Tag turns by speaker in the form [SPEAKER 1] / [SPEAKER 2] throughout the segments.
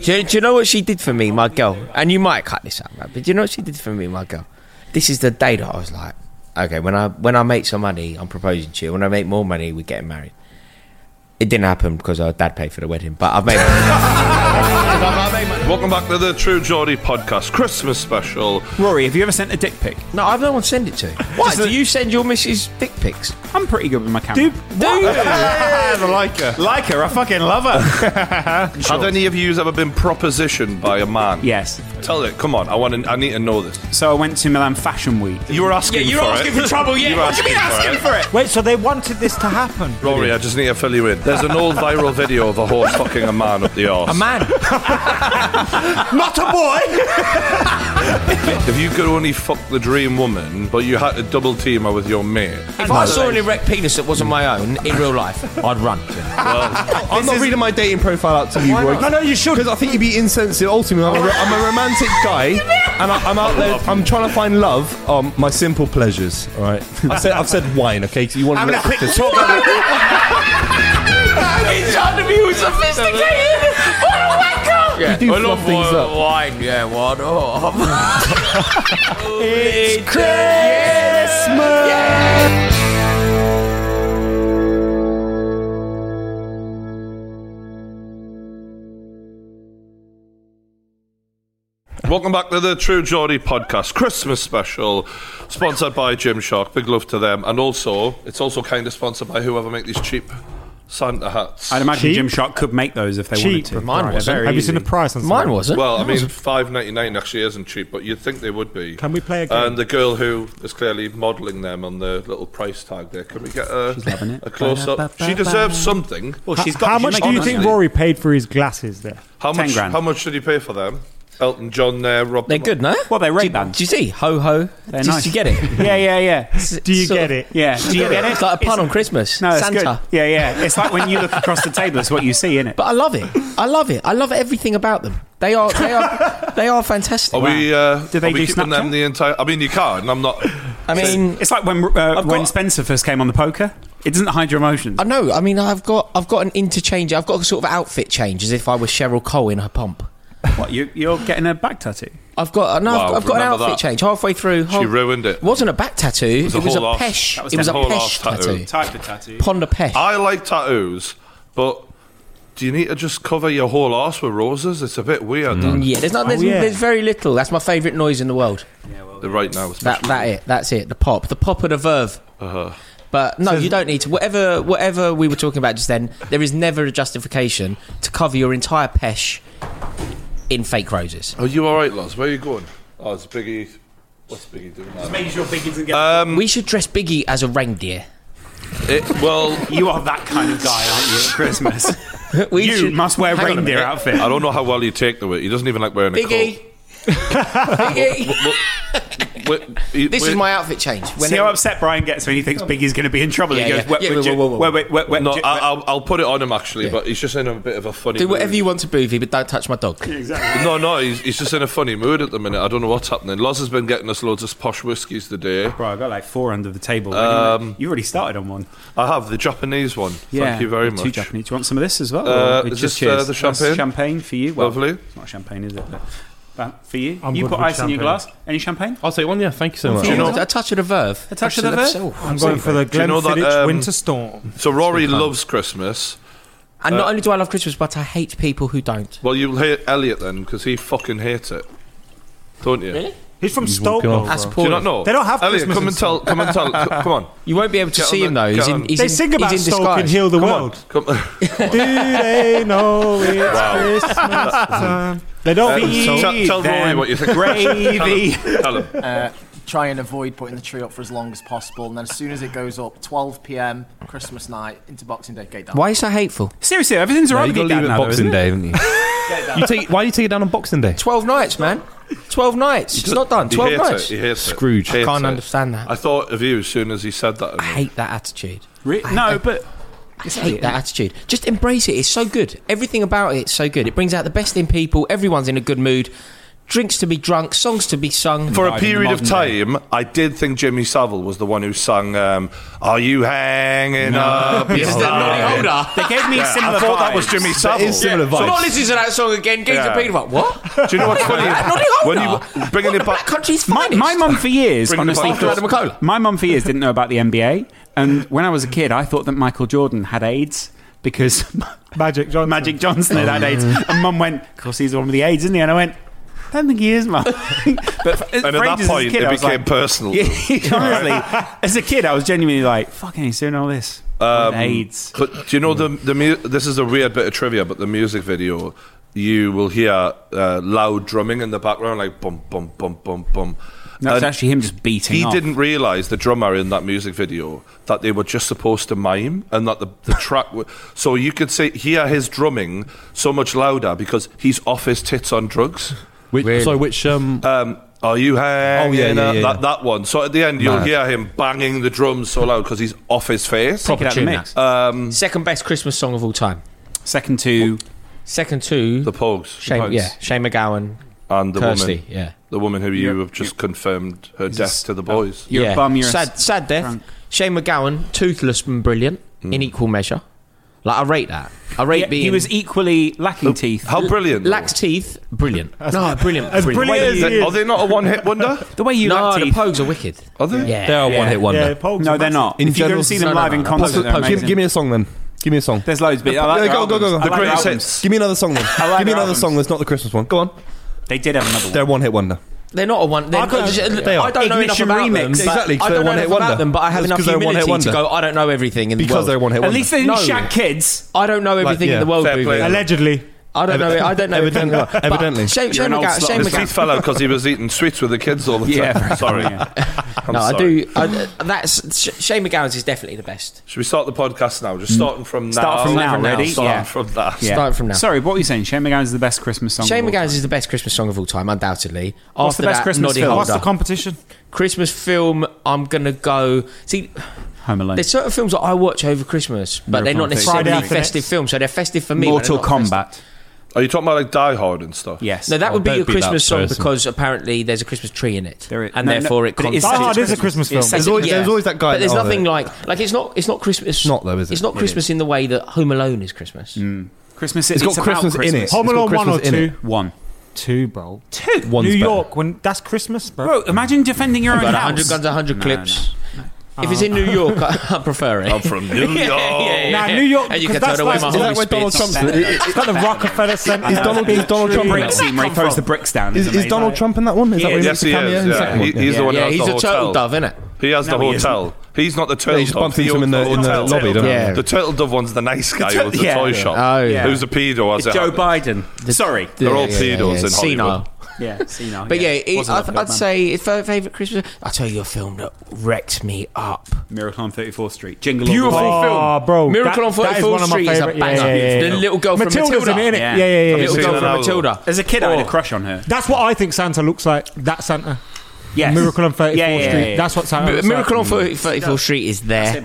[SPEAKER 1] Do you, do you know what she did for me, my girl? And you might cut this out, right? but do you know what she did for me, my girl? This is the day that I was like, okay, when I when I make some money, I'm proposing to you. When I make more money, we're getting married. It didn't happen because our dad paid for the wedding, but I've made.
[SPEAKER 2] Welcome back to the True Geordie podcast Christmas special.
[SPEAKER 3] Rory, have you ever sent a dick pic?
[SPEAKER 1] no, I've no one send it to. What? Do you send your missus dick pics?
[SPEAKER 3] I'm pretty good with my camera.
[SPEAKER 1] Do you?
[SPEAKER 4] I like her. Like her. I fucking love her.
[SPEAKER 2] Have any of you ever been propositioned by a man?
[SPEAKER 3] Yes.
[SPEAKER 2] Tell it. Come on. I want. To, I need to know this.
[SPEAKER 3] So I went to Milan Fashion Week.
[SPEAKER 2] You were asking
[SPEAKER 1] Yeah, you're
[SPEAKER 2] for
[SPEAKER 1] asking
[SPEAKER 2] it.
[SPEAKER 1] for trouble, yeah.
[SPEAKER 2] You were
[SPEAKER 1] What do you mean
[SPEAKER 2] asking for it?
[SPEAKER 4] Wait, so they wanted this to happen?
[SPEAKER 2] Rory, I just need to fill you in. There's an old viral video of a horse fucking a man up the arse.
[SPEAKER 1] Man,
[SPEAKER 4] Not a boy!
[SPEAKER 2] If you could only fuck the dream woman, but you had to double team her with your mate.
[SPEAKER 1] if I saw an erect penis that wasn't my own in real life, I'd run.
[SPEAKER 5] I'm not reading my dating profile out to you, Roy.
[SPEAKER 4] No, no, you should.
[SPEAKER 5] Because I think you'd be insensitive. Ultimately, I'm a, ro- I'm a romantic guy, and I, I'm out there. I'm trying to find love. Um, my simple pleasures. All right. I've said, I've said wine. Okay. So you want to quick
[SPEAKER 1] It's hard to be sophisticated. Oh my god! Yeah.
[SPEAKER 5] do fluff things
[SPEAKER 1] wi-
[SPEAKER 5] up.
[SPEAKER 1] wine. Yeah, what up? it's Christmas.
[SPEAKER 2] Welcome back to the True Geordie podcast Christmas special, sponsored by Gymshark. Big love to them, and also it's also kind of sponsored by whoever make these cheap Santa hats.
[SPEAKER 3] I'd imagine
[SPEAKER 6] Cheap.
[SPEAKER 3] Gymshark could make those if they
[SPEAKER 6] Cheap.
[SPEAKER 3] wanted to.
[SPEAKER 1] Mine
[SPEAKER 3] Right,
[SPEAKER 1] wasn't.
[SPEAKER 3] very
[SPEAKER 6] Have you seen the
[SPEAKER 3] easy.
[SPEAKER 6] price on
[SPEAKER 1] Mine
[SPEAKER 6] something?
[SPEAKER 1] wasn't.
[SPEAKER 2] Well, I mean, five ninety nine actually isn't cheap, but you'd think they would be.
[SPEAKER 6] Can we play a game?
[SPEAKER 2] And the girl who is clearly modelling them on the little price tag there. Can we get
[SPEAKER 3] loving
[SPEAKER 2] a,
[SPEAKER 3] it.
[SPEAKER 2] a close up? She deserves something.
[SPEAKER 4] Well,
[SPEAKER 6] H-
[SPEAKER 4] she's got,
[SPEAKER 6] how
[SPEAKER 4] she's
[SPEAKER 6] much
[SPEAKER 4] got
[SPEAKER 6] do you
[SPEAKER 4] money.
[SPEAKER 6] think Rory paid for his glasses there?
[SPEAKER 2] How
[SPEAKER 3] 10
[SPEAKER 2] much?
[SPEAKER 3] grand.
[SPEAKER 2] How much did he pay for them? Elton John there, Rob.
[SPEAKER 1] They're good, no?
[SPEAKER 3] Well, they're
[SPEAKER 1] Do you-
[SPEAKER 3] Ray-Bans.
[SPEAKER 1] Do you see? Ho ho.
[SPEAKER 3] They're
[SPEAKER 1] Did
[SPEAKER 3] nice.
[SPEAKER 1] you get it?
[SPEAKER 3] yeah, yeah, yeah.
[SPEAKER 6] Do you
[SPEAKER 1] Sort
[SPEAKER 6] get
[SPEAKER 1] of-
[SPEAKER 6] it?
[SPEAKER 3] Yeah. Do you get it?
[SPEAKER 1] It's like a pun on Christmas.
[SPEAKER 3] No, it's
[SPEAKER 1] Santa.
[SPEAKER 3] good. Yeah, yeah. It's like when you look across the table, it's what you see, innit?
[SPEAKER 1] But I love it. I love it. I love everything about them. They are they are they are fantastic.
[SPEAKER 2] Are we? Uh,
[SPEAKER 3] Do they
[SPEAKER 2] are we
[SPEAKER 3] do
[SPEAKER 2] keeping them
[SPEAKER 3] Snapchat?
[SPEAKER 2] the entire? I mean, you can't. I'm not.
[SPEAKER 1] I mean,
[SPEAKER 3] It's like when uh,
[SPEAKER 1] I've
[SPEAKER 3] when
[SPEAKER 1] got-
[SPEAKER 3] Spencer first came on the poker. It doesn't hide your emotions.
[SPEAKER 1] I know. I mean, I've got I've got an interchange. I've got a sort of outfit change as if I was Cheryl Cole in her pump.
[SPEAKER 3] What you you're getting a back tattoo?
[SPEAKER 1] I've got no, I've,
[SPEAKER 2] Wow,
[SPEAKER 1] got- I've got an
[SPEAKER 2] remember
[SPEAKER 1] outfit
[SPEAKER 2] that.
[SPEAKER 1] change halfway through.
[SPEAKER 2] She ruined it.
[SPEAKER 1] Wasn't a back tattoo. It was
[SPEAKER 2] a
[SPEAKER 1] a,
[SPEAKER 2] whole arse-
[SPEAKER 1] pesh.
[SPEAKER 3] that was
[SPEAKER 1] It was a
[SPEAKER 2] the whole
[SPEAKER 1] pesh
[SPEAKER 2] arse tattoo.
[SPEAKER 1] tattoo.
[SPEAKER 3] Type of tattoo.
[SPEAKER 1] Pond a pesh.
[SPEAKER 2] I like tattoos, but do you need to just cover your whole ass with roses? It's a bit weird. that.
[SPEAKER 3] Mm.
[SPEAKER 1] yeah, there's not. There's,
[SPEAKER 3] Oh,
[SPEAKER 6] yeah.
[SPEAKER 1] there's very little. That's my favourite noise in the world.
[SPEAKER 2] Right now,
[SPEAKER 1] That that it. That's it. The pop. The pop of the verve.
[SPEAKER 2] uh
[SPEAKER 1] But no, you don't need to. Whatever whatever we were talking about just then, there is never a justification to cover your entire pesh in fake roses.
[SPEAKER 2] Are Oh, you all right, lads? Where are you going? Oh, it's Biggie. What's Biggie doing? now?
[SPEAKER 3] Uh,
[SPEAKER 1] we should dress Biggie as a reindeer.
[SPEAKER 2] It, well,
[SPEAKER 3] You are that kind of guy, aren't you? At Christmas,
[SPEAKER 1] We
[SPEAKER 3] you
[SPEAKER 1] should-
[SPEAKER 3] must wear
[SPEAKER 1] Hang on a
[SPEAKER 3] reindeer
[SPEAKER 1] minute.
[SPEAKER 3] outfit.
[SPEAKER 2] I don't know how well you take to it. He doesn't even like wearing
[SPEAKER 1] Biggie. Biggie.
[SPEAKER 2] a coat. Wait, he-
[SPEAKER 1] This is
[SPEAKER 2] wait-
[SPEAKER 1] my outfit change.
[SPEAKER 3] See how
[SPEAKER 1] Whenever-
[SPEAKER 3] upset Brian gets when he thinks Biggie's going to be in trouble.
[SPEAKER 1] Yeah,
[SPEAKER 3] he goes,
[SPEAKER 1] yeah.
[SPEAKER 3] "Wet,
[SPEAKER 1] Yeah,
[SPEAKER 3] wet,
[SPEAKER 1] whoa, whoa, whoa, whoa.
[SPEAKER 3] wet, wet, wet, wet,
[SPEAKER 2] No,
[SPEAKER 3] wet."
[SPEAKER 2] I, I'll, I'll put it on him actually, but he's just in a bit of a funny.
[SPEAKER 1] do whatever
[SPEAKER 2] mood.
[SPEAKER 1] you want to Boovie, but don't touch my dog.
[SPEAKER 2] No, no, he's, he's just in a funny mood at the minute. I don't know what's happening. Loz has been getting us loads of posh whiskies today.
[SPEAKER 3] Bro, I got like four under the table.
[SPEAKER 1] Um,
[SPEAKER 3] you already started on one.
[SPEAKER 2] I have the Japanese one. Thank you very much.
[SPEAKER 3] Two Japanese. Do you want some of this as well?
[SPEAKER 2] Uh,
[SPEAKER 3] Or
[SPEAKER 2] is
[SPEAKER 3] just
[SPEAKER 2] this, uh,
[SPEAKER 3] cheers?
[SPEAKER 2] the
[SPEAKER 3] That's
[SPEAKER 2] champagne?
[SPEAKER 3] champagne for you. Well,
[SPEAKER 2] Lovely.
[SPEAKER 3] It's not champagne, is it? But, but for you,
[SPEAKER 6] I'm
[SPEAKER 3] you
[SPEAKER 6] good
[SPEAKER 3] put
[SPEAKER 6] with
[SPEAKER 3] ice in your
[SPEAKER 6] champagne.
[SPEAKER 3] glass. Any champagne? Oh,
[SPEAKER 5] I'll take one. Yeah. Thank you so much.
[SPEAKER 1] Do you
[SPEAKER 2] know-
[SPEAKER 1] know, a touch of the verve.
[SPEAKER 3] A touch of the verve?
[SPEAKER 6] I'm going for the
[SPEAKER 2] Do you know that,
[SPEAKER 6] Glenfiddich
[SPEAKER 2] um,
[SPEAKER 6] Winter Storm.
[SPEAKER 2] So Rory loves Christmas.
[SPEAKER 1] And not only do I love Christmas, but I hate people who don't.
[SPEAKER 2] Well, you'll hate Elliot then because he fucking hates it, don't you?
[SPEAKER 1] Really?
[SPEAKER 6] He's from
[SPEAKER 5] walking
[SPEAKER 6] Stoke.
[SPEAKER 5] off.
[SPEAKER 1] That's
[SPEAKER 2] Do you
[SPEAKER 1] poor.
[SPEAKER 2] not know?
[SPEAKER 6] They don't have
[SPEAKER 2] Elliot,
[SPEAKER 6] Christmas
[SPEAKER 2] come
[SPEAKER 6] in
[SPEAKER 2] and tell. Come and tell. c- Come on.
[SPEAKER 1] You won't be able to
[SPEAKER 2] Get
[SPEAKER 1] see
[SPEAKER 2] on
[SPEAKER 1] him
[SPEAKER 2] the-
[SPEAKER 1] though.
[SPEAKER 2] get
[SPEAKER 1] He's
[SPEAKER 2] on
[SPEAKER 1] in,
[SPEAKER 2] the-
[SPEAKER 1] he's
[SPEAKER 6] They
[SPEAKER 1] in,
[SPEAKER 6] sing about
[SPEAKER 1] he's in
[SPEAKER 6] Stoke and
[SPEAKER 1] disguise.
[SPEAKER 6] heal the
[SPEAKER 2] Come
[SPEAKER 6] world.
[SPEAKER 2] on. Come.
[SPEAKER 6] Do they know it's Christmas time? They don't.
[SPEAKER 2] Uh, tell- tell Rory
[SPEAKER 3] them
[SPEAKER 2] what you think.
[SPEAKER 3] Gravy.
[SPEAKER 2] tell him.
[SPEAKER 7] try and avoid putting the tree up for as long as possible. And then as soon as it goes up, 12 p.m. Christmas night into Boxing Day, get down.
[SPEAKER 1] Why are you so hateful?
[SPEAKER 3] Seriously, everything's
[SPEAKER 5] No,
[SPEAKER 3] alright
[SPEAKER 5] you
[SPEAKER 3] with
[SPEAKER 5] got
[SPEAKER 3] your
[SPEAKER 5] to leave
[SPEAKER 3] dad
[SPEAKER 5] it
[SPEAKER 3] now, though, isn't
[SPEAKER 5] Boxing
[SPEAKER 3] it?
[SPEAKER 5] Day, haven't you? you take, why do you take it down on Boxing Day?
[SPEAKER 1] 12 nights, man. 12 nights. It's not done.
[SPEAKER 2] He
[SPEAKER 1] 12
[SPEAKER 2] hates
[SPEAKER 1] nights.
[SPEAKER 2] It. He hates it.
[SPEAKER 5] Scrooge.
[SPEAKER 2] Hates
[SPEAKER 1] Can't
[SPEAKER 2] it.
[SPEAKER 1] understand that.
[SPEAKER 2] I thought of you as soon as he said that. to
[SPEAKER 1] I
[SPEAKER 2] me.
[SPEAKER 1] hate that attitude.
[SPEAKER 3] Re- No, but
[SPEAKER 1] I hate that attitude. Just embrace it. It's so good. Everything about it's so good. It brings out the best in people. Everyone's in a good mood. drinks to be drunk, songs to be sung.
[SPEAKER 2] For a period of time, I did think Jimmy Savile was the one who sung um, "Are You Hanging Up?" Your
[SPEAKER 1] Is that Nolly
[SPEAKER 2] Line?"
[SPEAKER 1] Holder?
[SPEAKER 3] They gave me
[SPEAKER 2] Yeah,
[SPEAKER 3] similar
[SPEAKER 2] I thought that
[SPEAKER 3] vibes.
[SPEAKER 2] was Jimmy Savile.
[SPEAKER 5] is similar
[SPEAKER 1] So I'm not
[SPEAKER 5] vibes.
[SPEAKER 1] listening to that song again. Gates
[SPEAKER 2] Yeah.
[SPEAKER 1] yeah. like, what?
[SPEAKER 2] Do you know what's funny?
[SPEAKER 1] Nolly
[SPEAKER 2] when
[SPEAKER 1] Holder?
[SPEAKER 2] you bringing it
[SPEAKER 1] Black
[SPEAKER 2] back,
[SPEAKER 1] country's
[SPEAKER 3] My,
[SPEAKER 1] finest.
[SPEAKER 3] my mum for years,
[SPEAKER 2] Bring it
[SPEAKER 3] honestly,
[SPEAKER 2] back. After
[SPEAKER 1] Adam McCola.
[SPEAKER 3] thought, my mum for years didn't know about the NBA, and when I was a kid, I thought that Michael Jordan had AIDS because
[SPEAKER 6] Magic Johnson. Oh.
[SPEAKER 3] Magic Johnson had, had AIDS, and Mum went, "Of course, he's the one with the AIDS, isn't he?" And I went, "I don't think he is, Mum." but for,
[SPEAKER 2] and at that point, it became personal.
[SPEAKER 3] honestly, as a kid, I was genuinely like, "Fucking, he's doing all this
[SPEAKER 2] Um,
[SPEAKER 3] AIDS."
[SPEAKER 2] But do you know the the mu- this is a weird bit of trivia, but the music video you will hear uh, loud drumming in the background, like bum bum bum bum bum.
[SPEAKER 3] That's
[SPEAKER 2] And
[SPEAKER 3] actually him just beating.
[SPEAKER 2] he
[SPEAKER 3] off.
[SPEAKER 2] didn't realize the drummer in that music video that they were just supposed to mime and that the, the track. W- so you could say hear his drumming so much louder because he's off his tits on drugs.
[SPEAKER 5] Which, Sorry, which um,
[SPEAKER 1] Uh,
[SPEAKER 2] Um, are you hanging?
[SPEAKER 5] yeah, yeah,
[SPEAKER 2] up?
[SPEAKER 5] yeah,
[SPEAKER 2] that,
[SPEAKER 5] yeah.
[SPEAKER 2] that one. So at the end, you'll
[SPEAKER 5] Mad.
[SPEAKER 2] hear him banging the drums so loud because he's off his face.
[SPEAKER 3] Take it out of the
[SPEAKER 1] Tune
[SPEAKER 3] mix.
[SPEAKER 1] that.
[SPEAKER 2] Uh,
[SPEAKER 1] Second best Christmas song of all time.
[SPEAKER 3] Second to
[SPEAKER 1] Second to
[SPEAKER 2] The Pogues.
[SPEAKER 1] Shane,
[SPEAKER 2] Pogues.
[SPEAKER 1] yeah, Shane McGowan,
[SPEAKER 2] And the
[SPEAKER 1] Kirsty,
[SPEAKER 2] woman.
[SPEAKER 1] yeah.
[SPEAKER 2] The woman who you
[SPEAKER 3] Yeah.
[SPEAKER 2] have just confirmed her death
[SPEAKER 3] this-
[SPEAKER 2] to the boys.
[SPEAKER 3] you're
[SPEAKER 1] yeah.
[SPEAKER 3] a bum, you're a
[SPEAKER 1] sad,
[SPEAKER 3] s-
[SPEAKER 1] sad death.
[SPEAKER 3] drunk.
[SPEAKER 1] Shane McGowan, toothless and brilliant
[SPEAKER 5] Mm.
[SPEAKER 1] in equal measure. Like I rate that. I rate
[SPEAKER 3] Yeah,
[SPEAKER 1] being
[SPEAKER 3] he was equally lacking
[SPEAKER 2] Oh,
[SPEAKER 3] teeth.
[SPEAKER 2] How brilliant. though.
[SPEAKER 1] lacks teeth, brilliant. no, brilliant.
[SPEAKER 6] As brilliant
[SPEAKER 2] Is
[SPEAKER 6] as he
[SPEAKER 2] that-
[SPEAKER 6] is.
[SPEAKER 2] are they not a one hit wonder?
[SPEAKER 3] the way you
[SPEAKER 1] no,
[SPEAKER 3] lack
[SPEAKER 1] the
[SPEAKER 3] teeth.
[SPEAKER 1] Pogues are wicked.
[SPEAKER 2] Are they?
[SPEAKER 1] Yeah,
[SPEAKER 5] Oh, they are
[SPEAKER 1] yeah.
[SPEAKER 5] one hit wonder.
[SPEAKER 6] Yeah, Pogues
[SPEAKER 3] no,
[SPEAKER 6] are
[SPEAKER 3] they're not.
[SPEAKER 5] In
[SPEAKER 3] if you go
[SPEAKER 5] general-
[SPEAKER 3] and see them
[SPEAKER 1] no, no,
[SPEAKER 3] live in
[SPEAKER 1] no,
[SPEAKER 5] Pogues-
[SPEAKER 3] concert, they're
[SPEAKER 5] Pogues- give,
[SPEAKER 3] amazing.
[SPEAKER 5] give me a song then. Give me a song.
[SPEAKER 3] There's loads, but I like
[SPEAKER 5] Yeah,
[SPEAKER 3] their
[SPEAKER 5] go, go, go,
[SPEAKER 3] albums.
[SPEAKER 5] go.
[SPEAKER 3] I
[SPEAKER 5] The
[SPEAKER 3] like their
[SPEAKER 2] greatest
[SPEAKER 3] albums.
[SPEAKER 2] hits.
[SPEAKER 5] Give me another song then.
[SPEAKER 3] I like
[SPEAKER 5] give me
[SPEAKER 3] their
[SPEAKER 5] another
[SPEAKER 3] albums.
[SPEAKER 5] song that's not the Christmas one. Go on.
[SPEAKER 3] They did have another one.
[SPEAKER 5] They're one hit wonder.
[SPEAKER 1] They're not a one. They're, I, don't,
[SPEAKER 5] they are.
[SPEAKER 1] I don't know enough
[SPEAKER 3] Ignition
[SPEAKER 1] about
[SPEAKER 3] remix.
[SPEAKER 1] them. but-
[SPEAKER 5] Exactly, 'cause
[SPEAKER 1] I
[SPEAKER 5] they're
[SPEAKER 1] don't know
[SPEAKER 5] one hit
[SPEAKER 1] enough about
[SPEAKER 5] wonder.
[SPEAKER 1] them, but I have
[SPEAKER 5] It's
[SPEAKER 1] enough
[SPEAKER 5] 'cause they're one hit
[SPEAKER 1] humility to
[SPEAKER 5] wonder.
[SPEAKER 1] go. I don't know everything in the
[SPEAKER 5] Because
[SPEAKER 1] world.
[SPEAKER 5] they're one hit
[SPEAKER 3] At
[SPEAKER 5] wonder.
[SPEAKER 3] least they didn't
[SPEAKER 1] No.
[SPEAKER 3] shack kids.
[SPEAKER 1] I don't know everything
[SPEAKER 5] yeah.
[SPEAKER 1] in the world.
[SPEAKER 2] Fair
[SPEAKER 1] Booby.
[SPEAKER 2] play.
[SPEAKER 6] Allegedly.
[SPEAKER 1] I don't know. I don't know everything. in the world. But
[SPEAKER 5] Evidently.
[SPEAKER 1] Shane,
[SPEAKER 3] You're
[SPEAKER 1] Shane
[SPEAKER 3] an old
[SPEAKER 1] McGowan.
[SPEAKER 3] slut.
[SPEAKER 1] Shane
[SPEAKER 2] His
[SPEAKER 1] McGowan.
[SPEAKER 2] teeth fell out because he was eating sweets with the kids all the time.
[SPEAKER 3] Yeah.
[SPEAKER 2] sorry.
[SPEAKER 3] Yeah.
[SPEAKER 2] I'm
[SPEAKER 1] No, I
[SPEAKER 2] sorry.
[SPEAKER 1] do. I, that's Sh- Shane McGowan's is definitely the best.
[SPEAKER 2] Should we start the podcast now? Just starting from now.
[SPEAKER 3] Start from now, ready?
[SPEAKER 2] Starting
[SPEAKER 3] Yeah.
[SPEAKER 2] from that.
[SPEAKER 3] Yeah.
[SPEAKER 1] Start from now.
[SPEAKER 3] Sorry, what were you saying? Shane McGowan's is the best Christmas song.
[SPEAKER 1] Shane
[SPEAKER 3] of all
[SPEAKER 1] McGowan's is the best Christmas song of all time, undoubtedly.
[SPEAKER 3] What's
[SPEAKER 1] After
[SPEAKER 3] the best
[SPEAKER 1] that,
[SPEAKER 3] Christmas
[SPEAKER 1] Noddy
[SPEAKER 3] film?
[SPEAKER 1] Holder.
[SPEAKER 6] What's the competition?
[SPEAKER 1] Christmas film? I'm gonna go. See,
[SPEAKER 3] time. Home Alone.
[SPEAKER 1] there's certain films that I watch over Christmas, but
[SPEAKER 3] Miracle
[SPEAKER 1] they're not
[SPEAKER 3] on 36.
[SPEAKER 1] necessarily
[SPEAKER 6] Friday After
[SPEAKER 1] festive
[SPEAKER 6] Next.
[SPEAKER 1] films. So they're festive for me. but
[SPEAKER 3] Mortal
[SPEAKER 1] they're not festive.
[SPEAKER 3] Kombat.
[SPEAKER 2] Are you talking about like Die Hard and stuff?
[SPEAKER 3] Yes.
[SPEAKER 1] No, that would be
[SPEAKER 5] don't
[SPEAKER 1] your
[SPEAKER 5] be that
[SPEAKER 1] Christmas song
[SPEAKER 5] person.
[SPEAKER 1] because apparently there's a Christmas tree in it,
[SPEAKER 3] There is-
[SPEAKER 1] and
[SPEAKER 3] no, no,
[SPEAKER 1] therefore it.
[SPEAKER 3] but it is
[SPEAKER 1] constitutes
[SPEAKER 6] Die Hard is a
[SPEAKER 1] Christmas.
[SPEAKER 6] Christmas film.
[SPEAKER 1] It's
[SPEAKER 5] There's
[SPEAKER 1] such-
[SPEAKER 5] always- there's always that guy
[SPEAKER 1] But there's
[SPEAKER 5] that- oh,
[SPEAKER 1] nothing
[SPEAKER 5] there-
[SPEAKER 1] like like it's not it's not Christmas. It's
[SPEAKER 5] not though, is it?
[SPEAKER 1] It's not
[SPEAKER 5] It
[SPEAKER 1] Christmas in the way that Home Alone is Christmas.
[SPEAKER 3] Mm. Christmas.
[SPEAKER 5] It's got
[SPEAKER 3] about
[SPEAKER 5] Christmas in it.
[SPEAKER 3] Christmas.
[SPEAKER 6] Home
[SPEAKER 5] It's got
[SPEAKER 6] Alone one or
[SPEAKER 5] Christmas in
[SPEAKER 6] two?
[SPEAKER 5] it.
[SPEAKER 3] One.
[SPEAKER 6] Two, bro.
[SPEAKER 5] One's
[SPEAKER 6] New
[SPEAKER 5] better.
[SPEAKER 6] York. When that's Christmas, bro.
[SPEAKER 3] Bro, imagine defending your own
[SPEAKER 1] About 100
[SPEAKER 3] house.
[SPEAKER 1] guns, 100
[SPEAKER 3] No, Ah. Oh,
[SPEAKER 1] clips. If it's in New York, I, I prefer it.
[SPEAKER 2] I'm from New York.
[SPEAKER 6] Nah, New York.
[SPEAKER 1] And you can tell
[SPEAKER 6] because that's
[SPEAKER 1] the way
[SPEAKER 6] like-
[SPEAKER 1] my
[SPEAKER 5] Is that where Donald
[SPEAKER 1] spits.
[SPEAKER 5] Trump's? Is,
[SPEAKER 6] It's got the Rockefeller Center.
[SPEAKER 5] Is Donald- is Donald
[SPEAKER 3] The
[SPEAKER 5] Trump
[SPEAKER 3] brick
[SPEAKER 5] Where's
[SPEAKER 3] scene where he throws the bricks down.
[SPEAKER 5] is, is Donald Trump in that one? Is that where he
[SPEAKER 2] Yes,
[SPEAKER 5] makes the
[SPEAKER 2] he
[SPEAKER 5] cameo?
[SPEAKER 2] is.
[SPEAKER 5] in the
[SPEAKER 2] Yeah.
[SPEAKER 5] second
[SPEAKER 2] He,
[SPEAKER 5] one?
[SPEAKER 2] he's the one
[SPEAKER 1] Yeah,
[SPEAKER 2] who has
[SPEAKER 1] he's
[SPEAKER 2] the
[SPEAKER 1] a turtle
[SPEAKER 2] hotel.
[SPEAKER 1] dove, isn't it?
[SPEAKER 2] He has the
[SPEAKER 3] No, he
[SPEAKER 2] hotel. He's not the turtle
[SPEAKER 5] just
[SPEAKER 2] dove.
[SPEAKER 5] bumped
[SPEAKER 2] He
[SPEAKER 5] into him
[SPEAKER 2] owns
[SPEAKER 5] in the- in the
[SPEAKER 2] hotel.
[SPEAKER 5] lobby, don't
[SPEAKER 1] Yeah. he?
[SPEAKER 2] The turtle dove one's the nice guy who owns the
[SPEAKER 3] yeah.
[SPEAKER 2] toy shop.
[SPEAKER 1] Oh, yeah.
[SPEAKER 2] Who's a pedo? As it
[SPEAKER 3] Joe
[SPEAKER 2] happens.
[SPEAKER 3] Biden. Sorry.
[SPEAKER 2] They're all pedos in Hollywood.
[SPEAKER 1] Senile.
[SPEAKER 3] Yeah, see now.
[SPEAKER 1] But yeah, it,
[SPEAKER 3] Wasn't
[SPEAKER 1] I'd,
[SPEAKER 3] that
[SPEAKER 1] I'd
[SPEAKER 3] bad,
[SPEAKER 1] say it's fa- favourite Christmas. I'll tell you a film that wrecked me up.
[SPEAKER 3] man? Miracle on 34th Street. Jingle
[SPEAKER 1] Beautiful
[SPEAKER 3] all the way.
[SPEAKER 6] Oh,
[SPEAKER 1] film.
[SPEAKER 6] bro,
[SPEAKER 1] Miracle
[SPEAKER 6] that-
[SPEAKER 1] on
[SPEAKER 6] that is
[SPEAKER 1] 44th
[SPEAKER 6] one of my
[SPEAKER 1] Street is a
[SPEAKER 6] favourite- yeah,
[SPEAKER 1] banger.
[SPEAKER 6] yeah, yeah.
[SPEAKER 1] The little girl from
[SPEAKER 6] Matilda's
[SPEAKER 1] Matilda.
[SPEAKER 6] in it. innit?
[SPEAKER 3] Yeah.
[SPEAKER 6] Yeah, yeah, yeah.
[SPEAKER 1] Little
[SPEAKER 2] seen
[SPEAKER 1] girl
[SPEAKER 2] an
[SPEAKER 1] from
[SPEAKER 2] hour?
[SPEAKER 1] Matilda.
[SPEAKER 3] As a kid, I had
[SPEAKER 1] Oh.
[SPEAKER 3] a crush on her.
[SPEAKER 6] That's what I think Santa looks like. That Santa.
[SPEAKER 3] Yes.
[SPEAKER 6] Miracle on 34th
[SPEAKER 3] Yeah, yeah, yeah,
[SPEAKER 6] Street.
[SPEAKER 3] yeah.
[SPEAKER 6] That's what Santa
[SPEAKER 1] Mi-
[SPEAKER 6] looks
[SPEAKER 1] Miracle on
[SPEAKER 6] like.
[SPEAKER 1] 40- 34th Street is there.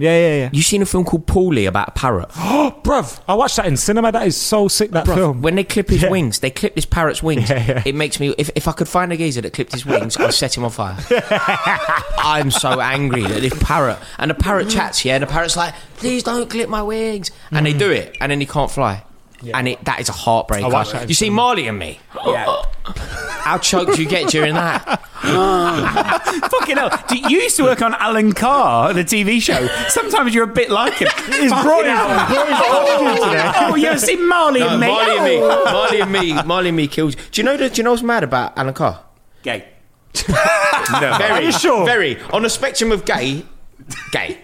[SPEAKER 6] Yeah, yeah, yeah.
[SPEAKER 1] You seen a film called Paulie about a parrot?
[SPEAKER 6] Bruv, I watched that in cinema. That is so sick, that film.
[SPEAKER 1] When they clip his
[SPEAKER 6] Yeah.
[SPEAKER 1] wings, they clip this parrot's wings.
[SPEAKER 6] Yeah, yeah.
[SPEAKER 1] It makes me. If, if I could find a geezer that clipped his wings, I'd set him on fire. I'm so angry that this parrot and the parrot chats, yeah, and the parrot's like, "Please don't clip my wings," and they do it, and then he can't fly. And it, that is a
[SPEAKER 6] I watched
[SPEAKER 1] heartbreaker.
[SPEAKER 6] that
[SPEAKER 1] You see Marley and me.
[SPEAKER 3] Yeah.
[SPEAKER 1] How choked you get during that?
[SPEAKER 3] Fucking hell. Do- You used to work on Alan Carr, the TV show. Sometimes you're a bit like him. He's
[SPEAKER 6] brought his- brought his own today.
[SPEAKER 3] Oh, you've seen Marley and me.
[SPEAKER 1] Uh, Marley and me.
[SPEAKER 3] Oh.
[SPEAKER 1] Marley and me. Marley and me kills. you. Do you know? The, do you know what's mad about Alan Carr?
[SPEAKER 3] Gay.
[SPEAKER 2] Never.
[SPEAKER 1] Very
[SPEAKER 6] you sure?
[SPEAKER 1] Very on a spectrum of gay, Oh. gay.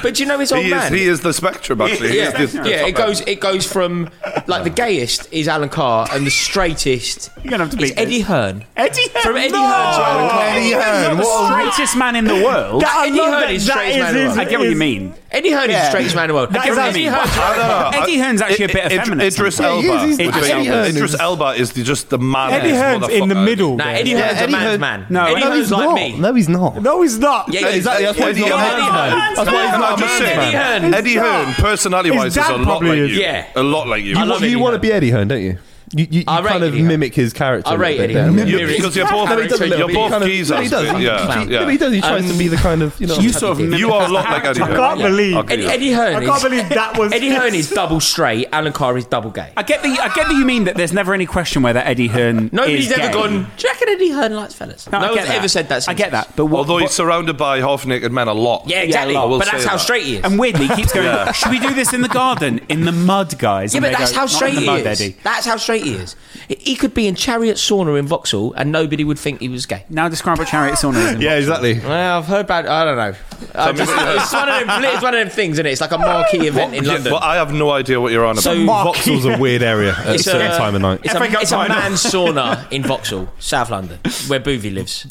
[SPEAKER 1] but do you know his old
[SPEAKER 2] He is,
[SPEAKER 1] man?
[SPEAKER 2] he is the spectrum, actually. He
[SPEAKER 1] yeah,
[SPEAKER 2] is the- the
[SPEAKER 1] yeah.
[SPEAKER 2] top
[SPEAKER 1] It
[SPEAKER 2] end.
[SPEAKER 1] goes. It goes from like the gayest is Alan Carr, and the straightest
[SPEAKER 3] You're gonna have to
[SPEAKER 1] is
[SPEAKER 3] beat this.
[SPEAKER 1] Eddie Hearn.
[SPEAKER 3] Eddie Hearn.
[SPEAKER 1] From Eddie
[SPEAKER 3] no!
[SPEAKER 1] Hearn to Alan Carr.
[SPEAKER 5] Eddie Hearn,
[SPEAKER 3] the
[SPEAKER 5] what
[SPEAKER 3] straightest man in the world.
[SPEAKER 6] That- I
[SPEAKER 1] Eddie
[SPEAKER 6] love
[SPEAKER 1] Hearn
[SPEAKER 6] that-
[SPEAKER 1] is
[SPEAKER 6] that
[SPEAKER 1] straight as
[SPEAKER 6] is
[SPEAKER 1] man in the
[SPEAKER 6] his-
[SPEAKER 1] world.
[SPEAKER 3] I get what
[SPEAKER 6] is-
[SPEAKER 3] you mean.
[SPEAKER 1] Eddie Hearn is the straightest man in the world.
[SPEAKER 6] That
[SPEAKER 1] Eddie
[SPEAKER 6] is
[SPEAKER 1] Hearn-
[SPEAKER 6] actually-
[SPEAKER 1] Eddie Hearn's-
[SPEAKER 2] I don't know.
[SPEAKER 3] Eddie Hearn's actually a bit of
[SPEAKER 2] Id- Id-
[SPEAKER 3] feminist.
[SPEAKER 2] Idris
[SPEAKER 5] Yeah, he
[SPEAKER 2] Elba.
[SPEAKER 5] is, he's the
[SPEAKER 2] would be-
[SPEAKER 5] best.
[SPEAKER 2] Idris,
[SPEAKER 5] Eddie Hearn is-
[SPEAKER 2] Elba is the, just the man.
[SPEAKER 6] Eddie Hearn's in the middle.
[SPEAKER 1] Nah,
[SPEAKER 6] there.
[SPEAKER 1] Eddie Hearn's a
[SPEAKER 5] Eddie
[SPEAKER 1] man's
[SPEAKER 5] Hearn-
[SPEAKER 1] man.
[SPEAKER 3] No,
[SPEAKER 1] Eddie
[SPEAKER 3] No,
[SPEAKER 1] Hearn's like me.
[SPEAKER 5] No, he's not.
[SPEAKER 6] No, he's not.
[SPEAKER 1] Yeah, yeah,
[SPEAKER 5] Exactly, that's why he's
[SPEAKER 2] Eddie
[SPEAKER 5] not a
[SPEAKER 2] Hearn.
[SPEAKER 5] man's man. That's why he's
[SPEAKER 2] Can I
[SPEAKER 5] not
[SPEAKER 2] just
[SPEAKER 5] a man's
[SPEAKER 2] say,
[SPEAKER 1] Eddie
[SPEAKER 5] man.
[SPEAKER 1] Hearn.
[SPEAKER 2] Eddie Hearn, personality wise, is
[SPEAKER 6] His dad
[SPEAKER 2] a lot like
[SPEAKER 6] probably
[SPEAKER 2] you.
[SPEAKER 6] is.
[SPEAKER 1] Yeah.
[SPEAKER 2] A lot like you.
[SPEAKER 1] I love
[SPEAKER 5] You
[SPEAKER 1] Eddie
[SPEAKER 5] want to
[SPEAKER 1] Hearn.
[SPEAKER 5] be Eddie Hearn, don't you? You, you, you
[SPEAKER 1] I
[SPEAKER 5] kind
[SPEAKER 1] rated
[SPEAKER 5] of
[SPEAKER 1] him.
[SPEAKER 5] mimic his character.
[SPEAKER 1] I
[SPEAKER 5] a bit
[SPEAKER 1] rated
[SPEAKER 5] there.
[SPEAKER 1] him.
[SPEAKER 5] Mimic-
[SPEAKER 1] You-
[SPEAKER 2] You- Because you're
[SPEAKER 1] No, he
[SPEAKER 2] both,
[SPEAKER 1] doesn't
[SPEAKER 2] you're
[SPEAKER 1] look-
[SPEAKER 2] both
[SPEAKER 5] kind of-
[SPEAKER 2] geezers.
[SPEAKER 5] no, he does.
[SPEAKER 2] mate.
[SPEAKER 5] He-
[SPEAKER 2] Yeah,
[SPEAKER 5] he-
[SPEAKER 2] yeah.
[SPEAKER 5] no, he does. He tries to be the kind of you know.
[SPEAKER 3] You sort of
[SPEAKER 2] You are a lot like Eddie
[SPEAKER 6] I
[SPEAKER 2] Murphy.
[SPEAKER 6] can't believe.
[SPEAKER 2] I'll give you
[SPEAKER 1] Eddie, Eddie Hearn.
[SPEAKER 6] I can't
[SPEAKER 1] is-
[SPEAKER 6] believe that was.
[SPEAKER 1] Eddie Hearn is double straight. Alan Carr is double gay.
[SPEAKER 3] I get the I get that you mean that there's never any question whether Eddie Hearn
[SPEAKER 1] Nobody's
[SPEAKER 3] is
[SPEAKER 1] ever
[SPEAKER 3] gay.
[SPEAKER 1] gone. Do you reckon Eddie Hearn likes fellas? No,
[SPEAKER 3] No, I
[SPEAKER 1] one's
[SPEAKER 3] get that.
[SPEAKER 1] ever said that. Since
[SPEAKER 3] I get that, but what,
[SPEAKER 2] Although
[SPEAKER 3] what-
[SPEAKER 2] he's surrounded by half-naked men a lot.
[SPEAKER 1] Yeah, exactly.
[SPEAKER 2] I will
[SPEAKER 1] but that's
[SPEAKER 2] say
[SPEAKER 1] how
[SPEAKER 2] that.
[SPEAKER 1] straight he is.
[SPEAKER 3] and weirdly he keeps going. Should we do this in the garden in the mud, guys?
[SPEAKER 1] yeah,
[SPEAKER 3] And
[SPEAKER 1] but
[SPEAKER 3] they
[SPEAKER 1] that's
[SPEAKER 3] go,
[SPEAKER 1] how
[SPEAKER 3] "Not in
[SPEAKER 1] straight
[SPEAKER 3] the
[SPEAKER 1] he
[SPEAKER 3] mud,
[SPEAKER 1] is.
[SPEAKER 3] Eddie.
[SPEAKER 1] That's how straight he is. He could be in chariot sauna in Vauxhall and nobody would think he was gay.
[SPEAKER 3] Now describe what chariot sauna is. in
[SPEAKER 5] yeah, exactly.
[SPEAKER 1] Well, Uh, I've heard about. I don't know. I
[SPEAKER 2] me
[SPEAKER 1] just-
[SPEAKER 2] what you heard.
[SPEAKER 1] it's, one of them, it's one of them things, isn't it? It's like a marquee event in
[SPEAKER 2] Yeah,
[SPEAKER 1] London.
[SPEAKER 2] Well, I have no idea what you're on about.
[SPEAKER 1] So-
[SPEAKER 5] Vauxhall's a weird area at a
[SPEAKER 1] It's
[SPEAKER 5] certain time of night.
[SPEAKER 1] It's, a,
[SPEAKER 3] FA Cup
[SPEAKER 1] it's a
[SPEAKER 3] final.
[SPEAKER 1] man's sauna in Vauxhall, South London, where Boovie lives.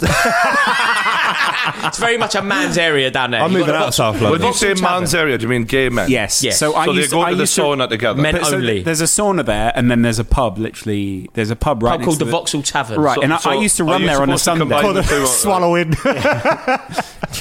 [SPEAKER 1] it's very much a man's area down there.
[SPEAKER 5] I'm
[SPEAKER 1] You've
[SPEAKER 5] moving
[SPEAKER 1] got a
[SPEAKER 5] out of
[SPEAKER 1] Vauxhall-
[SPEAKER 5] South
[SPEAKER 2] When
[SPEAKER 5] London.
[SPEAKER 2] you say man's area, do you mean gay men?
[SPEAKER 3] Yes.
[SPEAKER 1] Yes.
[SPEAKER 3] So I
[SPEAKER 2] so they
[SPEAKER 3] used
[SPEAKER 2] go
[SPEAKER 3] to, I
[SPEAKER 2] to the
[SPEAKER 3] used to-
[SPEAKER 2] sauna together.
[SPEAKER 1] Men
[SPEAKER 3] so
[SPEAKER 1] only.
[SPEAKER 3] there's a sauna there, and then there's a pub. Literally, there's a pub right
[SPEAKER 1] Pub
[SPEAKER 3] next
[SPEAKER 1] called
[SPEAKER 3] to
[SPEAKER 1] the Vauxhall Tavern.
[SPEAKER 3] Right,
[SPEAKER 2] So-
[SPEAKER 3] and I,
[SPEAKER 2] so
[SPEAKER 3] I used to
[SPEAKER 2] are
[SPEAKER 3] run
[SPEAKER 2] you
[SPEAKER 3] there on a
[SPEAKER 2] supposed to
[SPEAKER 3] Sunday.
[SPEAKER 2] combine the two?
[SPEAKER 6] Swallowing.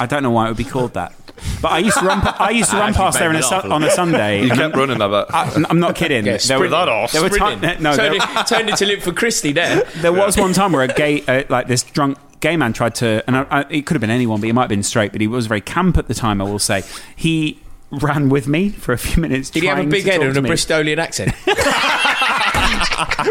[SPEAKER 3] I don't know why it would be called that, but I used to run. pa- I used
[SPEAKER 2] Ah,
[SPEAKER 3] to run past there on a, su- on a Sunday.
[SPEAKER 2] You
[SPEAKER 3] and
[SPEAKER 2] kept running about.
[SPEAKER 3] I, I'm not kidding.
[SPEAKER 1] Yeah,
[SPEAKER 3] were-
[SPEAKER 2] sprint that off,
[SPEAKER 3] There were time,
[SPEAKER 1] Brilliant.
[SPEAKER 3] no, there,
[SPEAKER 1] turned, it, turned into Luke for Christie there.
[SPEAKER 3] there was one time where a gay, uh, like this drunk gay man tried to, and I, I, it could have been anyone, but he might have been straight, but he was very camp at the time. I will say he ran with me for a few minutes.
[SPEAKER 1] Did he have a
[SPEAKER 3] trying
[SPEAKER 1] big
[SPEAKER 3] to
[SPEAKER 1] head
[SPEAKER 3] talk
[SPEAKER 1] and
[SPEAKER 3] to
[SPEAKER 1] a
[SPEAKER 3] me.
[SPEAKER 1] Bristolian accent?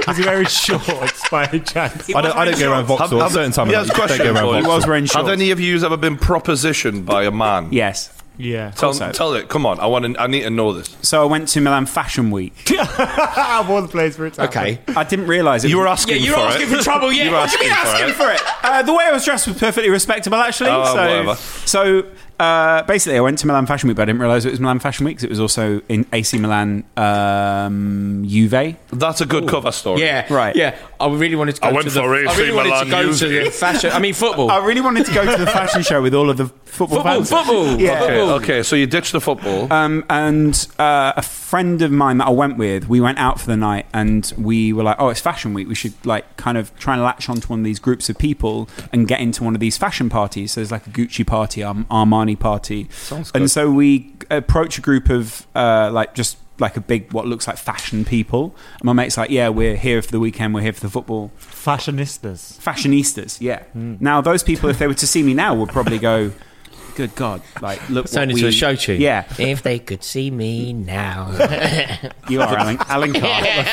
[SPEAKER 6] Was he wearing shorts by any chance?
[SPEAKER 5] I don't, I don't go around Vauxhall at a certain time of
[SPEAKER 2] He
[SPEAKER 5] night.
[SPEAKER 2] has a
[SPEAKER 5] Don't
[SPEAKER 2] question
[SPEAKER 5] go
[SPEAKER 2] for
[SPEAKER 5] around
[SPEAKER 2] you.
[SPEAKER 5] Vauxhall.
[SPEAKER 3] was wearing
[SPEAKER 2] Have
[SPEAKER 3] shorts.
[SPEAKER 2] any of you ever been propositioned by a man?
[SPEAKER 3] Yes.
[SPEAKER 6] Yeah.
[SPEAKER 2] Tell,
[SPEAKER 3] so.
[SPEAKER 2] tell it. Come on. I want. To, I need to know this.
[SPEAKER 3] So I went to Milan Fashion Week.
[SPEAKER 6] Out of all the places where it's
[SPEAKER 1] Okay.
[SPEAKER 3] I didn't realise it.
[SPEAKER 2] You
[SPEAKER 3] was-
[SPEAKER 2] were
[SPEAKER 1] Yeah,
[SPEAKER 2] asking
[SPEAKER 1] you're
[SPEAKER 2] for
[SPEAKER 1] asking
[SPEAKER 2] it.
[SPEAKER 1] for trouble, yeah.
[SPEAKER 2] You were
[SPEAKER 1] What do
[SPEAKER 2] asking
[SPEAKER 1] you mean
[SPEAKER 2] for
[SPEAKER 1] asking
[SPEAKER 2] it.
[SPEAKER 3] for it. Uh, the way I was dressed was perfectly respectable, actually.
[SPEAKER 2] Oh,
[SPEAKER 3] so,
[SPEAKER 2] whatever.
[SPEAKER 3] so uh, basically, I went to Milan Fashion Week, but I didn't realise it was Milan Fashion Week 'cause it was also in AC Milan, um, Juve.
[SPEAKER 2] That's a good cover story.
[SPEAKER 1] Yeah,
[SPEAKER 3] Right.
[SPEAKER 1] Yeah, I really wanted to. Go
[SPEAKER 2] I went
[SPEAKER 1] to the,
[SPEAKER 2] for AC
[SPEAKER 1] I really wanted
[SPEAKER 2] Milan
[SPEAKER 1] to go to
[SPEAKER 2] music.
[SPEAKER 1] the fashion. I mean, football.
[SPEAKER 3] I really wanted to go to the fashion show with all of the football,
[SPEAKER 1] Football,
[SPEAKER 3] fans.
[SPEAKER 1] football,
[SPEAKER 3] Yeah.
[SPEAKER 2] Okay.
[SPEAKER 1] football.
[SPEAKER 2] Okay. So you ditched the football.
[SPEAKER 3] Um, and uh, a friend of mine that I went with, we went out for the night, and we were like, "Oh, it's fashion week. We should like kind of try and latch onto one of these groups of people and get into one of these fashion parties." So there's like a Gucci party, um, Armani party, and so we approach a group of uh, like just like a big what looks like fashion people. And my mate's like, "Yeah, we're here for the weekend. We're here for the football."
[SPEAKER 6] fashionistas.
[SPEAKER 3] fashionistas. Yeah.
[SPEAKER 1] Hmm.
[SPEAKER 3] Now those people, if they were to see me now, would probably go, "Good God!" Like, look,
[SPEAKER 1] Turn
[SPEAKER 3] what
[SPEAKER 1] into
[SPEAKER 3] we-
[SPEAKER 1] a show tune.
[SPEAKER 3] Yeah,
[SPEAKER 1] If they could see me now.
[SPEAKER 3] you are Alan. Alan Carr.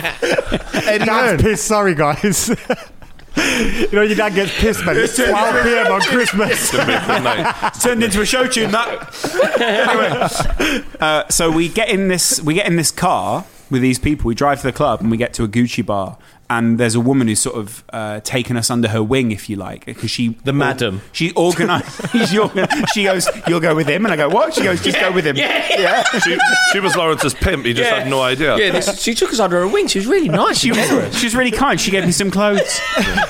[SPEAKER 6] Dad's pissed. Sorry, guys. you know your dad gets pissed, man. It's 12 p.m. on Christmas.
[SPEAKER 2] to make the night.
[SPEAKER 3] turned into a show tune. That. anyway, uh, so we get in this we get in this car with these people. We drive to the club and we get to a Gucci bar. And there's a woman who's sort of uh, taken us under her wing, if you like, because she the
[SPEAKER 1] madam.
[SPEAKER 3] She organised. she, organ- she goes, "You'll go with him," and I go, "What?" She goes, "Just go with him." yeah.
[SPEAKER 2] she, she was Lawrence's pimp. He just had no idea.
[SPEAKER 1] Yeah, this, she took us under her wing. She was really nice.
[SPEAKER 3] She
[SPEAKER 1] and generous.
[SPEAKER 3] was, she was really kind. She gave me some clothes.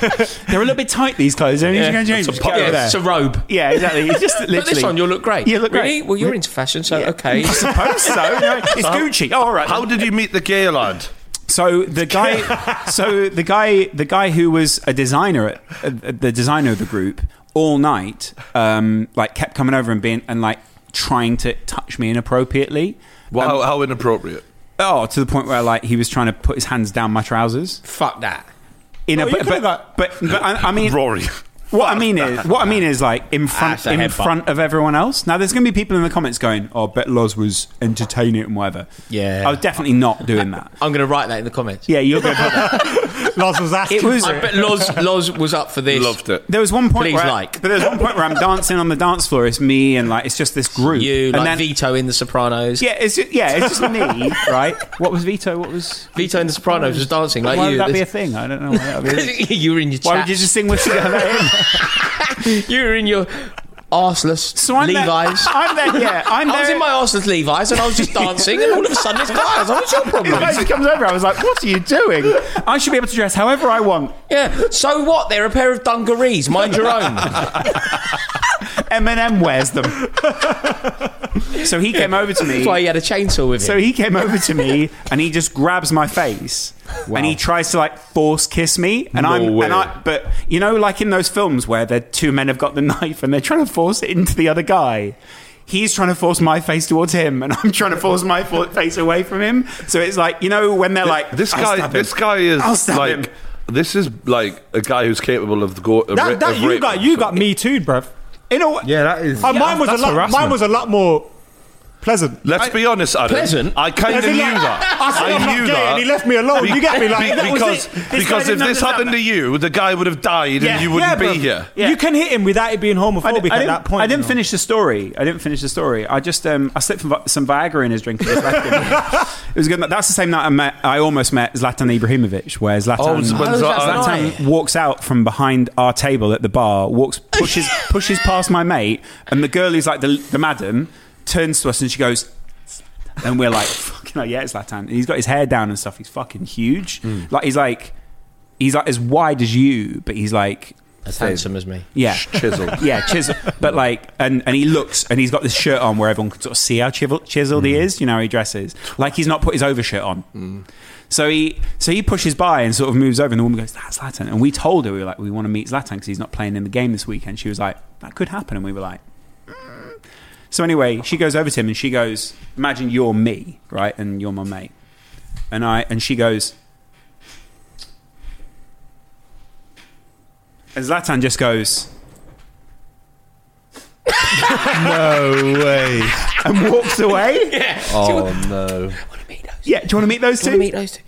[SPEAKER 3] They're a little bit tight, these clothes. They're yeah. going to change.
[SPEAKER 2] It's a
[SPEAKER 3] Just
[SPEAKER 2] pop-
[SPEAKER 3] get over
[SPEAKER 1] yeah,
[SPEAKER 3] there.
[SPEAKER 1] it's a robe.
[SPEAKER 3] yeah, exactly. It's just literally.
[SPEAKER 1] Put this on, you'll look great.
[SPEAKER 3] You look
[SPEAKER 1] really?
[SPEAKER 3] great.
[SPEAKER 1] Well, you're into fashion, so okay.
[SPEAKER 3] I suppose so. No, it's Gucci. Oh, all right.
[SPEAKER 2] How did you meet the gay lad?
[SPEAKER 3] So the guy, so the guy, the guy who was a designer, at, uh, the designer of the group, all night, um, like kept coming over and being and like trying to touch me inappropriately. Um,
[SPEAKER 2] Well, how, how inappropriate.
[SPEAKER 3] Oh, to the point where like he was trying to put his hands down my trousers.
[SPEAKER 1] Fuck that.
[SPEAKER 3] In a,
[SPEAKER 6] you
[SPEAKER 3] but,
[SPEAKER 6] could have
[SPEAKER 3] but,
[SPEAKER 6] got-
[SPEAKER 3] but but I, I mean,
[SPEAKER 2] Rory.
[SPEAKER 3] what I mean is, what I mean is like in front
[SPEAKER 1] That's a
[SPEAKER 3] in
[SPEAKER 1] headbutt.
[SPEAKER 3] front of everyone else. Now there's going to be people in the comments going, "Oh, Bet Loz was entertaining and whatever."
[SPEAKER 1] Yeah.
[SPEAKER 3] I was definitely not doing that.
[SPEAKER 1] I'm going to write that in the comments.
[SPEAKER 3] Yeah, you're going to put that.
[SPEAKER 6] Loz was asking.
[SPEAKER 3] It was.
[SPEAKER 1] I bet Loz, Loz was up for this.
[SPEAKER 2] Loved it.
[SPEAKER 3] There was one point
[SPEAKER 1] Please
[SPEAKER 3] where I-
[SPEAKER 1] like.
[SPEAKER 3] but there's one point where I'm dancing on the dance floor. It's me and like it's just this group.
[SPEAKER 1] You,
[SPEAKER 3] and
[SPEAKER 1] like
[SPEAKER 3] then-
[SPEAKER 1] Vito in The Sopranos.
[SPEAKER 3] yeah, it's just, yeah, it's just me, right? What was Vito? What was
[SPEAKER 1] Vito in The Sopranos was dancing like
[SPEAKER 3] why
[SPEAKER 1] you.
[SPEAKER 3] would that be a thing? I don't know. Why, that would be-
[SPEAKER 1] you were in your
[SPEAKER 3] why
[SPEAKER 1] chat.
[SPEAKER 3] would you just sing with together?
[SPEAKER 1] you were in your arseless
[SPEAKER 3] So I'm there-
[SPEAKER 1] Levi's.
[SPEAKER 3] I'm there. Yeah, I'm there.
[SPEAKER 1] I was in my arseless Levi's and I was just dancing, and all of a sudden it's guys. What's your problem?
[SPEAKER 3] He comes over. I was like, "What are you doing? I should be able to dress however I want."
[SPEAKER 1] Yeah. So what? They're a pair of dungarees. Mind your own.
[SPEAKER 3] Eminem wears them. so he came over to me.
[SPEAKER 1] That's why he had a chainsaw with him.
[SPEAKER 3] So he came over to me and he just grabs my face and he tries to like force kiss me and
[SPEAKER 2] No
[SPEAKER 3] I'm
[SPEAKER 2] way.
[SPEAKER 3] and I but you know like in those films where the two men have got the knife and they're trying to force it into the other guy. he's trying to force my face towards him, and I'm trying to force my fo- face away from him. So it's like you know when they're like,
[SPEAKER 2] This
[SPEAKER 3] "I'll
[SPEAKER 2] guy,
[SPEAKER 3] stab him."
[SPEAKER 2] this guy is
[SPEAKER 3] I'll stab
[SPEAKER 2] like,
[SPEAKER 3] him.
[SPEAKER 2] this is like a guy who's capable of the go. Of ra-
[SPEAKER 6] That, that
[SPEAKER 2] of
[SPEAKER 6] you
[SPEAKER 2] rape.
[SPEAKER 6] got you got me too, bruv.
[SPEAKER 3] in a way,
[SPEAKER 5] Yeah, that is.
[SPEAKER 6] Uh, mine was a
[SPEAKER 5] that's
[SPEAKER 6] lot.
[SPEAKER 5] harassment.
[SPEAKER 6] Mine was a lot more pleasant.
[SPEAKER 2] Let's be honest, Adam.
[SPEAKER 1] Pleasant?
[SPEAKER 2] I kind of
[SPEAKER 6] As
[SPEAKER 2] knew
[SPEAKER 6] in, like,
[SPEAKER 2] that.
[SPEAKER 6] I said
[SPEAKER 2] I
[SPEAKER 6] I'm
[SPEAKER 2] knew
[SPEAKER 6] not gay,
[SPEAKER 2] that.
[SPEAKER 6] and he left me alone.
[SPEAKER 2] Be-
[SPEAKER 6] you get me like
[SPEAKER 2] be-
[SPEAKER 6] that
[SPEAKER 2] because
[SPEAKER 6] was it.
[SPEAKER 3] This guy
[SPEAKER 2] because if
[SPEAKER 3] didn't
[SPEAKER 2] this
[SPEAKER 3] understand
[SPEAKER 2] happened
[SPEAKER 3] that.
[SPEAKER 2] to you, the guy would have died
[SPEAKER 3] Yeah.
[SPEAKER 2] and you wouldn't
[SPEAKER 6] Yeah,
[SPEAKER 2] be
[SPEAKER 6] bruv.
[SPEAKER 2] here.
[SPEAKER 3] Yeah.
[SPEAKER 6] You can hit him without it being
[SPEAKER 3] I,
[SPEAKER 6] homophobic
[SPEAKER 3] di- I
[SPEAKER 6] at
[SPEAKER 3] didn't,
[SPEAKER 6] that point.
[SPEAKER 3] I didn't
[SPEAKER 6] you know.
[SPEAKER 3] finish the story. I didn't finish the story. I just um, I slipped some Vi- some Viagra in his drink. And just left him. it was good. That's the same night I met. I almost met Zlatan Ibrahimovic, where Zlatan,
[SPEAKER 2] Oh, it's when
[SPEAKER 7] Oh, that's
[SPEAKER 2] Zlatan-
[SPEAKER 7] nice.
[SPEAKER 3] Zlatan walks out from behind our table at the bar, walks pushes pushes past my mate, and the girl who's like the the madam turns to us and she goes. And we're like, fucking hell, yeah, it's Latan. And he's got his hair down and stuff. He's fucking huge.
[SPEAKER 6] Mm.
[SPEAKER 3] Like he's like, he's like as wide as you, but he's like,
[SPEAKER 1] As handsome as me.
[SPEAKER 3] yeah,
[SPEAKER 2] Chiseled.
[SPEAKER 3] yeah, chisel. But like, and and he looks, and he's got this shirt on where everyone can sort of see how chiseled, chiseled he is. You know, how he dresses like he's not put his overshirt on. So he so he pushes by and sort of moves over, and the woman goes, "That's Zlatan." And we told her we were like, "We want to meet Zlatan because he's not playing in the game this weekend." She was like, "That could happen," and we were like. "Mm." So anyway, she goes over to him and she goes, "Imagine you're me, right, and you're my mate," and I and she goes, and Zlatan just goes,
[SPEAKER 5] No way.
[SPEAKER 3] and walks away.
[SPEAKER 5] Oh no.
[SPEAKER 3] Yeah, do you want to meet those two?
[SPEAKER 1] Wanna meet those two?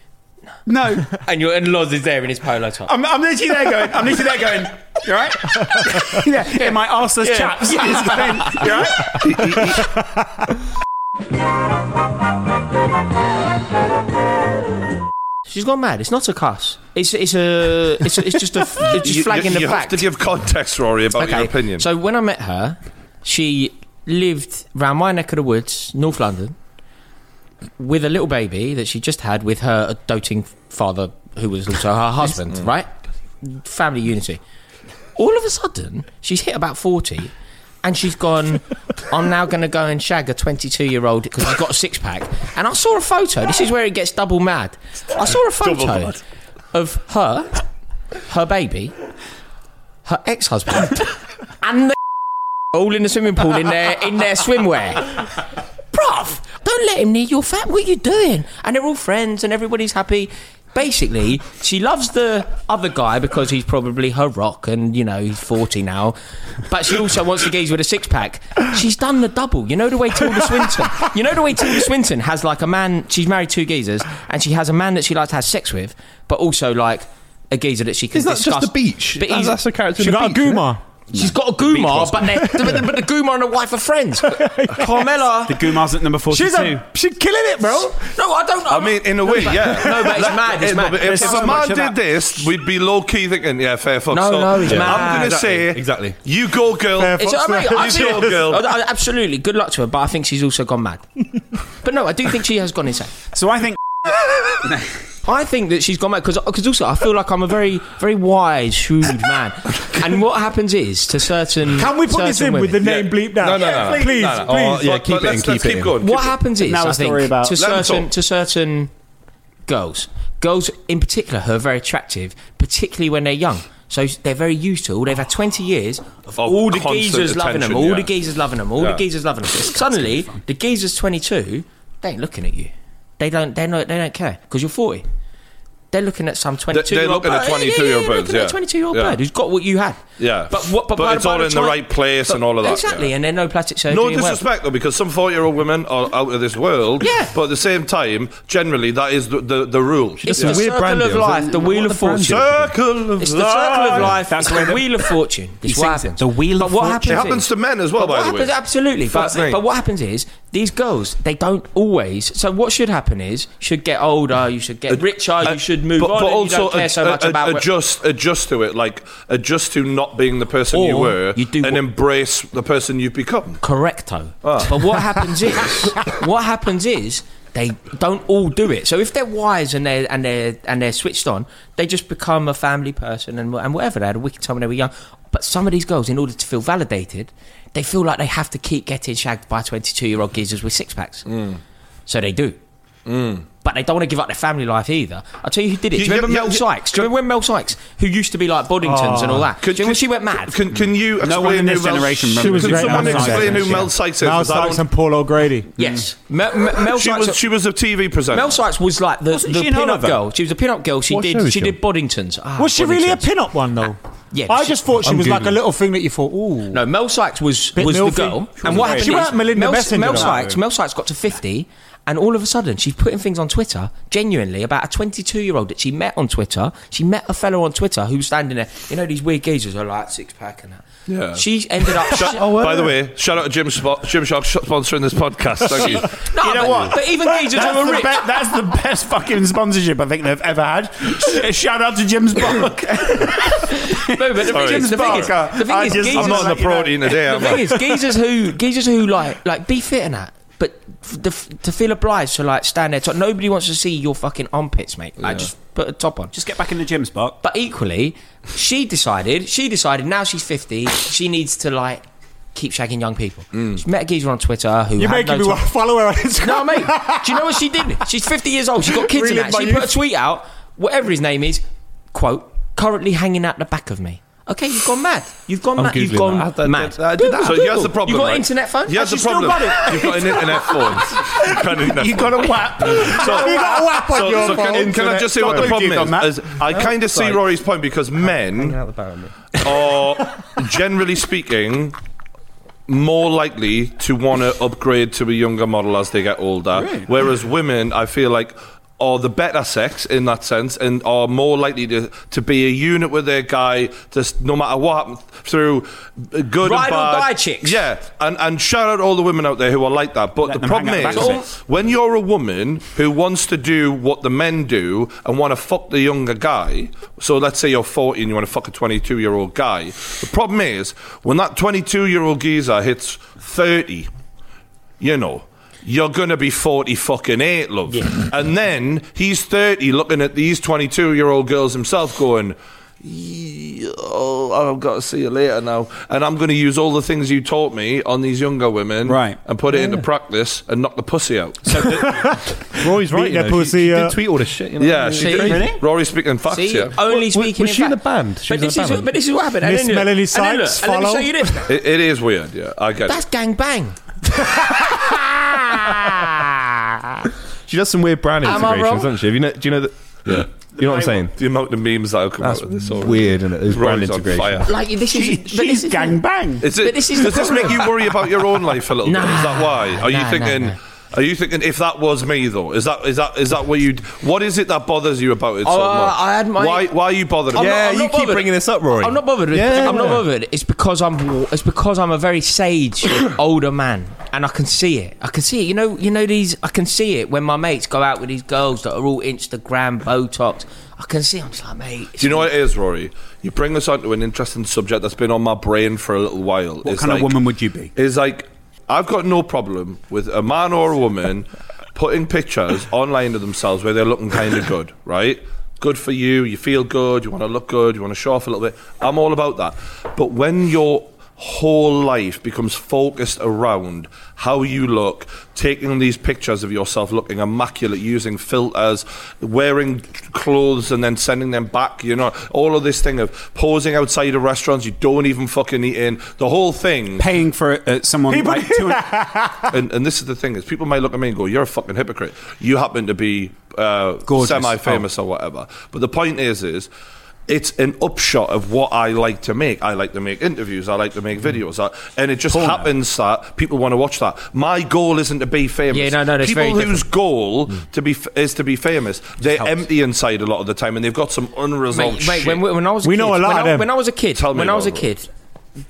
[SPEAKER 3] no,
[SPEAKER 1] And your and Loz is there in his polo top.
[SPEAKER 3] I'm, I'm literally there going. I'm literally there going. You alright? yeah, in my arseless chaps. It's going, you alright?
[SPEAKER 1] She's gone mad. It's not a cuss. It's it's a it's a, it's just a it's just
[SPEAKER 2] You-
[SPEAKER 1] flagging
[SPEAKER 2] you,
[SPEAKER 1] the
[SPEAKER 2] you
[SPEAKER 1] fact.
[SPEAKER 2] have to give context, Rory, about your opinion.
[SPEAKER 1] So when I met her, she lived round my neck of the woods, North London, with a little baby that she just had with her doting father, who was also her husband.
[SPEAKER 2] Mm.
[SPEAKER 1] Right, family unity. All of a sudden, she's hit about forty. And she's gone. I'm now going to go and shag a 22 year old because she's got a six pack. And I saw a photo. This is where it gets double mad. I saw a photo
[SPEAKER 2] mad.
[SPEAKER 1] of her, her baby, her ex husband, and the all in the swimming pool in their in their swimwear. Bruv, don't let him near your fat. What are you doing? And they're all friends, and everybody's happy. Basically, she loves the other guy because he's probably her rock, and you know he's forty now. But she also wants the geezer with a six pack. She's done the double. You know the way Tilda Swinton. You know the way Tilda Swinton has like a man. She's married two geezers, and she has a man that she likes to have sex with, but also like a geezer that she can.
[SPEAKER 5] Is that
[SPEAKER 1] discuss.
[SPEAKER 5] just the beach?
[SPEAKER 1] But
[SPEAKER 5] that's,
[SPEAKER 1] he's,
[SPEAKER 5] that's the character.
[SPEAKER 6] She
[SPEAKER 5] in the
[SPEAKER 6] got a
[SPEAKER 5] beach, isn't it?
[SPEAKER 6] Guma.
[SPEAKER 1] She's got a Gumar, but, they're- but, the- but the Gumar and the wife are friends. Carmela.
[SPEAKER 3] The Gumar's at number forty-two.
[SPEAKER 6] She's a, she's killing it, bro.
[SPEAKER 1] No, I don't.
[SPEAKER 2] I mean, in a way, yeah.
[SPEAKER 1] no, but it's mad, it's
[SPEAKER 2] Yeah,
[SPEAKER 1] mad.
[SPEAKER 2] but
[SPEAKER 1] There's
[SPEAKER 2] If, if
[SPEAKER 1] so
[SPEAKER 2] a
[SPEAKER 1] much
[SPEAKER 2] man
[SPEAKER 1] of
[SPEAKER 2] did
[SPEAKER 1] that.
[SPEAKER 2] this, we'd be low key thinking, yeah, fair fuck.
[SPEAKER 1] No,
[SPEAKER 2] so
[SPEAKER 1] no, it's
[SPEAKER 2] I'm
[SPEAKER 1] mad.
[SPEAKER 2] going to
[SPEAKER 1] Exactly,
[SPEAKER 2] say,
[SPEAKER 5] exactly.
[SPEAKER 2] You go, girl.
[SPEAKER 6] Fair
[SPEAKER 1] It's, I mean, I
[SPEAKER 2] You
[SPEAKER 1] think-
[SPEAKER 2] go, girl.
[SPEAKER 1] I- I- absolutely. Good luck to her, but I think she's also gone mad. but no, I do think she has gone insane.
[SPEAKER 3] So I think
[SPEAKER 1] I think that she's gone mad because also I feel like I'm a very very wise, shrewd man. and what happens is to certain
[SPEAKER 6] Can we put this
[SPEAKER 1] certain
[SPEAKER 6] in with the
[SPEAKER 1] women-
[SPEAKER 6] name bleep
[SPEAKER 5] No,
[SPEAKER 6] now?
[SPEAKER 5] no, no, no.
[SPEAKER 6] Please,
[SPEAKER 5] No, no.
[SPEAKER 6] please.
[SPEAKER 5] Oh, yeah,
[SPEAKER 2] But-
[SPEAKER 5] keep
[SPEAKER 2] but
[SPEAKER 5] it in,
[SPEAKER 2] let's- let's
[SPEAKER 5] keep it in.
[SPEAKER 2] Keep going.
[SPEAKER 1] what
[SPEAKER 2] keep-
[SPEAKER 1] happens is
[SPEAKER 3] Now a
[SPEAKER 1] I think
[SPEAKER 3] story about-
[SPEAKER 1] to
[SPEAKER 2] Let 'em
[SPEAKER 1] certain
[SPEAKER 2] talk.
[SPEAKER 1] to certain girls, girls in particular who are very attractive, particularly when they're young. So they're very used to all. They've had twenty years of
[SPEAKER 2] Of
[SPEAKER 1] all the
[SPEAKER 2] constant
[SPEAKER 1] geezers loving them,
[SPEAKER 2] attention,
[SPEAKER 1] all the
[SPEAKER 2] yeah.
[SPEAKER 1] geezers loving them, all
[SPEAKER 2] Yeah.
[SPEAKER 1] the geezers loving them. Suddenly, the geezers twenty two, they ain't looking at you. They don't. They don't. They don't care because you're forty. They're looking at some twenty-two. year old
[SPEAKER 2] looking at 22-year-old birds, yeah.
[SPEAKER 1] Twenty-two-year-old
[SPEAKER 2] Yeah.
[SPEAKER 1] bird who's got what you had.
[SPEAKER 2] Yeah.
[SPEAKER 1] but what? But,
[SPEAKER 2] But
[SPEAKER 1] by,
[SPEAKER 2] it's
[SPEAKER 1] by
[SPEAKER 2] all
[SPEAKER 1] the
[SPEAKER 2] in the
[SPEAKER 1] time-
[SPEAKER 2] right place and all of that,
[SPEAKER 1] Exactly,
[SPEAKER 2] yeah.
[SPEAKER 1] and then no plastic surgery.
[SPEAKER 2] No
[SPEAKER 1] and whatever.
[SPEAKER 2] disrespect though, because some forty-year-old women are out of this world.
[SPEAKER 1] Yeah.
[SPEAKER 2] But at the same time, generally, that is the the, the rule.
[SPEAKER 1] It's
[SPEAKER 5] Yeah.
[SPEAKER 1] the
[SPEAKER 5] Weird
[SPEAKER 1] circle
[SPEAKER 5] branding.
[SPEAKER 1] of life, the wheel of fortune.
[SPEAKER 2] Circle of
[SPEAKER 1] It's the circle of life.
[SPEAKER 3] That's
[SPEAKER 1] That's
[SPEAKER 3] where
[SPEAKER 1] the
[SPEAKER 3] the-
[SPEAKER 1] wheel of fortune. It's
[SPEAKER 3] sings
[SPEAKER 1] what
[SPEAKER 3] it.
[SPEAKER 1] happens.
[SPEAKER 3] The wheel
[SPEAKER 1] But
[SPEAKER 3] of
[SPEAKER 1] what
[SPEAKER 3] fortune.
[SPEAKER 1] happens
[SPEAKER 2] It happens
[SPEAKER 1] is-
[SPEAKER 2] to men as
[SPEAKER 1] But
[SPEAKER 2] well, by
[SPEAKER 1] what
[SPEAKER 2] the way.
[SPEAKER 1] happens, Absolutely. But,
[SPEAKER 2] Fascinating.
[SPEAKER 1] but what happens is these girls they don't always. So what should happen is should get older. You should get richer.
[SPEAKER 2] Uh,
[SPEAKER 1] you should move
[SPEAKER 2] but,
[SPEAKER 1] on.
[SPEAKER 2] But
[SPEAKER 1] and
[SPEAKER 2] also uh,
[SPEAKER 1] you don't care so
[SPEAKER 2] ad-
[SPEAKER 1] much
[SPEAKER 2] ad-
[SPEAKER 1] about.
[SPEAKER 2] adjust, adjust to it, like adjust to not being the person you
[SPEAKER 1] Or
[SPEAKER 2] were,
[SPEAKER 1] you do
[SPEAKER 2] and
[SPEAKER 1] what-
[SPEAKER 2] embrace the person you've become.
[SPEAKER 1] correcto.
[SPEAKER 2] Ah.
[SPEAKER 1] But what happens is, what happens is they don't all do it. So if they're wise and they're and they're and they're switched on, they just become a family person and wha- and whatever. They had a wicked time when they were young. But some of these girls, in order to feel validated, they feel like they have
[SPEAKER 2] Mm.
[SPEAKER 1] to keep getting shagged by twenty-two-year-old geezers with six packs. So they do. But they don't want to give up their family life either. I'll tell you who did it. Do
[SPEAKER 2] You-
[SPEAKER 1] you remember
[SPEAKER 2] you-
[SPEAKER 1] Mel
[SPEAKER 2] you- Ah.
[SPEAKER 1] Sykes? Do you remember when Mel Sykes, who used to be like Boddingtons and all that?
[SPEAKER 2] Could-
[SPEAKER 1] do you remember
[SPEAKER 2] could-
[SPEAKER 1] she went mad?
[SPEAKER 2] Can, can you explain
[SPEAKER 3] No one in this
[SPEAKER 2] who Mel-
[SPEAKER 3] generation
[SPEAKER 2] Should-
[SPEAKER 3] remembers
[SPEAKER 2] Can
[SPEAKER 6] Mel
[SPEAKER 2] someone
[SPEAKER 6] Sykes.
[SPEAKER 2] explain who Mel Sykes is?
[SPEAKER 6] Mel
[SPEAKER 2] 'Cause I
[SPEAKER 6] Sykes
[SPEAKER 2] don't-
[SPEAKER 6] and Paul O'Grady.
[SPEAKER 1] yes.
[SPEAKER 2] Mm.
[SPEAKER 1] Mel, Mel, Mel
[SPEAKER 2] She
[SPEAKER 1] Sykes
[SPEAKER 2] was, she was a TV presenter.
[SPEAKER 1] Mel Sykes was like the,
[SPEAKER 3] Wasn't
[SPEAKER 1] the
[SPEAKER 3] she in
[SPEAKER 1] pin-up
[SPEAKER 3] Oliver?
[SPEAKER 1] girl. She was a pin-up girl. She
[SPEAKER 5] What show
[SPEAKER 1] did
[SPEAKER 5] is
[SPEAKER 1] she
[SPEAKER 5] she
[SPEAKER 1] did Boddingtons. Ah,
[SPEAKER 6] Was she really a
[SPEAKER 1] Boddingtons.
[SPEAKER 6] pin-up one though?
[SPEAKER 1] yeah,
[SPEAKER 6] I
[SPEAKER 1] she-
[SPEAKER 6] just thought she
[SPEAKER 5] I'm
[SPEAKER 6] was like a
[SPEAKER 5] Googling.
[SPEAKER 6] little thing that you thought, ooh.
[SPEAKER 1] No, Mel Sykes was
[SPEAKER 6] Bit
[SPEAKER 1] was
[SPEAKER 6] milfy.
[SPEAKER 1] the girl,
[SPEAKER 6] She
[SPEAKER 1] and
[SPEAKER 6] was
[SPEAKER 1] what
[SPEAKER 6] great.
[SPEAKER 1] happened
[SPEAKER 6] She
[SPEAKER 1] is
[SPEAKER 6] weren't Melinda
[SPEAKER 1] Mel,
[SPEAKER 6] Bessinger,
[SPEAKER 1] Mel
[SPEAKER 6] though.
[SPEAKER 1] Sykes Mel Sykes got to fifty, and all of a sudden she's putting things on Twitter. Genuinely, about a twenty-two year old that she met on Twitter. She met a fellow on Twitter who was standing there. You know these weird geezers are like six pack and that.
[SPEAKER 2] Yeah. oh,
[SPEAKER 1] She ended up.
[SPEAKER 2] By the way, shout out to Jim Spot, Jim Shock sponsoring this podcast. Thank you.
[SPEAKER 1] no,
[SPEAKER 3] You know
[SPEAKER 1] but,
[SPEAKER 3] what?
[SPEAKER 1] But even geezers who
[SPEAKER 3] That's
[SPEAKER 1] are
[SPEAKER 3] the,
[SPEAKER 1] rich.
[SPEAKER 3] be- that's the best fucking sponsorship I think they've ever had. Sh- Shout out to Jim's book.
[SPEAKER 1] No, but the
[SPEAKER 2] Sorry.
[SPEAKER 1] thing is, the thing is,
[SPEAKER 3] Barker,
[SPEAKER 1] the thing
[SPEAKER 3] I
[SPEAKER 1] is,
[SPEAKER 3] just-
[SPEAKER 1] geezers
[SPEAKER 2] I'm not on the protein today.
[SPEAKER 1] The
[SPEAKER 2] am I?
[SPEAKER 1] thing is, geezers who geezers who like like be fit and that, but f- the, f- to feel obliged to like stand there. To, nobody wants to see your fucking armpits, mate. Like just put a top on.
[SPEAKER 3] Just get back in the Jim's book.
[SPEAKER 1] But equally, she decided. She decided. Now she's fifty. She needs to like keep shagging young people.
[SPEAKER 5] Mm.
[SPEAKER 1] She met a geezer on Twitter who
[SPEAKER 6] You're
[SPEAKER 1] had
[SPEAKER 6] making
[SPEAKER 1] no
[SPEAKER 6] me
[SPEAKER 1] time-
[SPEAKER 6] want to follow her on Instagram.
[SPEAKER 1] no, mate. Do you know what she did? She's 50 years old. She's got kids
[SPEAKER 6] Relive
[SPEAKER 1] and
[SPEAKER 6] my
[SPEAKER 1] that. She put a
[SPEAKER 6] youth.
[SPEAKER 1] tweet out, whatever his name is, quote, currently hanging out the back of me. Okay, you've gone mad. You've gone mad. You've
[SPEAKER 5] Googling
[SPEAKER 1] gone
[SPEAKER 5] that. I did-
[SPEAKER 1] mad.
[SPEAKER 5] I did that.
[SPEAKER 2] Uh, So
[SPEAKER 1] uh, Google.
[SPEAKER 2] here's the problem.
[SPEAKER 1] You've got
[SPEAKER 2] right?
[SPEAKER 1] an internet phone?
[SPEAKER 2] Here's the
[SPEAKER 1] Has she
[SPEAKER 2] problem.
[SPEAKER 1] Still got it?
[SPEAKER 2] You've got an internet phone. You've got an internet
[SPEAKER 3] You
[SPEAKER 2] phone.
[SPEAKER 3] got a whap.
[SPEAKER 2] So,
[SPEAKER 6] You got a whap on
[SPEAKER 2] so-
[SPEAKER 6] your
[SPEAKER 2] so can-
[SPEAKER 6] phone.
[SPEAKER 2] Can I just say what the
[SPEAKER 6] Don't
[SPEAKER 2] problem
[SPEAKER 6] give them that.
[SPEAKER 2] is? is I kind of see
[SPEAKER 5] sorry.
[SPEAKER 2] Rory's point because men
[SPEAKER 5] Out the barrel, mate.
[SPEAKER 2] are, generally speaking, more likely to want to upgrade to a younger model as they get older. Whereas women, I feel like, are the better sex in that sense and are more likely to, to be a unit with their guy, just no matter what, happens, through good
[SPEAKER 1] Ride
[SPEAKER 2] and
[SPEAKER 1] or
[SPEAKER 2] bad.
[SPEAKER 1] die chicks.
[SPEAKER 2] Yeah, and, and shout out all the women out there who are like that. But the
[SPEAKER 3] them
[SPEAKER 2] problem
[SPEAKER 3] hang out
[SPEAKER 2] is,
[SPEAKER 3] the back of
[SPEAKER 2] when you're a woman who wants to do what the men do and want to fuck the younger guy, so let's say you're 40 and you want to fuck a 22 year old guy, the problem is when that 22 year old geezer hits 30, you know. You're gonna be forty fucking eight, love, and then he's thirty, looking at these twenty-two year old girls himself, going, "Oh, I've got to see you later now," and I'm gonna use all the things you taught me on these younger women,
[SPEAKER 3] Right.
[SPEAKER 2] and put it into practice and knock the pussy out.
[SPEAKER 5] Roy's right.
[SPEAKER 6] Beating
[SPEAKER 5] You
[SPEAKER 6] her
[SPEAKER 5] know, she,
[SPEAKER 6] pussy,
[SPEAKER 5] she
[SPEAKER 6] uh,
[SPEAKER 5] did tweet all this shit. You know?
[SPEAKER 2] Yeah, she
[SPEAKER 1] See?
[SPEAKER 2] did.
[SPEAKER 1] Really?
[SPEAKER 2] Rory's speaking facts
[SPEAKER 1] See, Uh,
[SPEAKER 2] here.
[SPEAKER 1] only speaking.
[SPEAKER 5] was
[SPEAKER 1] in
[SPEAKER 5] she in
[SPEAKER 1] fact-
[SPEAKER 5] a band? She
[SPEAKER 1] But
[SPEAKER 5] was
[SPEAKER 1] this,
[SPEAKER 5] in a
[SPEAKER 1] is,
[SPEAKER 5] band.
[SPEAKER 1] but this is what happened. And
[SPEAKER 6] Miss
[SPEAKER 1] then look-
[SPEAKER 6] Melanie
[SPEAKER 1] and then look,
[SPEAKER 6] Sykes,
[SPEAKER 1] and Let me
[SPEAKER 6] follow.
[SPEAKER 1] show you this. now.
[SPEAKER 2] It, it is weird. Yeah, I get
[SPEAKER 1] That's
[SPEAKER 2] it.
[SPEAKER 1] gang bang.
[SPEAKER 5] She does some weird brand
[SPEAKER 1] Am I wrong?
[SPEAKER 5] integrations, doesn't she? Have you know, do you know that? Yeah. You know what I'm saying?
[SPEAKER 2] The amount of memes that'll come
[SPEAKER 5] That's
[SPEAKER 2] out of this. already.
[SPEAKER 5] weird, isn't it? Those brand
[SPEAKER 2] Rory's on
[SPEAKER 5] integrations.
[SPEAKER 2] fire.
[SPEAKER 1] Like this is. but this
[SPEAKER 3] She's
[SPEAKER 1] is-
[SPEAKER 3] gang bang.
[SPEAKER 2] Is
[SPEAKER 1] But this is
[SPEAKER 2] does
[SPEAKER 1] the
[SPEAKER 2] this make you worry about your own life a little bit? Is that
[SPEAKER 1] Nah,
[SPEAKER 2] why? Are you
[SPEAKER 1] nah,
[SPEAKER 2] thinking?
[SPEAKER 1] nah, nah.
[SPEAKER 2] Are you thinking if that was me though? Is that is that is that what you? What is it that bothers you about it so
[SPEAKER 1] Oh,
[SPEAKER 2] much?
[SPEAKER 1] I had my-
[SPEAKER 2] why why are you bothered?
[SPEAKER 1] I'm
[SPEAKER 2] about
[SPEAKER 1] not-
[SPEAKER 5] Yeah,
[SPEAKER 1] I'm
[SPEAKER 5] you
[SPEAKER 1] not
[SPEAKER 5] keep
[SPEAKER 1] bothered.
[SPEAKER 5] bringing this up, Rory.
[SPEAKER 1] I'm not bothered.
[SPEAKER 5] Yeah,
[SPEAKER 1] I'm not
[SPEAKER 5] yeah.
[SPEAKER 1] bothered. It's because I'm. It's because I'm a very sage older man, and I can see it. I can see it. You know. You know these. I can see it when my mates go out with these girls that are all Instagram Botox. I can see. I'm just like, mate.
[SPEAKER 2] Do you know what it is, Rory? You bring us onto an interesting subject that's been on my brain for a little while.
[SPEAKER 3] What kind of woman would you be?
[SPEAKER 2] Is like I've got no problem with a man or a woman putting pictures online of themselves where they're looking kind of good, right? Good for you. You feel good. You want to look good. You want to show off a little bit. I'm all about that. But when your whole life becomes focused around how you look, taking these pictures of yourself looking immaculate, using filters, wearing clothes and then sending them back, you know, all of this thing of posing outside of restaurants you don't even fucking eat in, the whole thing
[SPEAKER 3] Paying for uh, someone like two and,
[SPEAKER 2] and, and this is the thing is people might look at me and go, "You're a fucking hypocrite. You happen to be uh,
[SPEAKER 3] Gorgeous.
[SPEAKER 2] semi-famous
[SPEAKER 1] Oh.
[SPEAKER 2] or whatever." But the point is, is it's an upshot of what I like to make. I like to make interviews. I like to make
[SPEAKER 1] Mm.
[SPEAKER 2] videos, I, and it just happens that people want to watch that. My goal isn't to be famous.
[SPEAKER 1] Yeah, no, no, that's
[SPEAKER 2] people
[SPEAKER 1] very
[SPEAKER 2] whose
[SPEAKER 1] different. Mm.
[SPEAKER 2] goal to be f- is to be famous, they're empty inside a lot of the time, and they've got some unresolved
[SPEAKER 1] Mate, mate
[SPEAKER 2] shit.
[SPEAKER 1] when, when I was a
[SPEAKER 6] We
[SPEAKER 1] kid,
[SPEAKER 6] know a lot
[SPEAKER 1] when
[SPEAKER 6] of
[SPEAKER 1] I,
[SPEAKER 6] them.
[SPEAKER 1] When I was a kid,
[SPEAKER 2] Tell me
[SPEAKER 1] when I was a
[SPEAKER 2] about them.
[SPEAKER 1] kid,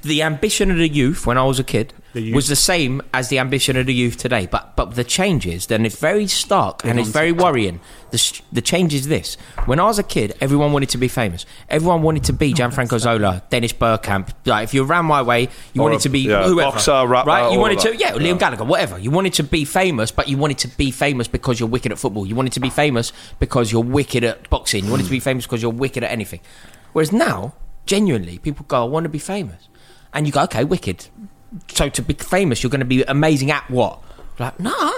[SPEAKER 1] the ambition of the youth when I was a kid was the same as the ambition of the youth today. But but the change is then it's very stark and it's very worrying. The s- the change is this: when I was a kid, everyone wanted to be famous. Everyone wanted to be Gianfranco Zola, Dennis Burkamp. Like if you're around my way, you
[SPEAKER 2] Or
[SPEAKER 1] wanted
[SPEAKER 2] a-
[SPEAKER 1] to be
[SPEAKER 2] yeah,
[SPEAKER 1] whoever,
[SPEAKER 2] boxer, rapper,
[SPEAKER 1] right? You
[SPEAKER 2] all
[SPEAKER 1] wanted
[SPEAKER 2] of
[SPEAKER 1] to,
[SPEAKER 2] that.
[SPEAKER 1] yeah,
[SPEAKER 2] Yeah.
[SPEAKER 1] Liam Gallagher, whatever. You wanted to be famous, but you wanted to be famous because you're wicked at football. You wanted to be famous because you're wicked at boxing. You wanted to be famous because you're wicked at anything. Whereas now, genuinely, people go, I want to be famous. And you go, okay, wicked. So to be famous, you're going to be amazing at what? Like, nah.
[SPEAKER 2] I'm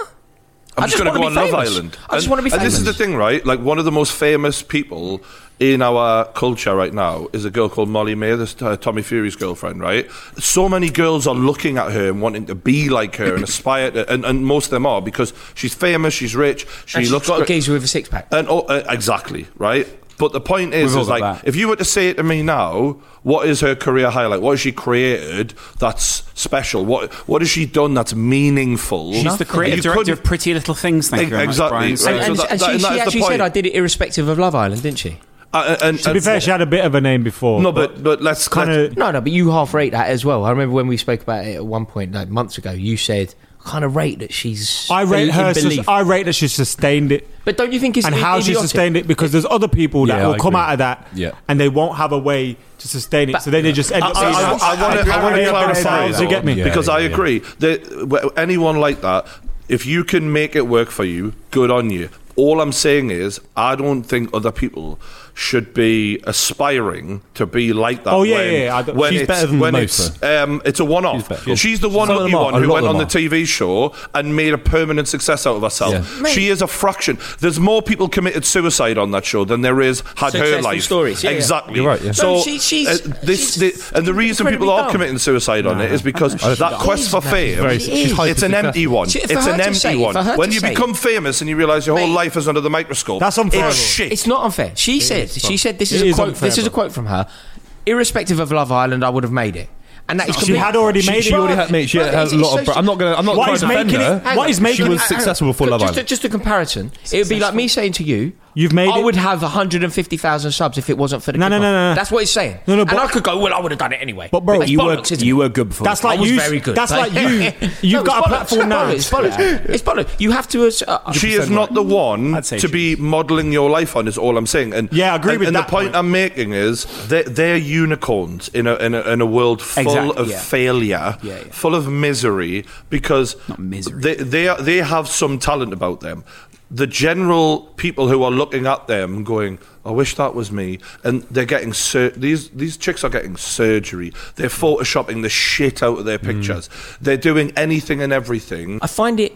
[SPEAKER 1] I
[SPEAKER 2] just
[SPEAKER 1] just
[SPEAKER 2] going to go on
[SPEAKER 1] wanna be
[SPEAKER 2] Love
[SPEAKER 1] famous.
[SPEAKER 2] Island.
[SPEAKER 1] I just wanna be
[SPEAKER 2] And this is the
[SPEAKER 1] famous.
[SPEAKER 2] thing, right? Like one of the most famous people in our culture right now is a girl called Molly May, this uh, Tommy Fury's girlfriend, right? So many girls are looking at her and wanting to be like her and aspire, to, and, and most of them are because she's famous, she's rich, she
[SPEAKER 1] she's
[SPEAKER 2] looks
[SPEAKER 1] got a
[SPEAKER 2] great.
[SPEAKER 1] geezer with a six pack.
[SPEAKER 2] And oh, uh, exactly right. But the point is,
[SPEAKER 3] We've all
[SPEAKER 2] is
[SPEAKER 3] got
[SPEAKER 2] like
[SPEAKER 3] that.
[SPEAKER 2] if you were to say it to me now, what is her career highlight? What has she created that's special? What what has she done that's meaningful?
[SPEAKER 3] She's the creative
[SPEAKER 2] You
[SPEAKER 3] director
[SPEAKER 2] couldn't-
[SPEAKER 3] of Pretty Little Things. Thank you very much,
[SPEAKER 2] Exactly,
[SPEAKER 3] Brian.
[SPEAKER 1] And,
[SPEAKER 2] right.
[SPEAKER 1] and,
[SPEAKER 2] So that-
[SPEAKER 1] and
[SPEAKER 2] that-
[SPEAKER 1] she,
[SPEAKER 2] and
[SPEAKER 1] she
[SPEAKER 2] that's the
[SPEAKER 1] actually
[SPEAKER 2] point.
[SPEAKER 1] said I did it irrespective of Love Island, didn't she?
[SPEAKER 2] Uh, and,
[SPEAKER 6] To be fair, she had a bit of a name before.
[SPEAKER 2] no, but but let's
[SPEAKER 6] kind
[SPEAKER 2] let-
[SPEAKER 6] of.
[SPEAKER 1] No, no, but you half rate that as well. I remember when we spoke about it at one point, like months ago. You said kind of rate that she's.
[SPEAKER 6] I rate
[SPEAKER 1] in
[SPEAKER 6] her. sus-
[SPEAKER 1] Belief.
[SPEAKER 6] I rate that she sustained it
[SPEAKER 1] but don't you think it's
[SPEAKER 6] and how she
[SPEAKER 1] idiotic?
[SPEAKER 6] sustained it because there's other people that
[SPEAKER 5] Yeah,
[SPEAKER 6] will
[SPEAKER 5] I
[SPEAKER 6] come
[SPEAKER 5] agree.
[SPEAKER 6] out of that
[SPEAKER 5] Yeah.
[SPEAKER 6] and they won't have a way to sustain it. So then they just end up.
[SPEAKER 2] I- I-
[SPEAKER 6] saying, "Oh,
[SPEAKER 2] I- I wanna- I wanna
[SPEAKER 6] "Carry on
[SPEAKER 2] clarify
[SPEAKER 6] themselves,"
[SPEAKER 2] that
[SPEAKER 6] You get me?
[SPEAKER 5] Yeah.
[SPEAKER 2] because I agree that w- anyone like that, if you can make it work for you, good on you. All I'm saying is, I don't think other people should be aspiring to be like that.
[SPEAKER 6] Oh, yeah,
[SPEAKER 2] when,
[SPEAKER 6] yeah, yeah. I don't-
[SPEAKER 2] when
[SPEAKER 5] She's
[SPEAKER 2] it's-
[SPEAKER 5] better than
[SPEAKER 2] when
[SPEAKER 5] most,
[SPEAKER 2] It's, um, it's a
[SPEAKER 5] She's
[SPEAKER 2] one-off.
[SPEAKER 5] better.
[SPEAKER 2] She's,
[SPEAKER 5] She's-
[SPEAKER 2] the
[SPEAKER 5] some of
[SPEAKER 2] one lucky
[SPEAKER 5] them are.
[SPEAKER 2] one
[SPEAKER 5] A
[SPEAKER 2] who
[SPEAKER 5] lot
[SPEAKER 2] went
[SPEAKER 5] of
[SPEAKER 2] on the
[SPEAKER 5] them
[SPEAKER 2] TV show and made a permanent success out of herself.
[SPEAKER 5] Yeah.
[SPEAKER 1] Mate.
[SPEAKER 2] She is a fraction. There's more people committed suicide on that show than there is had her
[SPEAKER 1] Successful
[SPEAKER 2] life.
[SPEAKER 1] stories, yeah, yeah.
[SPEAKER 2] exactly.
[SPEAKER 5] You're right, yeah.
[SPEAKER 2] So
[SPEAKER 1] No, she- she's-
[SPEAKER 2] uh, this,
[SPEAKER 1] she's
[SPEAKER 2] the, and the reason people
[SPEAKER 1] incredibly
[SPEAKER 2] are
[SPEAKER 1] dumb.
[SPEAKER 2] committing suicide on it is because that quest for fame,
[SPEAKER 5] Very-
[SPEAKER 1] She is.
[SPEAKER 5] she's hyper
[SPEAKER 2] it's an empty one.
[SPEAKER 1] She- for
[SPEAKER 2] it's
[SPEAKER 1] her
[SPEAKER 2] an
[SPEAKER 1] to
[SPEAKER 2] empty
[SPEAKER 1] say-
[SPEAKER 2] one.
[SPEAKER 1] for her
[SPEAKER 2] When
[SPEAKER 1] to
[SPEAKER 2] you
[SPEAKER 1] say-
[SPEAKER 2] become famous and you realise your whole
[SPEAKER 1] Mate.
[SPEAKER 2] life is under the microscope,
[SPEAKER 6] That's
[SPEAKER 2] unfair.
[SPEAKER 6] unfair.
[SPEAKER 2] It's shit.
[SPEAKER 1] It's not unfair. She said. She said this is, a
[SPEAKER 6] It is
[SPEAKER 1] quote.
[SPEAKER 6] unfair,
[SPEAKER 1] This is a
[SPEAKER 6] but-
[SPEAKER 1] quote from her. Irrespective of Love Island, I would have made it, and that is
[SPEAKER 6] She
[SPEAKER 1] complete-
[SPEAKER 6] had already
[SPEAKER 5] She,
[SPEAKER 6] made
[SPEAKER 5] she
[SPEAKER 6] it.
[SPEAKER 5] already had, mate. She
[SPEAKER 1] But
[SPEAKER 5] had
[SPEAKER 1] it's-
[SPEAKER 5] a
[SPEAKER 1] it's
[SPEAKER 5] lot
[SPEAKER 1] so
[SPEAKER 5] of. Bra-
[SPEAKER 1] she-
[SPEAKER 5] I'm not gonna. I'm not
[SPEAKER 6] What
[SPEAKER 5] trying
[SPEAKER 6] is
[SPEAKER 5] to defend
[SPEAKER 6] making it-
[SPEAKER 5] her.
[SPEAKER 1] Hang
[SPEAKER 6] What
[SPEAKER 1] on.
[SPEAKER 6] is making
[SPEAKER 5] She was
[SPEAKER 6] it-
[SPEAKER 5] successful before Love
[SPEAKER 1] just,
[SPEAKER 5] Island.
[SPEAKER 1] A, just a comparison. It would be like me saying to you,
[SPEAKER 6] You've made
[SPEAKER 1] I
[SPEAKER 6] it-
[SPEAKER 1] would have 150,000 subs if it wasn't for the
[SPEAKER 6] No, no,
[SPEAKER 1] kickoff.
[SPEAKER 6] no, no, no.
[SPEAKER 1] That's what it's saying.
[SPEAKER 6] No, no,
[SPEAKER 1] and
[SPEAKER 6] but-
[SPEAKER 1] I could go, well, I would have done it anyway.
[SPEAKER 6] But bro,
[SPEAKER 1] it's
[SPEAKER 6] you
[SPEAKER 1] bollocks, isn't it?
[SPEAKER 3] You were good before.
[SPEAKER 6] That's like
[SPEAKER 1] I was
[SPEAKER 6] you.
[SPEAKER 1] very good.
[SPEAKER 6] That's like you.
[SPEAKER 1] No,
[SPEAKER 6] You've got
[SPEAKER 1] it's
[SPEAKER 6] a
[SPEAKER 1] bollocks,
[SPEAKER 6] platform now.
[SPEAKER 1] It's bollocks. It's bollocks. You have to. uh, Uh,
[SPEAKER 2] she is not the one
[SPEAKER 3] I'd say
[SPEAKER 2] to
[SPEAKER 3] she
[SPEAKER 2] be modelling your life on. Is all I'm saying. And
[SPEAKER 6] Yeah, I agree
[SPEAKER 2] and,
[SPEAKER 6] with
[SPEAKER 2] and
[SPEAKER 6] that
[SPEAKER 2] the point
[SPEAKER 6] point.
[SPEAKER 2] I'm making is they're, they're unicorns in a, in a in a world full
[SPEAKER 3] Exactly,
[SPEAKER 2] of
[SPEAKER 3] yeah.
[SPEAKER 2] failure,
[SPEAKER 3] Yeah, yeah.
[SPEAKER 2] full of misery because
[SPEAKER 3] Not misery.
[SPEAKER 2] They they, are, they have some talent about them. The general people who are looking at them going, I wish that was me, and they're getting sur- these these chicks are getting surgery. They're photoshopping the shit out of their pictures. They're doing anything and everything.
[SPEAKER 1] I find it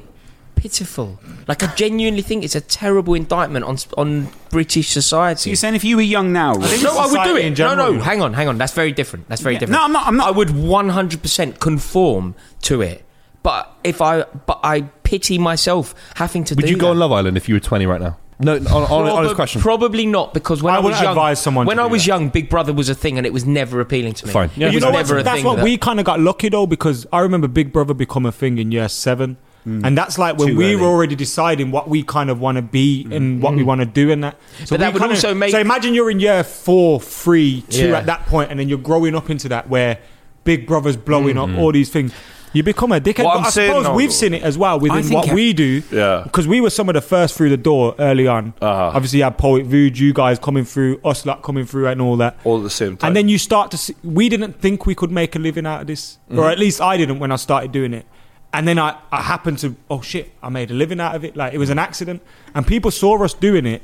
[SPEAKER 1] pitiful. Like, I genuinely think it's a terrible indictment on on British society.
[SPEAKER 3] You're saying if you were young now, Rory,
[SPEAKER 1] No, I would do
[SPEAKER 6] society in
[SPEAKER 1] it. No,
[SPEAKER 6] general.
[SPEAKER 1] no, hang on, hang on. That's very different. That's very different.
[SPEAKER 3] No, I'm not- I'm not-
[SPEAKER 1] I would 100% conform to it. But if I, but I pity myself having to.
[SPEAKER 5] Would
[SPEAKER 1] do
[SPEAKER 5] you go
[SPEAKER 1] that.
[SPEAKER 5] on Love Island if you were 20 right now? No, on, on, honest
[SPEAKER 1] Probab-
[SPEAKER 5] question.
[SPEAKER 1] Probably not because when
[SPEAKER 6] I
[SPEAKER 1] I, was
[SPEAKER 6] wouldn't
[SPEAKER 1] young,
[SPEAKER 6] advise someone to
[SPEAKER 1] when
[SPEAKER 6] do
[SPEAKER 1] I was
[SPEAKER 6] that.
[SPEAKER 1] young, Big Brother was a thing, and it was never appealing to me.
[SPEAKER 5] Fine. Yeah,
[SPEAKER 1] it
[SPEAKER 5] you
[SPEAKER 1] was
[SPEAKER 5] know
[SPEAKER 1] never a
[SPEAKER 6] that's
[SPEAKER 1] thing.
[SPEAKER 6] what
[SPEAKER 1] that-
[SPEAKER 6] we kind of got lucky though, because I remember Big Brother become a thing in year seven,
[SPEAKER 2] Mm.
[SPEAKER 6] and that's like when
[SPEAKER 3] Too
[SPEAKER 6] we
[SPEAKER 3] early.
[SPEAKER 6] were already deciding what we kind of want to be
[SPEAKER 2] Mm.
[SPEAKER 6] and what we want to do and that. So
[SPEAKER 1] But that
[SPEAKER 6] we
[SPEAKER 1] would
[SPEAKER 6] kinda-
[SPEAKER 1] also make-
[SPEAKER 6] So imagine you're in year four, three, two
[SPEAKER 1] Yeah.
[SPEAKER 6] at that point, and then you're growing up into that where Big Brother's blowing up all these things. You become a dickhead.
[SPEAKER 2] What
[SPEAKER 6] But
[SPEAKER 2] I'm
[SPEAKER 6] I
[SPEAKER 2] saying,
[SPEAKER 6] suppose
[SPEAKER 2] though-
[SPEAKER 6] we've seen it as well
[SPEAKER 3] I
[SPEAKER 6] within
[SPEAKER 3] think
[SPEAKER 6] what
[SPEAKER 3] it-
[SPEAKER 6] we do.
[SPEAKER 2] Yeah.
[SPEAKER 6] Because we were some of the first through the door early on.
[SPEAKER 2] Uh-huh.
[SPEAKER 6] Obviously, you had Poet Vood, you guys coming through, us lot coming through, and all that.
[SPEAKER 2] All at the same time.
[SPEAKER 6] And then you start to see, we didn't think we could make a living out of this,
[SPEAKER 1] Mm-hmm.
[SPEAKER 6] or at least I didn't when I started doing it. And then I, I happened to, oh shit, I made a living out of it. Like it was an accident. And people saw us doing it,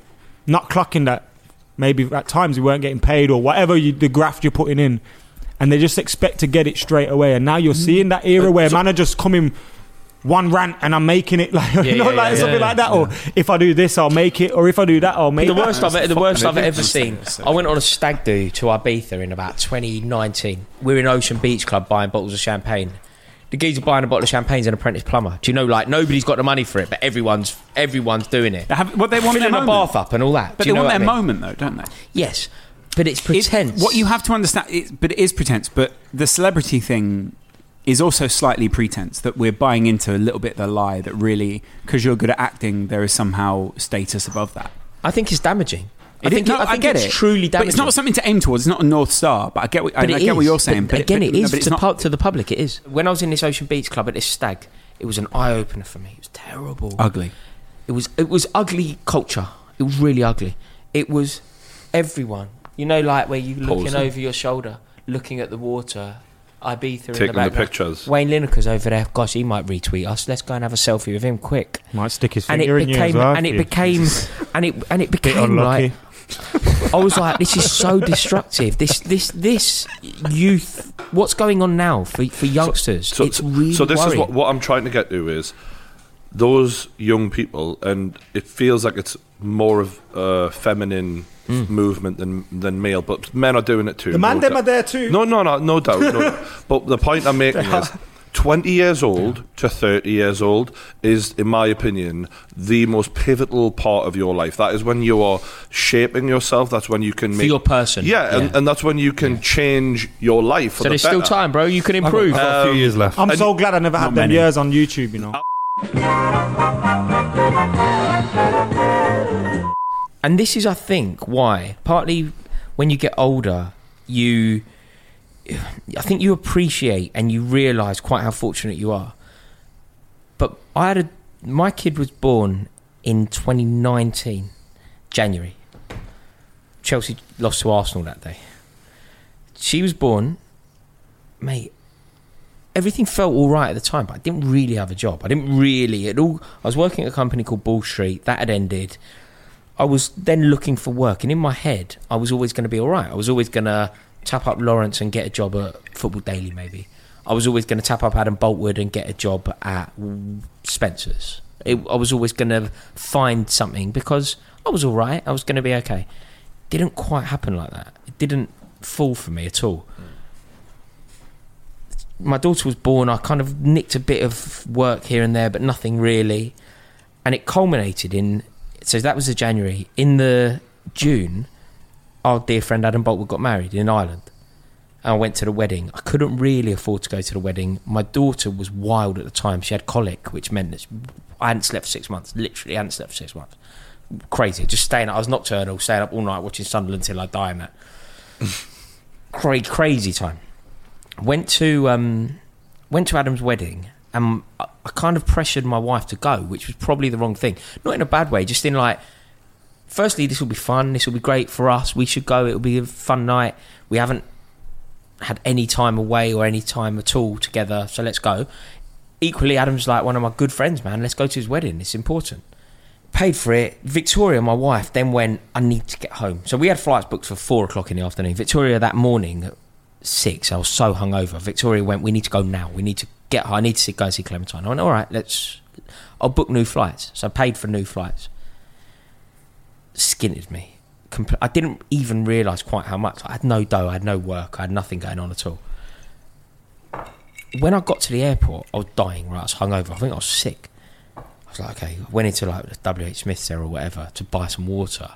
[SPEAKER 6] not clocking that maybe at times we weren't getting paid or whatever you, the graft you're putting in. And they just expect to get it straight away. And now you're
[SPEAKER 1] Mm-hmm.
[SPEAKER 6] seeing that era where managers come in one rant and I'm making it like, you know,
[SPEAKER 1] yeah,
[SPEAKER 6] like
[SPEAKER 1] yeah,
[SPEAKER 6] something
[SPEAKER 1] yeah,
[SPEAKER 6] like that. Or if I do this, I'll make it. Or if I do that, I'll make
[SPEAKER 1] the
[SPEAKER 6] it.
[SPEAKER 1] worst I've the worst I've ever seen.
[SPEAKER 3] ridiculous.
[SPEAKER 1] I went on a stag do to Ibiza in about 2019. We were in Ocean Beach Club buying bottles of champagne. The geezer buying a bottle of champagne's an apprentice plumber. Do you know? Like nobody's got the money for it, but everyone's everyone's doing it.
[SPEAKER 3] They have- well, they want
[SPEAKER 1] filling
[SPEAKER 3] their
[SPEAKER 1] a
[SPEAKER 3] moment.
[SPEAKER 1] bath up and all that. Do
[SPEAKER 3] but they
[SPEAKER 1] you know
[SPEAKER 3] want
[SPEAKER 1] what
[SPEAKER 3] their
[SPEAKER 1] I mean?
[SPEAKER 3] moment though, don't they?
[SPEAKER 1] Yes, but it's
[SPEAKER 3] It-
[SPEAKER 1] pretense.
[SPEAKER 3] what you have to understand is, but it is pretense. But the celebrity thing is also slightly pretense that we're buying into a little bit of the lie that really because you're good at acting, there is somehow status above that.
[SPEAKER 1] I think it's damaging. I
[SPEAKER 3] did-
[SPEAKER 1] think,
[SPEAKER 3] no,
[SPEAKER 1] I think
[SPEAKER 3] get
[SPEAKER 1] it's
[SPEAKER 3] it.
[SPEAKER 1] truly damaging.
[SPEAKER 3] But it's not something to aim towards. It's not a north star. But I get what, I,
[SPEAKER 1] But
[SPEAKER 3] I
[SPEAKER 1] it
[SPEAKER 3] get what
[SPEAKER 1] is.
[SPEAKER 3] you're saying.
[SPEAKER 1] But, again,
[SPEAKER 3] but-
[SPEAKER 1] it is
[SPEAKER 3] no, but it's
[SPEAKER 1] to,
[SPEAKER 3] not-
[SPEAKER 1] pub- to the public. It is. When I was in this Ocean Beach Club at this stag, it was an eye opener for me. It was terrible.
[SPEAKER 3] ugly.
[SPEAKER 1] It was it was ugly culture. It was really ugly. It was everyone. You know, like where you looking
[SPEAKER 2] Posing.
[SPEAKER 1] over your shoulder, looking at the water. Ibiza in
[SPEAKER 2] Taking
[SPEAKER 1] the
[SPEAKER 2] the
[SPEAKER 1] background.
[SPEAKER 2] pictures.
[SPEAKER 1] Wayne Lineker's over there. Gosh, he might retweet us. Let's go and have a selfie with him quick.
[SPEAKER 6] Might stick his
[SPEAKER 1] And it
[SPEAKER 6] finger in you as
[SPEAKER 1] became,
[SPEAKER 6] well.
[SPEAKER 1] and it
[SPEAKER 6] Yeah.
[SPEAKER 1] became, and it and it
[SPEAKER 6] Bit
[SPEAKER 1] became
[SPEAKER 6] unlucky.
[SPEAKER 1] like I was like, this is so destructive. This, this, this youth. What's going on now for for youngsters?
[SPEAKER 2] So,
[SPEAKER 1] it's really
[SPEAKER 2] so this is
[SPEAKER 1] worrying.
[SPEAKER 2] what, what I'm trying to get to is those young people, and it feels like it's more of a feminine
[SPEAKER 1] Hmm.
[SPEAKER 2] movement than than male, but men are doing it too.
[SPEAKER 6] The man
[SPEAKER 2] no
[SPEAKER 6] them
[SPEAKER 2] doubt.
[SPEAKER 6] are there too.
[SPEAKER 2] No, no, no, no doubt. No. but the point I'm making is 20 years old to 30 years old is, in my opinion, the most pivotal part of your life. That is when you are shaping yourself. That's when you can make.
[SPEAKER 1] your person.
[SPEAKER 2] Yeah, And,
[SPEAKER 1] Yeah.
[SPEAKER 2] and that's when you can change your life.
[SPEAKER 1] So
[SPEAKER 2] For the
[SPEAKER 1] there's still
[SPEAKER 2] better.
[SPEAKER 1] time, bro. You can improve.
[SPEAKER 5] I've got a few years left.
[SPEAKER 6] I'm so glad I never had them
[SPEAKER 3] many.
[SPEAKER 6] years on YouTube, you know.
[SPEAKER 1] And this is, I think, why partly when you get older, you, I think you appreciate and you realise quite how fortunate you are. But I had a, my kid was born in 2019, January. Chelsea lost to Arsenal that day. She was born, mate. Everything felt all right at the time, but I didn't really have a job. I didn't really at all. I was working at a company called Ball Street that had ended. I was then looking for work, and in my head, I was always going to be all right. I was always going to tap up Lawrence and get a job at Football Daily, maybe. I was always going to tap up Adam Boltwood and get a job at Spencer's. It, I was always going to find something because I was all right. I was going to be okay. Didn't quite happen like that. It didn't fall for me at all. My daughter was born. I kind of nicked a bit of work here and there, but nothing really. And it culminated in so that was the January. In the June, our dear friend Adam Boltwood got married in Ireland. And I went to the wedding. I couldn't really afford to go to the wedding. My daughter was wild at the time. She had colic, which meant that she- I hadn't slept for six months. Literally, hadn't slept for six months. Crazy. Just staying up. I was nocturnal, staying up all night watching Sunderland till I die, and that. Cra- crazy time. Went to um, went to Adam's wedding and I I kind of pressured my wife to go, which was probably the wrong thing. Not in a bad way, just in like, firstly, this will be fun. This will be great for us. We should go. It'll be a fun night. We haven't had any time away or any time at all together, so let's go. Equally, Adam's like one of my good friends, man. Let's go to his wedding. It's important. Paid for it. Victoria, my wife, then went, I need to get home. So we had flights booked for four o'clock in the afternoon. Victoria that morning six. I was so hungover. Victoria went, "We need to go now. We need to get. I need to see, go and see Clementine." I went, "All right, let's." I'll book new flights. So I paid for new flights. Skinted me. Compl- I didn't even realise quite how much. I had no dough. I had no work. I had nothing going on at all. When I got to the airport, I was dying. Right, I was hungover. I think I was sick. I was like, okay. I went into like the W H Smith's there or whatever to buy some water.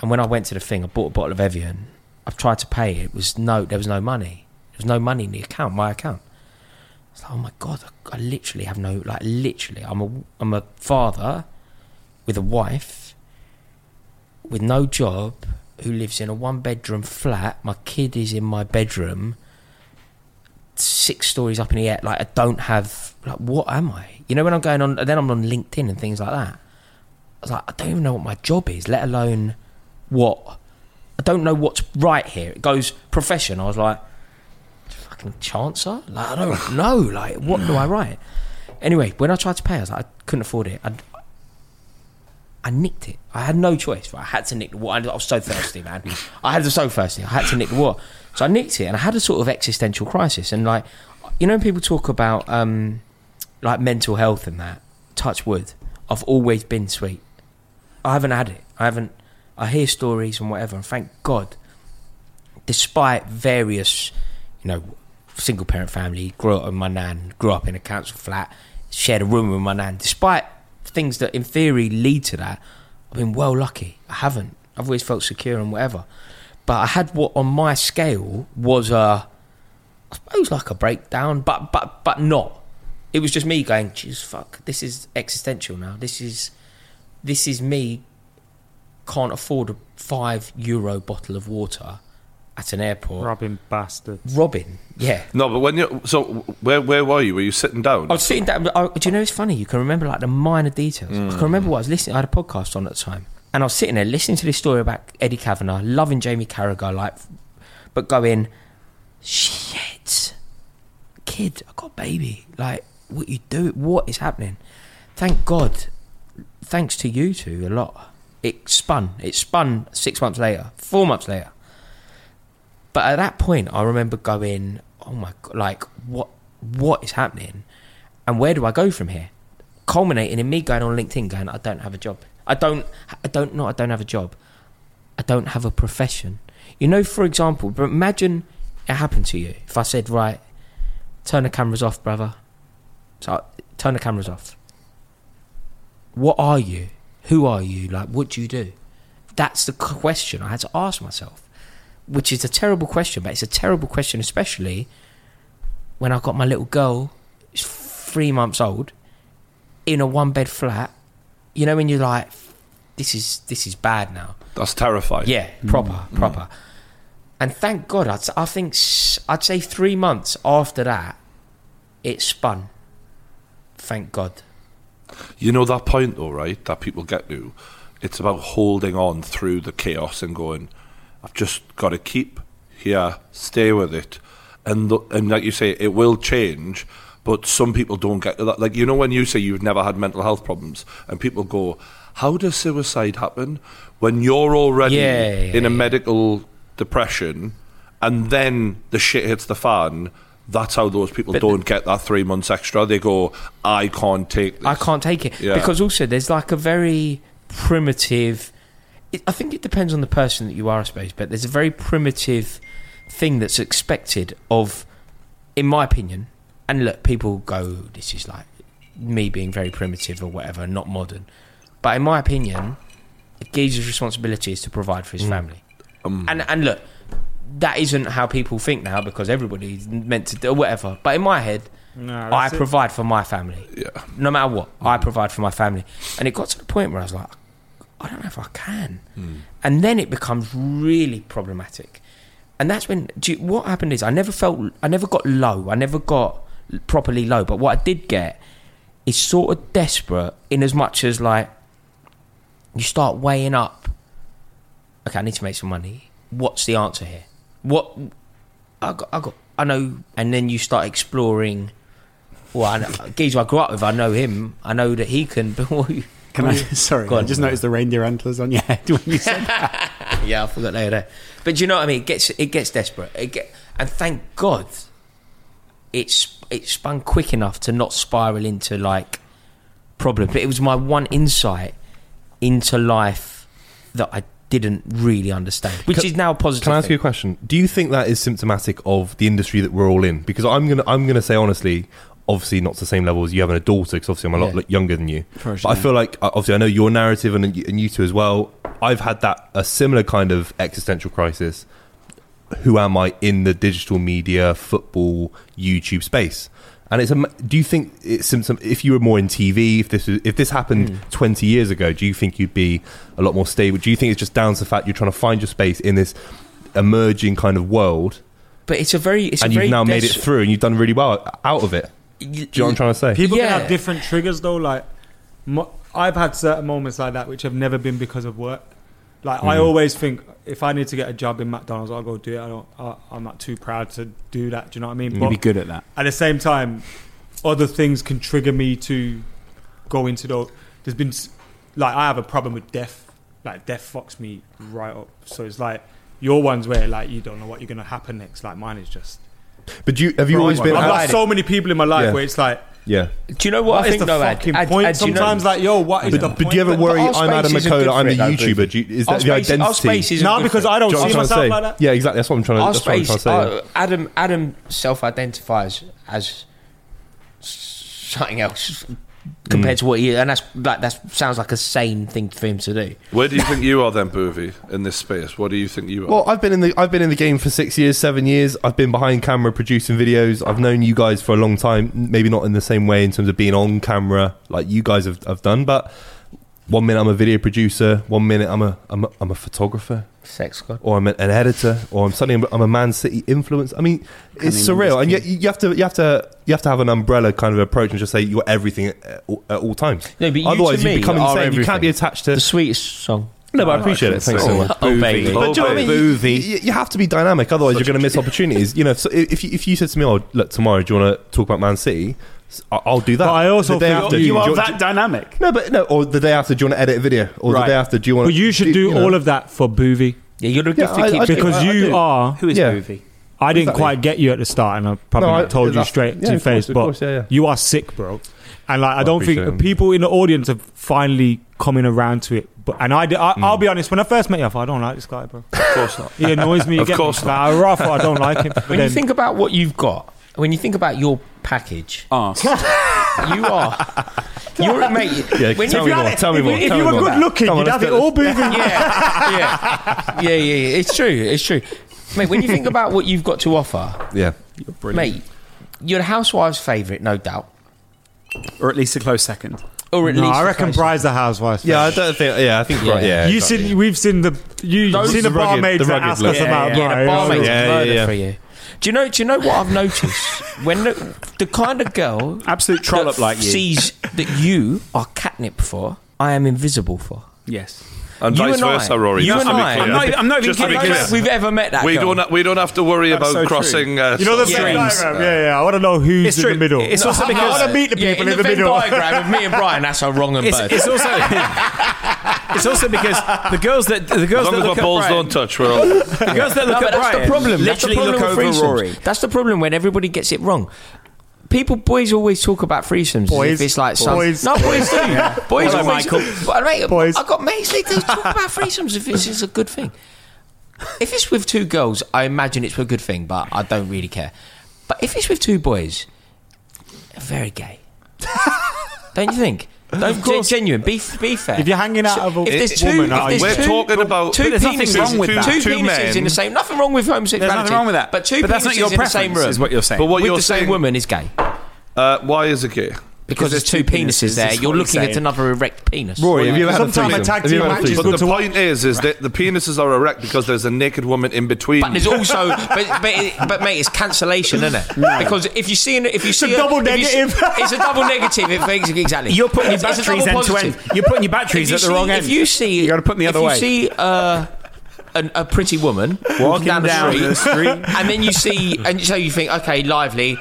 [SPEAKER 1] And when I went to the thing, I bought a bottle of Evian. I've tried to pay it. It was no, there was no money. There was no money in the account, my account. It's like, oh my god, I, I literally have no, like, literally, I'm a, I'm a father with a wife with no job who lives in a one bedroom flat. My kid is in my bedroom, six stories up in the air. Like, I don't have, like, what am I? You know, when I'm going on, then I'm on LinkedIn and things like that. I was like, I don't even know what my job is, let alone what. I don't know what's right here. It goes profession. I was like, fucking chancer? Like, I don't know. Like, what do I write? Anyway, when I tried to pay, I was like, I couldn't afford it. I, I nicked it. I had no choice. Right? I had to nick the water. I was so thirsty, man. I had to so thirsty. I had to nick the water. So I nicked it, and I had a sort of existential crisis. And like, you know, when people talk about um, like mental health and that. Touch wood. I've always been sweet. I haven't had it. I haven't. I hear stories and whatever, and thank God. Despite various, you know, single parent family, grew up with my nan, grew up in a council flat, shared a room with my nan. Despite things that in theory lead to that, I've been well lucky. I haven't. I've always felt secure and whatever. But I had what on my scale was a, I suppose like a breakdown, but but but not. It was just me going, "Jeez, fuck, this is existential now. This is this is me can't afford a five euro bottle of water at an
[SPEAKER 3] Oh.
[SPEAKER 1] airport.
[SPEAKER 6] Robbing bastard.
[SPEAKER 1] Robin, yeah.
[SPEAKER 2] No, but when you so where where were you? Were you sitting down?
[SPEAKER 1] I was sitting down. I, do you know it's funny? You can remember like the minor details. I can remember what I was listening. I had a podcast on at the time, and I was sitting there listening to this story about Eddie Kavanagh, loving Jamie Carragher, like, but going, shit, kid, I got a baby. Like, what you do? What is happening? Thank God, thanks to you two a lot. It spun. It spun six months later, four months later. But at that point, I remember going, "Oh my god! Like what? What is happening? And where do I go from here?" culminating in me going on LinkedIn, going, "I don't have a job. I don't. I don't. Not. I don't have a job. I don't have a profession." You know, for example, but imagine it happened to you. If I said, "Right, turn the cameras off, brother," so I- turn the cameras off. What are you? Who are you? Like, what do you do? That's the question I had to ask myself, which is a terrible question, but it's a terrible question, especially when I got my little girl, she's three months old, in a one bed flat. You know when you're like, this is this is bad now.
[SPEAKER 2] That's terrifying.
[SPEAKER 1] Yeah, proper, proper. And thank God, I'd, s- I think s- I'd say three months after that, it spun. Thank God.
[SPEAKER 2] You know that point, though, right? That people get to. It's about holding on through the chaos and going, I've just got to keep here, stay with it. And, th- and like you say, it will change, but some people don't get to that. Like, you know, when you say you've never had mental health problems, and people go, How does suicide happen when you're already
[SPEAKER 1] Yeah, yeah,
[SPEAKER 2] in a
[SPEAKER 1] yeah.
[SPEAKER 2] medical depression and then the shit hits the fan? That's how those people don't get that three months extra. They go, I can't take this.
[SPEAKER 1] I can't take it
[SPEAKER 2] Yeah.
[SPEAKER 1] because also there's like a very primitive. It, I think it depends on the person that you are, I suppose. But there's a very primitive thing that's expected of, in my opinion. And look, people go, "This is like me being very primitive or whatever, not modern." But in my opinion, a geezer's responsibility is to provide for his family.
[SPEAKER 2] Um,
[SPEAKER 1] and and look, that isn't how people think now because everybody's meant to do whatever. But in my head,
[SPEAKER 6] Nah,
[SPEAKER 1] I
[SPEAKER 6] that's it.
[SPEAKER 1] provide for my family.
[SPEAKER 2] Yeah.
[SPEAKER 1] No matter what, I provide for my family. And it got to the point where I was like, I don't know if I can. And then it becomes really problematic. And that's when do you, what happened is I never felt I never got low. I never got properly low. But what I did get is sort of desperate in as much as like you start weighing up. Okay, I need to make some money. What's the answer here? What I got, I got, I know. And then you start exploring. Well, I know, geezer I grew up with, I know him. I know that he can. But what,
[SPEAKER 3] Can I? Sorry,
[SPEAKER 1] Go
[SPEAKER 3] I
[SPEAKER 1] on.
[SPEAKER 3] just noticed the reindeer antlers on your head when you said that.
[SPEAKER 1] yeah, I forgot they were there. But do you know what I mean? It gets it gets desperate. It get, and thank God, it's it spun quick enough to not spiral into like problems. But it was my one insight into life that I didn't really understand, which
[SPEAKER 5] Can-
[SPEAKER 1] is now a positive.
[SPEAKER 5] Can I ask
[SPEAKER 1] thing.
[SPEAKER 5] you a question? Do you think that is symptomatic of the industry that we're all in? Because I'm gonna I'm gonna say honestly, obviously not to the same level as you having a daughter, because obviously I'm a lot
[SPEAKER 1] Yeah.
[SPEAKER 5] like, younger than you.
[SPEAKER 3] For
[SPEAKER 5] But I
[SPEAKER 3] sure.
[SPEAKER 5] feel like uh, obviously I know your narrative and you- and you two as well. I've had that a similar kind of existential crisis. Who am I in the digital media, football, YouTube space? And it's a. Do you think it's symptom? If you were more in TV, if this was, if this happened twenty years ago, do you think you'd be a lot more stable? Do you think it's just down to the fact you're trying to find your space in this emerging kind of world,
[SPEAKER 1] But it's a very it's
[SPEAKER 5] and
[SPEAKER 1] a very
[SPEAKER 5] you've now made it
[SPEAKER 1] des-
[SPEAKER 5] through, and you've done really well out of it?
[SPEAKER 1] y-
[SPEAKER 5] Do you know what I'm trying to say?
[SPEAKER 6] People
[SPEAKER 1] Yeah.
[SPEAKER 6] can have different triggers though. Like, mo- I've had certain moments like that which have never been because of work. Like,
[SPEAKER 3] Mm-hmm.
[SPEAKER 6] I always think if I need to get a job in McDonald's, I'll go do it. I don't. I, I'm not too proud to do that. Do you know what I mean?
[SPEAKER 3] You'd be good at that.
[SPEAKER 6] at the same time, other things can trigger me to go into those. There's been s- like I have a problem with death. Like death fucks me right up. So it's like your ones where like you don't know what you're gonna happen next. Like mine is just.
[SPEAKER 5] But do you, have you
[SPEAKER 6] I've
[SPEAKER 5] always been?
[SPEAKER 6] got
[SPEAKER 5] at-
[SPEAKER 6] so many people in my life
[SPEAKER 5] Yeah.
[SPEAKER 6] where it's like,
[SPEAKER 5] yeah.
[SPEAKER 1] Do you know what,
[SPEAKER 6] what
[SPEAKER 1] I
[SPEAKER 6] is
[SPEAKER 1] think?
[SPEAKER 6] the
[SPEAKER 1] though, Ad?
[SPEAKER 6] fucking
[SPEAKER 1] Ad-
[SPEAKER 6] point?
[SPEAKER 1] Ad, do you know-
[SPEAKER 6] Sometimes like, yo, what is the
[SPEAKER 5] But do you ever
[SPEAKER 6] point?
[SPEAKER 5] worry?
[SPEAKER 1] our
[SPEAKER 5] I'm Adam
[SPEAKER 1] space isn't good
[SPEAKER 5] McCola. I'm
[SPEAKER 1] for
[SPEAKER 5] a
[SPEAKER 1] it, though,
[SPEAKER 5] YouTuber.
[SPEAKER 1] Booth.
[SPEAKER 5] Do you, is
[SPEAKER 1] Our
[SPEAKER 5] that the
[SPEAKER 1] space-
[SPEAKER 5] identity?
[SPEAKER 1] Our space isn't
[SPEAKER 6] No,
[SPEAKER 1] good
[SPEAKER 6] because
[SPEAKER 1] for it.
[SPEAKER 6] I don't
[SPEAKER 5] Do you know
[SPEAKER 6] see
[SPEAKER 5] what I'm
[SPEAKER 6] myself
[SPEAKER 5] trying to
[SPEAKER 6] like
[SPEAKER 5] say?
[SPEAKER 6] that.
[SPEAKER 5] Yeah, exactly. That's what I'm trying to.
[SPEAKER 1] our
[SPEAKER 5] That's what I'm
[SPEAKER 1] space.
[SPEAKER 5] trying to say.
[SPEAKER 1] uh, Adam Adam self-identifies as s- something else compared
[SPEAKER 5] Mm.
[SPEAKER 1] to what he, and that's like that sounds like a sane thing for him to do.
[SPEAKER 2] Where do you think you are then, Boovy, in this space? What do you think you are?
[SPEAKER 5] Well, I've been in the I've been in the game for six years, seven years. I've been behind camera producing videos. I've known you guys for a long time. Maybe not in the same way in terms of being on camera like you guys have, have done, but one minute I'm a video producer, one minute I'm a I'm a, I'm a photographer,
[SPEAKER 1] Sex God.
[SPEAKER 5] or I'm an an editor, or I'm suddenly I'm a Man City influencer. I mean, it's
[SPEAKER 3] I mean,
[SPEAKER 5] surreal, and yet you you have to you have to you have to have an umbrella kind of approach and just say you're everything at all, at all times.
[SPEAKER 1] No, but you
[SPEAKER 5] Otherwise,
[SPEAKER 1] to me
[SPEAKER 5] you become
[SPEAKER 1] are
[SPEAKER 5] insane. You can't be
[SPEAKER 1] everything.
[SPEAKER 5] attached
[SPEAKER 1] The
[SPEAKER 5] to.
[SPEAKER 1] sweetest song.
[SPEAKER 5] No, but I appreciate it. Thanks so much.
[SPEAKER 1] Oh, baby.
[SPEAKER 5] But do you know what I mean? You-
[SPEAKER 3] Boovy.
[SPEAKER 5] You, you have to be dynamic, otherwise you're going to miss opportunities. You know, so if if you, if you said to me, "Oh, look, tomorrow, do you want to talk about Man City?" S- I- I'll do that.
[SPEAKER 6] But I also
[SPEAKER 5] the day
[SPEAKER 6] think
[SPEAKER 5] after,
[SPEAKER 6] you
[SPEAKER 5] do
[SPEAKER 6] are
[SPEAKER 5] do
[SPEAKER 3] that dynamic.
[SPEAKER 5] No, but no, or the day after, do you want to edit a video? Or
[SPEAKER 3] Right.
[SPEAKER 5] the day after, do you want?
[SPEAKER 6] But you should do all of that for Boovy
[SPEAKER 1] Yeah, you're a
[SPEAKER 5] Yeah,
[SPEAKER 1] gift to
[SPEAKER 5] I-
[SPEAKER 1] keep.
[SPEAKER 5] I do.
[SPEAKER 6] because
[SPEAKER 5] I
[SPEAKER 6] you
[SPEAKER 5] do.
[SPEAKER 6] are.
[SPEAKER 3] Who is
[SPEAKER 5] Yeah.
[SPEAKER 3] Boovy?
[SPEAKER 6] I didn't
[SPEAKER 5] Exactly.
[SPEAKER 6] quite get you at the start, and I probably
[SPEAKER 5] No, I-
[SPEAKER 6] told you
[SPEAKER 5] that's-
[SPEAKER 6] straight
[SPEAKER 5] yeah,
[SPEAKER 6] to your
[SPEAKER 5] of course,
[SPEAKER 6] face,
[SPEAKER 5] of
[SPEAKER 6] but
[SPEAKER 5] course, yeah, yeah.
[SPEAKER 6] you are sick, bro. And like, I, don't think
[SPEAKER 5] appreciate it.
[SPEAKER 6] people in the audience have finally coming around to it. But and I, did- I I'll be honest, when I first met you, I thought I don't like this guy, bro.
[SPEAKER 2] Of course not.
[SPEAKER 6] He annoys me.
[SPEAKER 2] Of
[SPEAKER 6] again.
[SPEAKER 2] course
[SPEAKER 6] like, I rather thought I don't like him. But
[SPEAKER 1] When
[SPEAKER 6] then,
[SPEAKER 1] you think about what you've got, when you think about your package,
[SPEAKER 3] Arse.
[SPEAKER 1] you are. You're mate.
[SPEAKER 5] Yeah,
[SPEAKER 1] when
[SPEAKER 5] tell
[SPEAKER 1] you-
[SPEAKER 5] me more. Tell me more.
[SPEAKER 6] if
[SPEAKER 5] tell
[SPEAKER 6] you
[SPEAKER 5] me
[SPEAKER 6] were
[SPEAKER 5] more.
[SPEAKER 6] good looking,
[SPEAKER 5] Come on,
[SPEAKER 6] you'd
[SPEAKER 5] let's
[SPEAKER 6] have
[SPEAKER 5] do
[SPEAKER 6] it
[SPEAKER 5] this.
[SPEAKER 6] all boozing.
[SPEAKER 1] yeah, yeah, yeah, yeah, yeah. It's true. It's true. Mate, when you think about what you've got to offer,
[SPEAKER 5] Yeah.
[SPEAKER 1] mate, you're the housewife's favourite, no doubt.
[SPEAKER 3] or at least a close second.
[SPEAKER 1] Or at
[SPEAKER 6] No,
[SPEAKER 1] least
[SPEAKER 6] I
[SPEAKER 1] the
[SPEAKER 6] reckon
[SPEAKER 1] closest.
[SPEAKER 6] Prize the Housewife.
[SPEAKER 5] Yeah, I don't think. Yeah, I think.
[SPEAKER 1] Yeah.
[SPEAKER 5] Right, yeah
[SPEAKER 6] you
[SPEAKER 5] exactly.
[SPEAKER 6] seen? We've seen the you
[SPEAKER 1] Those
[SPEAKER 6] seen the
[SPEAKER 5] rugged-
[SPEAKER 6] barmaids
[SPEAKER 5] the
[SPEAKER 6] that
[SPEAKER 5] rugged
[SPEAKER 6] ask
[SPEAKER 5] look.
[SPEAKER 6] us about
[SPEAKER 1] yeah, the
[SPEAKER 6] Brian.
[SPEAKER 1] barmaid's
[SPEAKER 5] Yeah, yeah,
[SPEAKER 1] murder
[SPEAKER 5] yeah.
[SPEAKER 1] for you. Do you know? Do you know what I've noticed? When the, the kind of girl
[SPEAKER 3] Absolute trollop
[SPEAKER 1] that
[SPEAKER 3] like you.
[SPEAKER 1] sees that you are catnip for, I am invisible for.
[SPEAKER 3] Yes.
[SPEAKER 2] And
[SPEAKER 1] You
[SPEAKER 2] vice
[SPEAKER 1] and I-
[SPEAKER 2] versa, Rory.
[SPEAKER 1] you
[SPEAKER 2] just
[SPEAKER 1] and
[SPEAKER 2] to be
[SPEAKER 1] I-
[SPEAKER 2] clear.
[SPEAKER 1] I'm
[SPEAKER 3] not- I'm not even
[SPEAKER 2] just to be
[SPEAKER 3] kidding.
[SPEAKER 2] clear.
[SPEAKER 3] Yes.
[SPEAKER 1] We've ever met that
[SPEAKER 2] We
[SPEAKER 1] girl.
[SPEAKER 2] don't, ha- we don't have to worry
[SPEAKER 3] That's
[SPEAKER 2] about
[SPEAKER 3] so true.
[SPEAKER 2] crossing. Uh,
[SPEAKER 6] You know the
[SPEAKER 2] some-
[SPEAKER 1] Yeah.
[SPEAKER 6] Venn
[SPEAKER 1] Streams.
[SPEAKER 6] diagram? Yeah, yeah. I want to know who's
[SPEAKER 3] It's
[SPEAKER 6] in
[SPEAKER 3] true.
[SPEAKER 6] the middle.
[SPEAKER 3] It's also
[SPEAKER 6] I
[SPEAKER 3] because-
[SPEAKER 6] want to meet the
[SPEAKER 1] yeah,
[SPEAKER 6] people
[SPEAKER 1] in,
[SPEAKER 6] in the
[SPEAKER 1] Venn
[SPEAKER 6] middle.
[SPEAKER 1] diagram of me and Brian. That's a wrong and
[SPEAKER 3] It's,
[SPEAKER 1] bird.
[SPEAKER 3] it's also it's also because the girls that the girls
[SPEAKER 2] As
[SPEAKER 3] that
[SPEAKER 2] long as my
[SPEAKER 3] look at
[SPEAKER 2] balls
[SPEAKER 3] Brian,
[SPEAKER 2] don't touch, we're all.
[SPEAKER 3] the girls that
[SPEAKER 1] No,
[SPEAKER 3] look
[SPEAKER 1] but
[SPEAKER 3] at
[SPEAKER 1] that's
[SPEAKER 3] Brian
[SPEAKER 1] the problem. That's the
[SPEAKER 3] literally
[SPEAKER 1] problem
[SPEAKER 3] look
[SPEAKER 1] with
[SPEAKER 3] over
[SPEAKER 1] threesomes.
[SPEAKER 3] Rory.
[SPEAKER 1] That's the problem when everybody gets it wrong. People, boys always talk about threesomes. Boys,
[SPEAKER 6] Boys.
[SPEAKER 1] if it's like some-
[SPEAKER 6] Boys.
[SPEAKER 1] no boys do. Boys
[SPEAKER 3] Hello,
[SPEAKER 1] always.
[SPEAKER 3] Michael.
[SPEAKER 1] But mate,
[SPEAKER 6] Boys.
[SPEAKER 1] I got mates. They do talk about threesomes if it's, it's a good thing. If it's with two girls, I imagine it's a good thing, but I don't really care. But if it's with two boys, very gay. don't you think? Don't gen- genuine. Be be fair.
[SPEAKER 6] If you're hanging out of a
[SPEAKER 1] if there's
[SPEAKER 6] it-
[SPEAKER 1] two,
[SPEAKER 6] woman,
[SPEAKER 1] if
[SPEAKER 6] are
[SPEAKER 1] there's
[SPEAKER 6] you-
[SPEAKER 2] We're
[SPEAKER 1] two,
[SPEAKER 2] talking about
[SPEAKER 1] two
[SPEAKER 3] there's nothing
[SPEAKER 1] penises,
[SPEAKER 3] wrong with
[SPEAKER 1] two,
[SPEAKER 3] that.
[SPEAKER 1] Two,
[SPEAKER 2] Two
[SPEAKER 1] penises
[SPEAKER 2] men-
[SPEAKER 1] in the same. Nothing wrong with homosexuality.
[SPEAKER 3] There's nothing wrong with that.
[SPEAKER 1] But two penises
[SPEAKER 3] But that's not your
[SPEAKER 1] in the same
[SPEAKER 3] preference,
[SPEAKER 1] room
[SPEAKER 3] is what you're saying.
[SPEAKER 2] But what
[SPEAKER 1] with
[SPEAKER 2] you're
[SPEAKER 1] the same
[SPEAKER 2] saying-
[SPEAKER 1] woman is gay because,
[SPEAKER 2] Uh, why is it gay?
[SPEAKER 1] there's two penises, there.
[SPEAKER 3] is
[SPEAKER 1] You're
[SPEAKER 3] what
[SPEAKER 1] looking
[SPEAKER 3] he's
[SPEAKER 1] at
[SPEAKER 3] saying.
[SPEAKER 1] another erect penis.
[SPEAKER 5] Rory, have you ever had a
[SPEAKER 6] Sometime a
[SPEAKER 5] threesome?
[SPEAKER 6] tag
[SPEAKER 5] Have you
[SPEAKER 6] team
[SPEAKER 5] ever had a
[SPEAKER 6] match is
[SPEAKER 5] threesome?
[SPEAKER 2] But the point is, is that the penises are erect because there's a naked woman in between.
[SPEAKER 1] But there's also, but, but, it- but mate, it's cancellation, isn't it? Because if you see, an, if you see,
[SPEAKER 6] double
[SPEAKER 1] if you see-
[SPEAKER 6] negative.
[SPEAKER 1] it's a double negative. It thinks exactly.
[SPEAKER 3] You're putting your
[SPEAKER 1] That's a
[SPEAKER 3] batteries
[SPEAKER 1] double
[SPEAKER 3] end to end.
[SPEAKER 1] positive.
[SPEAKER 3] You're putting
[SPEAKER 1] If
[SPEAKER 3] your batteries
[SPEAKER 1] you
[SPEAKER 3] at the
[SPEAKER 1] see-
[SPEAKER 3] wrong end.
[SPEAKER 1] If you see,
[SPEAKER 3] you got to put them the other
[SPEAKER 1] if
[SPEAKER 3] way.
[SPEAKER 1] You see uh, an, a pretty woman walking down,
[SPEAKER 3] down
[SPEAKER 1] the
[SPEAKER 3] the
[SPEAKER 1] street,
[SPEAKER 3] street.
[SPEAKER 1] and then you see, and so you think, okay, lively,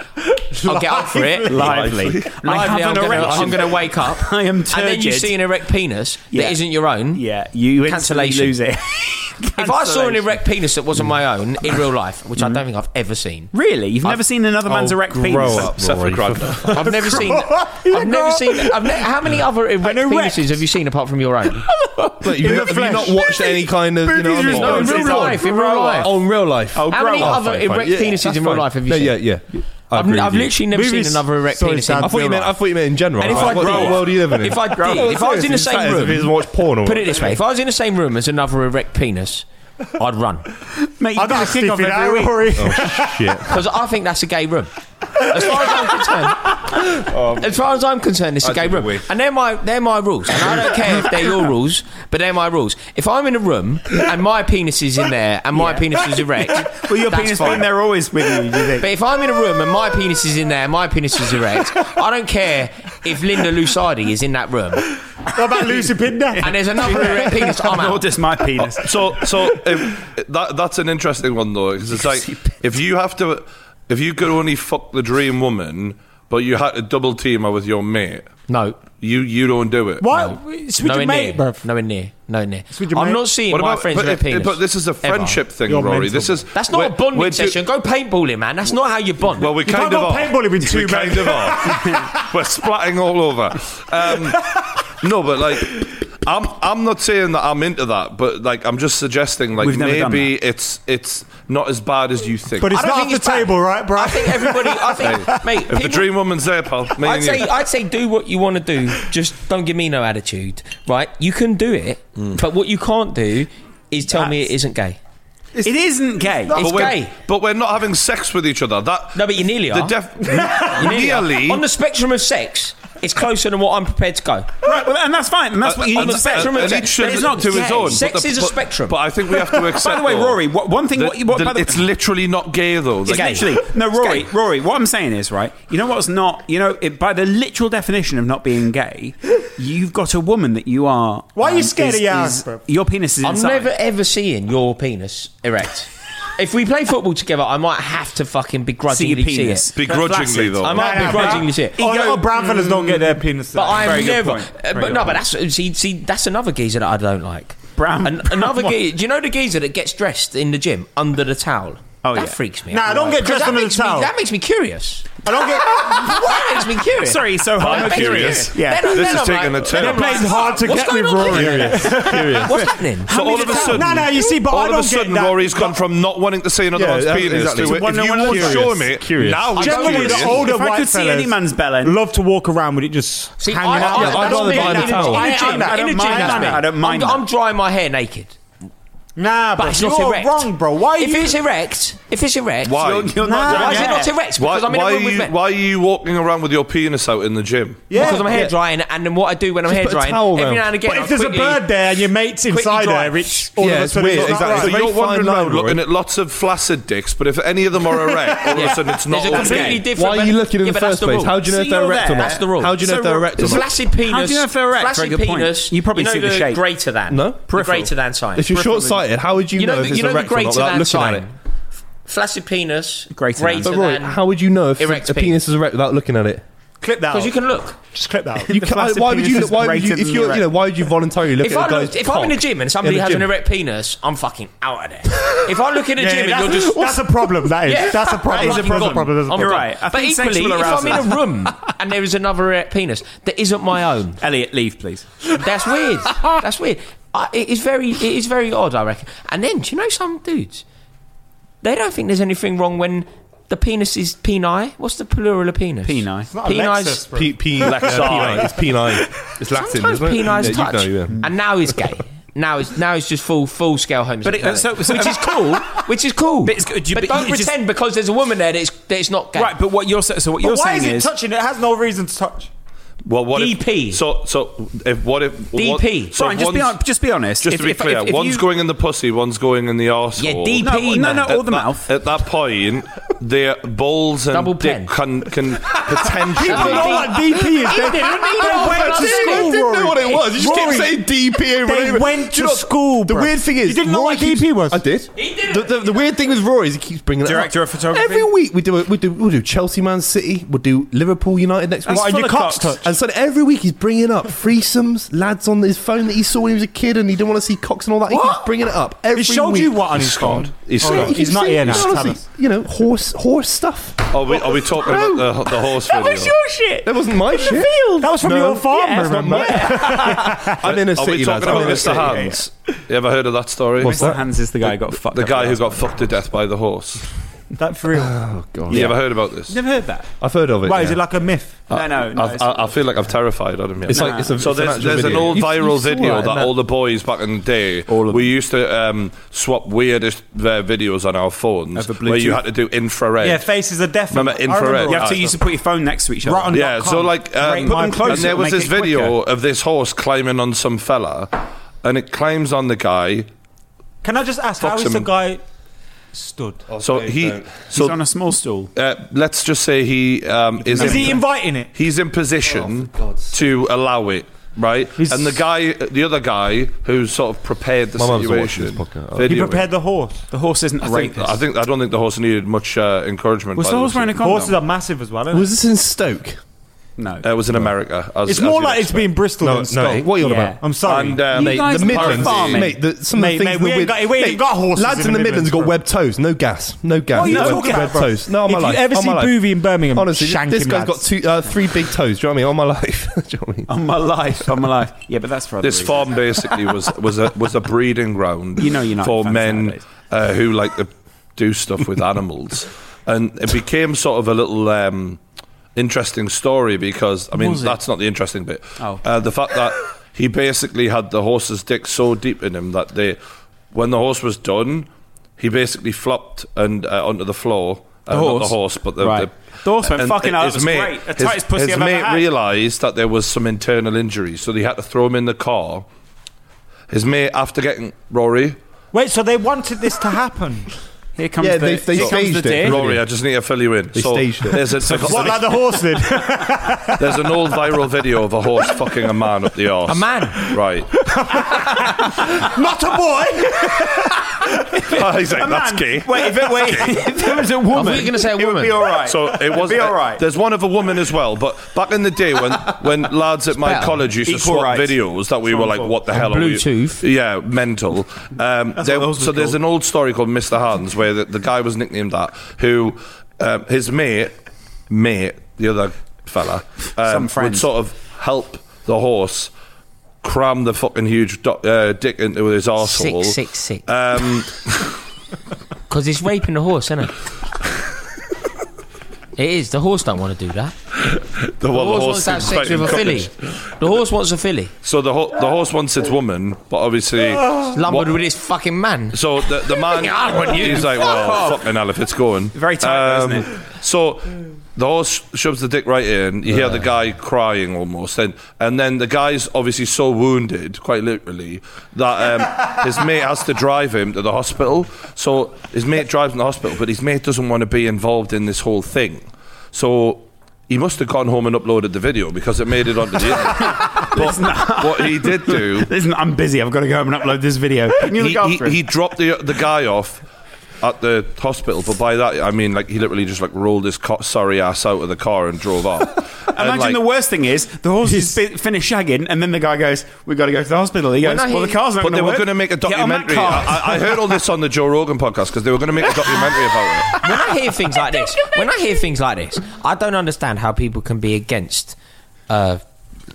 [SPEAKER 1] I'll get up for it.
[SPEAKER 3] lively. I
[SPEAKER 1] Lively,
[SPEAKER 3] have
[SPEAKER 1] I'm
[SPEAKER 3] an
[SPEAKER 1] gonna,
[SPEAKER 3] erection.
[SPEAKER 1] I'm going to wake up.
[SPEAKER 3] I am
[SPEAKER 1] And then you
[SPEAKER 3] turgid.
[SPEAKER 1] see an erect penis
[SPEAKER 3] Yeah.
[SPEAKER 1] that isn't your own.
[SPEAKER 3] Yeah, you instantly
[SPEAKER 1] Cancellation.
[SPEAKER 3] lose it.
[SPEAKER 1] If I saw an
[SPEAKER 3] Cancellation.
[SPEAKER 1] erect penis that wasn't my own in real life, which I don't think I've ever seen,
[SPEAKER 3] Really, you've never seen another
[SPEAKER 1] Oh,
[SPEAKER 3] man's erect
[SPEAKER 5] grow
[SPEAKER 3] penis.
[SPEAKER 5] up.
[SPEAKER 2] Except for
[SPEAKER 5] Rory.
[SPEAKER 2] Grandma.
[SPEAKER 1] I've never seen. I've never seen. I've ne- how many other erect,
[SPEAKER 6] erect.
[SPEAKER 1] penises have you seen apart from your own?
[SPEAKER 5] Like, you've, have you not watched any kind of you know
[SPEAKER 3] Boobies
[SPEAKER 5] what
[SPEAKER 1] No,
[SPEAKER 5] I
[SPEAKER 1] in
[SPEAKER 5] mean?
[SPEAKER 1] real life. In real life.
[SPEAKER 5] Oh, in real life. Oh,
[SPEAKER 1] How many other
[SPEAKER 5] fine, fine.
[SPEAKER 1] erect
[SPEAKER 5] Yeah,
[SPEAKER 1] penises in
[SPEAKER 5] that's
[SPEAKER 1] real
[SPEAKER 5] fine.
[SPEAKER 1] life have you
[SPEAKER 5] no,
[SPEAKER 1] seen?
[SPEAKER 5] Yeah, yeah. I
[SPEAKER 1] I've,
[SPEAKER 5] agree with
[SPEAKER 1] I've
[SPEAKER 5] you.
[SPEAKER 1] literally never
[SPEAKER 6] Movies-
[SPEAKER 1] seen another erect
[SPEAKER 6] sorry,
[SPEAKER 1] penis.
[SPEAKER 6] Sam.
[SPEAKER 1] in-
[SPEAKER 5] I thought you meant. I thought you meant in general.
[SPEAKER 1] And if
[SPEAKER 5] Like,
[SPEAKER 1] I
[SPEAKER 5] what
[SPEAKER 1] did-
[SPEAKER 5] the world are you living in?
[SPEAKER 1] if I did- if I was in the same
[SPEAKER 5] That is,
[SPEAKER 1] room-
[SPEAKER 5] if you watch porn or
[SPEAKER 1] Put it this way: if I was in the same room as another erect penis, I'd run
[SPEAKER 3] Mate, you
[SPEAKER 6] I've got
[SPEAKER 3] got
[SPEAKER 6] to
[SPEAKER 3] a kick
[SPEAKER 6] stick
[SPEAKER 3] off
[SPEAKER 6] it
[SPEAKER 3] every
[SPEAKER 6] out,
[SPEAKER 3] week.
[SPEAKER 6] Rory.
[SPEAKER 5] shit.
[SPEAKER 1] because I think that's a gay room. As far as I'm concerned, as far as I'm concerned, it's a
[SPEAKER 5] Um, I
[SPEAKER 1] gay
[SPEAKER 5] think
[SPEAKER 1] room,
[SPEAKER 5] we-
[SPEAKER 1] and they're my they're my rules, and I don't care if they're your rules, but they're my rules. If I'm in a room and my penis is in there and my penis is erect,
[SPEAKER 3] Well, your
[SPEAKER 1] that's
[SPEAKER 3] penis
[SPEAKER 1] fine.
[SPEAKER 3] being there always with you, do you think?
[SPEAKER 1] But if I'm in a room and my penis is in there, and my penis is erect. I don't care if Linda Lusardi is in that room,
[SPEAKER 6] What about Lucy Pinder?
[SPEAKER 1] and there's another erect penis. I'm
[SPEAKER 3] Nor
[SPEAKER 1] out.
[SPEAKER 3] does my penis.
[SPEAKER 2] So, so if, that that's an interesting one though, because it's like if you have to, if you could only fuck the dream woman, but you had to double team her with your mate,
[SPEAKER 1] No,
[SPEAKER 2] you you don't do it.
[SPEAKER 6] What? Switch
[SPEAKER 1] nowhere
[SPEAKER 6] your mate,
[SPEAKER 1] near,
[SPEAKER 6] bruv.
[SPEAKER 1] nowhere near, nowhere near.
[SPEAKER 6] with your
[SPEAKER 1] I'm
[SPEAKER 6] mate.
[SPEAKER 1] not seeing
[SPEAKER 2] What
[SPEAKER 1] my
[SPEAKER 2] about?
[SPEAKER 1] friends
[SPEAKER 2] But,
[SPEAKER 1] erect
[SPEAKER 2] if-
[SPEAKER 1] penis.
[SPEAKER 2] but this is a
[SPEAKER 1] ever.
[SPEAKER 2] friendship thing,
[SPEAKER 6] You're
[SPEAKER 2] Rory.
[SPEAKER 6] mental,
[SPEAKER 2] This is
[SPEAKER 1] That's not
[SPEAKER 2] we're-
[SPEAKER 1] a bonding
[SPEAKER 2] we're do-
[SPEAKER 1] session. Go paintballing, man. That's not how you bond.
[SPEAKER 2] Well, we
[SPEAKER 6] You
[SPEAKER 2] kind
[SPEAKER 6] can't
[SPEAKER 2] of
[SPEAKER 6] go
[SPEAKER 2] are.
[SPEAKER 6] paintballing with
[SPEAKER 2] we
[SPEAKER 6] two
[SPEAKER 2] kind
[SPEAKER 6] men.
[SPEAKER 2] of are. We're splatting all over. Um, no, but like, I'm I'm not saying that I'm into that, but like, I'm just suggesting like
[SPEAKER 3] We've never done
[SPEAKER 2] maybe it's it's not as bad as you think.
[SPEAKER 6] But
[SPEAKER 1] I
[SPEAKER 6] it's
[SPEAKER 1] don't
[SPEAKER 6] not off
[SPEAKER 1] think
[SPEAKER 6] the
[SPEAKER 1] it's bad.
[SPEAKER 6] table, right, bro?
[SPEAKER 1] I think everybody. I think, mate.
[SPEAKER 2] if the
[SPEAKER 1] people-
[SPEAKER 2] dream woman's there, pal, me
[SPEAKER 1] I'd
[SPEAKER 2] and you.
[SPEAKER 1] say, I'd say, do what you want to do. Just don't give me no attitude, right? You can do it,
[SPEAKER 2] Mm.
[SPEAKER 1] but what you can't do is tell me it isn't gay.
[SPEAKER 3] It isn't gay.
[SPEAKER 1] It's
[SPEAKER 2] but we're,
[SPEAKER 1] gay.
[SPEAKER 2] But we're not having sex with each other. That
[SPEAKER 1] No, but you nearly
[SPEAKER 2] the
[SPEAKER 1] are.
[SPEAKER 2] def-
[SPEAKER 1] You nearly are.
[SPEAKER 2] nearly.
[SPEAKER 1] on the spectrum of sex, it's closer than what I'm prepared to go.
[SPEAKER 3] Right, well, and that's fine. And that's what you
[SPEAKER 2] Uh,
[SPEAKER 3] need
[SPEAKER 2] and-
[SPEAKER 3] to say.
[SPEAKER 1] spectrum of
[SPEAKER 2] and
[SPEAKER 1] sex.
[SPEAKER 2] each should-
[SPEAKER 1] But
[SPEAKER 3] it's not
[SPEAKER 2] to his
[SPEAKER 1] gay.
[SPEAKER 2] own. but
[SPEAKER 1] Sex
[SPEAKER 2] the-
[SPEAKER 1] is a
[SPEAKER 2] but-
[SPEAKER 1] spectrum.
[SPEAKER 2] But I think we have to accept.
[SPEAKER 3] By the way,
[SPEAKER 2] though,
[SPEAKER 3] Rory, what, one thing.
[SPEAKER 2] that
[SPEAKER 3] what, you- what,
[SPEAKER 2] the-
[SPEAKER 3] by the-
[SPEAKER 2] it's literally not gay though. Like,
[SPEAKER 1] gay.
[SPEAKER 3] Actually, no,
[SPEAKER 1] It's
[SPEAKER 3] Rory,
[SPEAKER 1] gay.
[SPEAKER 3] Rory. What I'm saying is, right? You know what's not? You know, it, by the literal definition of not being gay, you've got a woman that you are. um,
[SPEAKER 6] Why are you scared
[SPEAKER 3] is-
[SPEAKER 6] of yours,
[SPEAKER 3] is-
[SPEAKER 6] bro?
[SPEAKER 3] Your penis is
[SPEAKER 1] I'm
[SPEAKER 3] inside.
[SPEAKER 1] never ever seeing your penis erect. if we play football together, I might have to fucking
[SPEAKER 3] see your
[SPEAKER 1] begrudgingly see,
[SPEAKER 3] penis.
[SPEAKER 1] it.
[SPEAKER 2] Begrudgingly though.
[SPEAKER 1] I might begrudgingly see it.
[SPEAKER 6] Oh, no, Brownfellas don't get their penis.
[SPEAKER 1] But
[SPEAKER 6] out.
[SPEAKER 1] I've
[SPEAKER 3] good
[SPEAKER 1] never.
[SPEAKER 3] point.
[SPEAKER 1] uh,
[SPEAKER 3] Very
[SPEAKER 1] but
[SPEAKER 3] good
[SPEAKER 1] no,
[SPEAKER 3] point.
[SPEAKER 1] but that's see, see, that's another geezer that I don't like.
[SPEAKER 3] Brown-
[SPEAKER 1] An- another
[SPEAKER 3] Brown-
[SPEAKER 1] geezer. Do you know the geezer that gets dressed in the gym under the towel?
[SPEAKER 3] Oh,
[SPEAKER 1] that
[SPEAKER 3] yeah.
[SPEAKER 1] freaks me.
[SPEAKER 8] Nah,
[SPEAKER 1] out.
[SPEAKER 8] don't get
[SPEAKER 1] 'Cause
[SPEAKER 8] dressed
[SPEAKER 1] that
[SPEAKER 8] under the
[SPEAKER 1] makes me-
[SPEAKER 8] towel.
[SPEAKER 1] That makes me curious.
[SPEAKER 8] I don't get.
[SPEAKER 1] that makes me curious.
[SPEAKER 3] Sorry, so hard.
[SPEAKER 2] I'm
[SPEAKER 1] That makes me
[SPEAKER 2] curious.
[SPEAKER 3] Yeah.
[SPEAKER 1] Then-
[SPEAKER 2] This
[SPEAKER 1] then
[SPEAKER 2] is
[SPEAKER 1] I'm
[SPEAKER 2] taking
[SPEAKER 1] like,
[SPEAKER 2] a turn.
[SPEAKER 1] then I'm
[SPEAKER 2] They're
[SPEAKER 1] like,
[SPEAKER 8] playing hard to
[SPEAKER 1] what's
[SPEAKER 8] get
[SPEAKER 1] going
[SPEAKER 8] with
[SPEAKER 1] on
[SPEAKER 8] Rory.
[SPEAKER 1] here?
[SPEAKER 5] Curious. Curious.
[SPEAKER 1] What's happening?
[SPEAKER 2] So all of a sudden,
[SPEAKER 6] No, no, you see, but
[SPEAKER 2] all
[SPEAKER 6] I
[SPEAKER 2] of
[SPEAKER 6] don't
[SPEAKER 2] a sudden,
[SPEAKER 6] get that.
[SPEAKER 2] Rory's gone from not wanting to see another
[SPEAKER 5] Yeah,
[SPEAKER 2] one's
[SPEAKER 5] that-
[SPEAKER 2] penis
[SPEAKER 5] exactly.
[SPEAKER 2] to
[SPEAKER 5] So
[SPEAKER 2] it.
[SPEAKER 5] one
[SPEAKER 2] If you
[SPEAKER 5] no
[SPEAKER 2] won't
[SPEAKER 5] one's
[SPEAKER 2] show
[SPEAKER 5] curious.
[SPEAKER 2] me,
[SPEAKER 5] Curious.
[SPEAKER 2] now I'm
[SPEAKER 6] Generally,
[SPEAKER 2] curious.
[SPEAKER 6] the older
[SPEAKER 3] If
[SPEAKER 6] white
[SPEAKER 3] I could see
[SPEAKER 6] fellas
[SPEAKER 3] any man's bellend,
[SPEAKER 6] love to walk around with it just
[SPEAKER 1] See,
[SPEAKER 6] hanging
[SPEAKER 1] I,
[SPEAKER 6] out.
[SPEAKER 1] I,
[SPEAKER 5] Yeah, I'd
[SPEAKER 1] that's
[SPEAKER 5] rather
[SPEAKER 1] me.
[SPEAKER 5] buy the
[SPEAKER 1] In a-
[SPEAKER 5] towel.
[SPEAKER 1] in a
[SPEAKER 3] I
[SPEAKER 1] gym,
[SPEAKER 3] don't-
[SPEAKER 1] in
[SPEAKER 3] I
[SPEAKER 1] a
[SPEAKER 3] don't
[SPEAKER 1] gym,
[SPEAKER 3] mind
[SPEAKER 1] that's
[SPEAKER 3] that.
[SPEAKER 1] me.
[SPEAKER 3] I don't mind
[SPEAKER 1] I'm,
[SPEAKER 3] that.
[SPEAKER 1] I'm drying my hair naked,
[SPEAKER 6] nah,
[SPEAKER 1] but
[SPEAKER 6] bro,
[SPEAKER 1] it's
[SPEAKER 6] you're
[SPEAKER 1] not erect.
[SPEAKER 6] wrong, bro. Why?
[SPEAKER 1] If
[SPEAKER 6] you,
[SPEAKER 1] it's erect, if it's erect,
[SPEAKER 2] Why?
[SPEAKER 1] you're- you're
[SPEAKER 3] Nah.
[SPEAKER 1] not- why is it
[SPEAKER 3] Yeah.
[SPEAKER 1] not erect?
[SPEAKER 2] Why,
[SPEAKER 1] Because I'm in a
[SPEAKER 2] why,
[SPEAKER 1] room
[SPEAKER 2] are
[SPEAKER 1] with
[SPEAKER 2] you,
[SPEAKER 1] men.
[SPEAKER 2] why are you walking around with your penis out in the gym?
[SPEAKER 1] Because I'm hair drying, and then what I do when I'm hair
[SPEAKER 5] put a
[SPEAKER 1] drying,
[SPEAKER 5] towel
[SPEAKER 1] every
[SPEAKER 5] round.
[SPEAKER 1] now and again,
[SPEAKER 6] but
[SPEAKER 1] I'll
[SPEAKER 6] if there's
[SPEAKER 1] quickly,
[SPEAKER 6] a bird there and your mate's inside
[SPEAKER 1] dry.
[SPEAKER 6] there, it's all
[SPEAKER 5] Yeah,
[SPEAKER 6] of a
[SPEAKER 5] it's
[SPEAKER 6] sudden
[SPEAKER 5] weird,
[SPEAKER 6] not
[SPEAKER 5] exactly.
[SPEAKER 6] right.
[SPEAKER 2] So
[SPEAKER 5] It's a very
[SPEAKER 2] you're wandering
[SPEAKER 5] fine
[SPEAKER 2] around
[SPEAKER 5] line, Rory.
[SPEAKER 2] looking at lots of flaccid dicks, but if any of them are erect, all of a sudden it's not
[SPEAKER 1] There's a
[SPEAKER 2] okay.
[SPEAKER 1] completely different.
[SPEAKER 5] Why are you looking in
[SPEAKER 1] Yeah,
[SPEAKER 5] the
[SPEAKER 1] but that's
[SPEAKER 5] first place?
[SPEAKER 1] rule.
[SPEAKER 5] How do you know
[SPEAKER 3] So
[SPEAKER 5] if they're
[SPEAKER 3] you're
[SPEAKER 5] erect
[SPEAKER 3] there.
[SPEAKER 5] or not?
[SPEAKER 1] That's the rule.
[SPEAKER 5] How do you know
[SPEAKER 3] So
[SPEAKER 5] if they're
[SPEAKER 3] ro-
[SPEAKER 5] erect or
[SPEAKER 1] It's
[SPEAKER 5] not?
[SPEAKER 1] flaccid penis.
[SPEAKER 3] How do you know if they're erect?
[SPEAKER 1] Flaccid
[SPEAKER 3] Very good point.
[SPEAKER 1] penis.
[SPEAKER 3] You probably
[SPEAKER 1] know
[SPEAKER 3] see the shape.
[SPEAKER 1] Greater than.
[SPEAKER 5] No?
[SPEAKER 1] The
[SPEAKER 5] Peripheral.
[SPEAKER 1] greater than sign.
[SPEAKER 5] If you're short sighted, how would you,
[SPEAKER 1] You know,
[SPEAKER 5] know,
[SPEAKER 1] the-
[SPEAKER 5] if it's
[SPEAKER 1] you know the
[SPEAKER 5] erect or not
[SPEAKER 1] greater
[SPEAKER 5] without
[SPEAKER 1] than
[SPEAKER 5] looking
[SPEAKER 1] sign.
[SPEAKER 5] at it?
[SPEAKER 1] Flaccid penis.
[SPEAKER 3] Greater
[SPEAKER 1] Greater,
[SPEAKER 3] than.
[SPEAKER 5] But Roy,
[SPEAKER 1] than.
[SPEAKER 5] how would you know if
[SPEAKER 1] erect
[SPEAKER 5] a penis is erect without looking at it?
[SPEAKER 6] Clip that.
[SPEAKER 1] Because you can look.
[SPEAKER 6] just clip that.
[SPEAKER 5] You
[SPEAKER 3] The
[SPEAKER 5] can,
[SPEAKER 3] flaccid
[SPEAKER 5] why would you?
[SPEAKER 3] penis is
[SPEAKER 5] Why would you?
[SPEAKER 3] greater
[SPEAKER 5] If
[SPEAKER 3] than
[SPEAKER 5] you,
[SPEAKER 3] the
[SPEAKER 5] you know, why would you voluntarily look
[SPEAKER 1] If,
[SPEAKER 5] at
[SPEAKER 1] I
[SPEAKER 5] a guy's
[SPEAKER 1] looked, if I'm in a
[SPEAKER 5] cock
[SPEAKER 1] gym and somebody
[SPEAKER 5] the
[SPEAKER 1] has an
[SPEAKER 5] gym?
[SPEAKER 1] erect penis, I'm fucking out of there. if I look in a gym and
[SPEAKER 6] that's,
[SPEAKER 1] you're just
[SPEAKER 6] that's a problem. That is.
[SPEAKER 1] Yeah.
[SPEAKER 6] That's a problem.
[SPEAKER 1] I'm
[SPEAKER 6] That's a
[SPEAKER 1] fucking
[SPEAKER 6] problem.
[SPEAKER 1] gone.
[SPEAKER 6] problem. That's a
[SPEAKER 1] I'm
[SPEAKER 3] You're
[SPEAKER 1] gone.
[SPEAKER 6] problem.
[SPEAKER 3] right. I
[SPEAKER 1] But
[SPEAKER 3] think
[SPEAKER 1] equally,
[SPEAKER 3] sexual
[SPEAKER 1] if I'm
[SPEAKER 3] arousal-
[SPEAKER 1] in a room and there is another erect penis that isn't my own,
[SPEAKER 3] Elliot, leave, please.
[SPEAKER 1] That's weird. That's weird. I, it is very, it is very odd, I reckon. And then, do you know some dudes? They don't think there's anything wrong when the penis is peni. What's the plural of penis?
[SPEAKER 3] Peni. It's
[SPEAKER 6] not
[SPEAKER 1] Peni's-
[SPEAKER 6] Alexis, bro.
[SPEAKER 5] P P yeah, peni. It's peni. It's Latin.
[SPEAKER 1] Sometimes
[SPEAKER 5] isn't it?
[SPEAKER 1] peni's
[SPEAKER 5] Yeah, you
[SPEAKER 1] touch.
[SPEAKER 5] know, yeah.
[SPEAKER 1] And now he's gay. Now it's now it's just full full scale homosexuality,
[SPEAKER 3] But it- uh, so- so- um,
[SPEAKER 1] which is cool, which is cool.
[SPEAKER 3] But it's good, you-
[SPEAKER 1] But
[SPEAKER 3] but
[SPEAKER 1] don't
[SPEAKER 3] you just-
[SPEAKER 1] pretend because there's a woman there that it's, that it's not gay.
[SPEAKER 3] Right, but what you're sa- so what you're
[SPEAKER 6] But why
[SPEAKER 3] saying
[SPEAKER 6] is it
[SPEAKER 3] is
[SPEAKER 6] touching? It has no reason to touch.
[SPEAKER 2] Well, what
[SPEAKER 1] DP.
[SPEAKER 2] If, so, so if what if what-
[SPEAKER 1] DP.
[SPEAKER 2] so
[SPEAKER 3] Brian,
[SPEAKER 2] if
[SPEAKER 3] just be
[SPEAKER 2] one's-
[SPEAKER 3] hon- just be honest.
[SPEAKER 2] Just
[SPEAKER 3] If-
[SPEAKER 2] to be
[SPEAKER 3] if-
[SPEAKER 2] clear,
[SPEAKER 3] if- if
[SPEAKER 2] one's
[SPEAKER 3] you-
[SPEAKER 2] going in the pussy, one's going in the arsehole.
[SPEAKER 1] Yeah, DP.
[SPEAKER 3] No, no,
[SPEAKER 1] man.
[SPEAKER 3] no, or the
[SPEAKER 2] That-
[SPEAKER 3] mouth.
[SPEAKER 2] At that point, their balls and
[SPEAKER 1] Double
[SPEAKER 2] dick
[SPEAKER 1] pen.
[SPEAKER 2] can, can potentially.
[SPEAKER 1] Double
[SPEAKER 6] know
[SPEAKER 1] pen.
[SPEAKER 6] what DP is?
[SPEAKER 1] They didn't even
[SPEAKER 6] They
[SPEAKER 1] know
[SPEAKER 6] went
[SPEAKER 1] what
[SPEAKER 6] to
[SPEAKER 1] I did.
[SPEAKER 6] school,
[SPEAKER 5] I didn't know
[SPEAKER 6] Rory.
[SPEAKER 5] what it was. You just
[SPEAKER 6] Rory.
[SPEAKER 5] kept saying DP over
[SPEAKER 6] They
[SPEAKER 5] and over.
[SPEAKER 6] went
[SPEAKER 5] Do you
[SPEAKER 6] to
[SPEAKER 5] know-
[SPEAKER 6] school,
[SPEAKER 5] The
[SPEAKER 6] bro.
[SPEAKER 5] weird thing is,
[SPEAKER 6] You didn't know
[SPEAKER 5] Roy
[SPEAKER 6] what
[SPEAKER 5] keeps-
[SPEAKER 6] DP was?
[SPEAKER 5] I did. The, the, the weird thing with Rory is he keeps bringing it
[SPEAKER 3] Director of
[SPEAKER 5] up.
[SPEAKER 3] photography.
[SPEAKER 5] Every week we do it. We do we'll do Chelsea, Man City. We'll do Liverpool United next week.
[SPEAKER 3] Why, and
[SPEAKER 5] Full
[SPEAKER 3] your
[SPEAKER 5] of
[SPEAKER 3] cock's touched.
[SPEAKER 5] And so every week he's bringing up threesomes, lads on his phone that he saw when he was a kid, and he didn't want to see cocks and all that. He keeps bringing it up every
[SPEAKER 6] He showed
[SPEAKER 5] week.
[SPEAKER 6] you what on his phone.
[SPEAKER 2] He's
[SPEAKER 5] Yeah,
[SPEAKER 2] Scott.
[SPEAKER 5] you
[SPEAKER 6] He's
[SPEAKER 5] can
[SPEAKER 6] not
[SPEAKER 5] see-
[SPEAKER 6] here now,
[SPEAKER 5] honestly,
[SPEAKER 6] tell us.
[SPEAKER 5] You know, horse horse stuff.
[SPEAKER 2] Are we, are we talking about the, the horse video?
[SPEAKER 5] shit. That wasn't my shit.
[SPEAKER 6] That was from
[SPEAKER 5] No.
[SPEAKER 6] your farm,
[SPEAKER 5] Yeah, it's not
[SPEAKER 6] remember?
[SPEAKER 5] I'm in a
[SPEAKER 2] Are
[SPEAKER 5] city.
[SPEAKER 2] we talking
[SPEAKER 5] lads, I'm
[SPEAKER 2] about
[SPEAKER 5] in a
[SPEAKER 2] Mr.
[SPEAKER 5] city.
[SPEAKER 2] Hands? You ever heard of that story?
[SPEAKER 5] What's
[SPEAKER 3] Mr.
[SPEAKER 5] that?
[SPEAKER 3] Hans is the guy who got fucked.
[SPEAKER 2] The
[SPEAKER 3] up
[SPEAKER 2] guy who
[SPEAKER 3] last
[SPEAKER 2] got fucked to death by the horse.
[SPEAKER 6] That for real?
[SPEAKER 2] You ever heard about this?
[SPEAKER 3] Never heard that.
[SPEAKER 5] I've heard of it.
[SPEAKER 6] Why is
[SPEAKER 5] yeah.
[SPEAKER 6] it like a myth?
[SPEAKER 3] No, no, no.
[SPEAKER 2] I've, I, I feel like I've terrified Adam.
[SPEAKER 5] It's like it's a,
[SPEAKER 2] So
[SPEAKER 5] it's an
[SPEAKER 2] there's,
[SPEAKER 5] actual
[SPEAKER 2] there's an
[SPEAKER 5] video.
[SPEAKER 2] old
[SPEAKER 5] You-
[SPEAKER 2] viral
[SPEAKER 5] you saw
[SPEAKER 2] video
[SPEAKER 5] in
[SPEAKER 2] that, all the boys back in the day
[SPEAKER 3] All of
[SPEAKER 2] we used to um, swap weirdest uh, videos on our phones
[SPEAKER 3] Over
[SPEAKER 2] where you
[SPEAKER 3] Bluetooth.
[SPEAKER 2] had to do infrared.
[SPEAKER 6] Yeah, faces are deaf.
[SPEAKER 2] Remember
[SPEAKER 6] I remember
[SPEAKER 2] infrared?
[SPEAKER 6] all
[SPEAKER 3] you have
[SPEAKER 6] that.
[SPEAKER 3] to you used to put your phone next to each other.
[SPEAKER 6] Right on the-
[SPEAKER 2] Yeah,
[SPEAKER 6] dot
[SPEAKER 2] so
[SPEAKER 6] com.
[SPEAKER 2] like,
[SPEAKER 6] Rate
[SPEAKER 2] um,
[SPEAKER 6] my
[SPEAKER 3] Put them
[SPEAKER 2] and
[SPEAKER 3] closer,
[SPEAKER 2] there was
[SPEAKER 3] make
[SPEAKER 2] this
[SPEAKER 3] it
[SPEAKER 2] video of this horse climbing on some fella, and it climbs on the guy.
[SPEAKER 6] Can I just ask, how
[SPEAKER 2] Fox
[SPEAKER 6] is the
[SPEAKER 2] him.
[SPEAKER 6] guy stood?
[SPEAKER 2] So he,
[SPEAKER 3] He's
[SPEAKER 2] so
[SPEAKER 3] on a small stool.
[SPEAKER 2] uh, let's just say he um, is.
[SPEAKER 6] Is
[SPEAKER 2] in-
[SPEAKER 6] he inviting it?
[SPEAKER 2] he's in position to allow it, right? and the guy, the other guy who sort of prepared the
[SPEAKER 5] My mum's
[SPEAKER 2] situation,
[SPEAKER 5] watching this podcast.
[SPEAKER 6] He
[SPEAKER 2] video
[SPEAKER 6] prepared the horse.
[SPEAKER 3] The horse isn't a
[SPEAKER 2] I think,
[SPEAKER 3] rapist.
[SPEAKER 2] I think I don't think the horse needed much uh, encouragement.
[SPEAKER 3] was
[SPEAKER 2] by
[SPEAKER 3] the horse
[SPEAKER 2] those
[SPEAKER 3] wearing a
[SPEAKER 2] two.
[SPEAKER 3] condom?
[SPEAKER 6] Horses are massive as well, aren't
[SPEAKER 5] Was
[SPEAKER 6] they?
[SPEAKER 5] this in Stoke?
[SPEAKER 3] no.
[SPEAKER 2] Uh, it was in America. As,
[SPEAKER 6] It's
[SPEAKER 2] as
[SPEAKER 6] more
[SPEAKER 2] you'd
[SPEAKER 6] like it's
[SPEAKER 2] expect.
[SPEAKER 6] been Bristol
[SPEAKER 5] No,
[SPEAKER 6] than Scotland.
[SPEAKER 5] no. What are you on
[SPEAKER 3] Yeah.
[SPEAKER 5] about?
[SPEAKER 6] I'm sorry.
[SPEAKER 2] And um,
[SPEAKER 5] Mate,
[SPEAKER 3] guys
[SPEAKER 5] the
[SPEAKER 3] are
[SPEAKER 5] Midlands,
[SPEAKER 3] farming.
[SPEAKER 5] mate. The, some
[SPEAKER 6] Mate,
[SPEAKER 5] of the
[SPEAKER 6] mate,
[SPEAKER 5] things
[SPEAKER 6] we
[SPEAKER 5] that
[SPEAKER 6] ain't got- we ain't got horses
[SPEAKER 5] Lads
[SPEAKER 6] in
[SPEAKER 5] in,
[SPEAKER 6] the
[SPEAKER 5] the Midlands
[SPEAKER 6] Midlands,
[SPEAKER 5] got
[SPEAKER 6] bro.
[SPEAKER 5] web toes, no gas, no gas.
[SPEAKER 6] What are you
[SPEAKER 5] no web-
[SPEAKER 6] talking
[SPEAKER 5] web
[SPEAKER 6] about, bro?
[SPEAKER 5] toes. No, on
[SPEAKER 6] If
[SPEAKER 5] my
[SPEAKER 6] you
[SPEAKER 5] life.
[SPEAKER 6] ever
[SPEAKER 5] on my
[SPEAKER 6] see
[SPEAKER 5] life.
[SPEAKER 6] Boovie in Birmingham,
[SPEAKER 5] honestly,
[SPEAKER 6] shanking
[SPEAKER 5] this guy's got
[SPEAKER 6] lads.
[SPEAKER 5] two, uh, three big toes. Do you know what I mean? On my life. Do you know what I mean?
[SPEAKER 3] on my life, on my life. Yeah, but that's for other
[SPEAKER 2] this
[SPEAKER 3] reasons.
[SPEAKER 2] farm basically was was a was a breeding ground.
[SPEAKER 3] You know United
[SPEAKER 2] for
[SPEAKER 3] fans
[SPEAKER 2] men
[SPEAKER 3] nowadays.
[SPEAKER 2] uh, who like to do stuff with animals, and it became sort of a little. Um, Interesting story because I mean
[SPEAKER 3] Was it?
[SPEAKER 2] that's not the interesting bit.
[SPEAKER 3] Oh.
[SPEAKER 2] Uh, the fact that he basically had the horse's dick so deep in him that they, when the horse was done, he basically flopped and uh, onto the floor. The
[SPEAKER 3] horse?
[SPEAKER 2] the horse, but the,
[SPEAKER 3] Right. The horse went, "Fucking hell, that was great. The tightest pussy
[SPEAKER 2] his
[SPEAKER 3] I've ever
[SPEAKER 2] mate
[SPEAKER 3] had."
[SPEAKER 2] realised that there was some internal injury, so they had to throw him in the car. His mate, after getting Rory,
[SPEAKER 6] Wait, so they wanted this to happen?
[SPEAKER 3] Here comes
[SPEAKER 5] Yeah,
[SPEAKER 3] the,
[SPEAKER 5] they- they
[SPEAKER 3] here comes
[SPEAKER 5] staged
[SPEAKER 3] the
[SPEAKER 5] it.
[SPEAKER 3] dick.
[SPEAKER 5] Rob-
[SPEAKER 2] Rory, I just need to fill you in.
[SPEAKER 5] They staged it.
[SPEAKER 2] There's, a,
[SPEAKER 6] What, like the horse did?
[SPEAKER 2] there's an old viral video of a horse fucking a man up the arse.
[SPEAKER 1] A man.
[SPEAKER 2] Right.
[SPEAKER 4] Not a boy.
[SPEAKER 2] Oh, he's like,
[SPEAKER 3] A
[SPEAKER 2] that's
[SPEAKER 3] man-
[SPEAKER 2] gay.
[SPEAKER 3] Wait, if it, wait, if it was a
[SPEAKER 1] I thought
[SPEAKER 3] woman,
[SPEAKER 1] you were going to say a
[SPEAKER 3] it would
[SPEAKER 1] woman.
[SPEAKER 3] be all right.
[SPEAKER 2] So it was.
[SPEAKER 3] be all right.
[SPEAKER 2] There's one of a woman as well, but back in the day when, when lads at my
[SPEAKER 1] better.
[SPEAKER 2] college used to
[SPEAKER 3] Equal
[SPEAKER 2] swap
[SPEAKER 3] rights.
[SPEAKER 2] videos that we were like, what the hell? are we-
[SPEAKER 1] Bluetooth.
[SPEAKER 2] Yeah, mental. Um, there-
[SPEAKER 4] those were
[SPEAKER 2] so there's
[SPEAKER 4] called.
[SPEAKER 2] an old story called Mr. Hans where the, the guy was nicknamed that. Who um, his mate, mate, the other fella,
[SPEAKER 3] Some
[SPEAKER 2] um, would
[SPEAKER 3] friend.
[SPEAKER 2] sort of help the horse. Cram the fucking huge do- uh, dick into his arsehole.
[SPEAKER 1] Six, six, six.
[SPEAKER 2] Um,
[SPEAKER 1] Because it's raping the horse, isn't it? it is. The horse don't want to do that.
[SPEAKER 2] the,
[SPEAKER 1] The
[SPEAKER 2] well,
[SPEAKER 1] horse, wants to have
[SPEAKER 2] is
[SPEAKER 1] sex
[SPEAKER 2] quite
[SPEAKER 1] with a filly.
[SPEAKER 2] encouraged.
[SPEAKER 1] The horse wants a filly.
[SPEAKER 2] So the ho- the horse wants its woman, but obviously
[SPEAKER 3] Ah.
[SPEAKER 1] Lumbered with his fucking man.
[SPEAKER 2] So the, the man,
[SPEAKER 1] I want you.
[SPEAKER 2] he's like, well, fucking hell, if it's going. Um,
[SPEAKER 3] Very tight, though, isn't
[SPEAKER 2] So the horse shoves the dick right in. You hear the guy crying almost. And, and then the guy's obviously so wounded, quite literally, that um, his mate has to drive him to the hospital. So his mate drives him to the hospital, but his mate doesn't want to be involved in this whole thing. So he must have gone home and uploaded the video because it made it onto the internet. But what he did do
[SPEAKER 3] Listen, I'm busy. I've got to go home and upload this video. Can you look
[SPEAKER 2] he,
[SPEAKER 3] after
[SPEAKER 2] he,
[SPEAKER 3] him?
[SPEAKER 2] he dropped the the guy off at the hospital, but by that I mean like he literally just like rolled his co- sorry ass out of the car and drove off.
[SPEAKER 3] Imagine the worst thing is the horse is fi- finished shagging, and then the guy goes, "We've got to go to the hospital." He goes,
[SPEAKER 1] no,
[SPEAKER 3] "Well,
[SPEAKER 1] he-
[SPEAKER 3] the car's not
[SPEAKER 2] But
[SPEAKER 3] going
[SPEAKER 2] they
[SPEAKER 3] to
[SPEAKER 2] were
[SPEAKER 3] work."
[SPEAKER 2] going to make a
[SPEAKER 3] Get on that
[SPEAKER 2] documentary.
[SPEAKER 3] car.
[SPEAKER 2] I, I- I heard all this on the Joe Rogan podcast because they were going to make a documentary about it.
[SPEAKER 1] when I hear things like this, when I hear things like this, I don't understand how people can be against uh,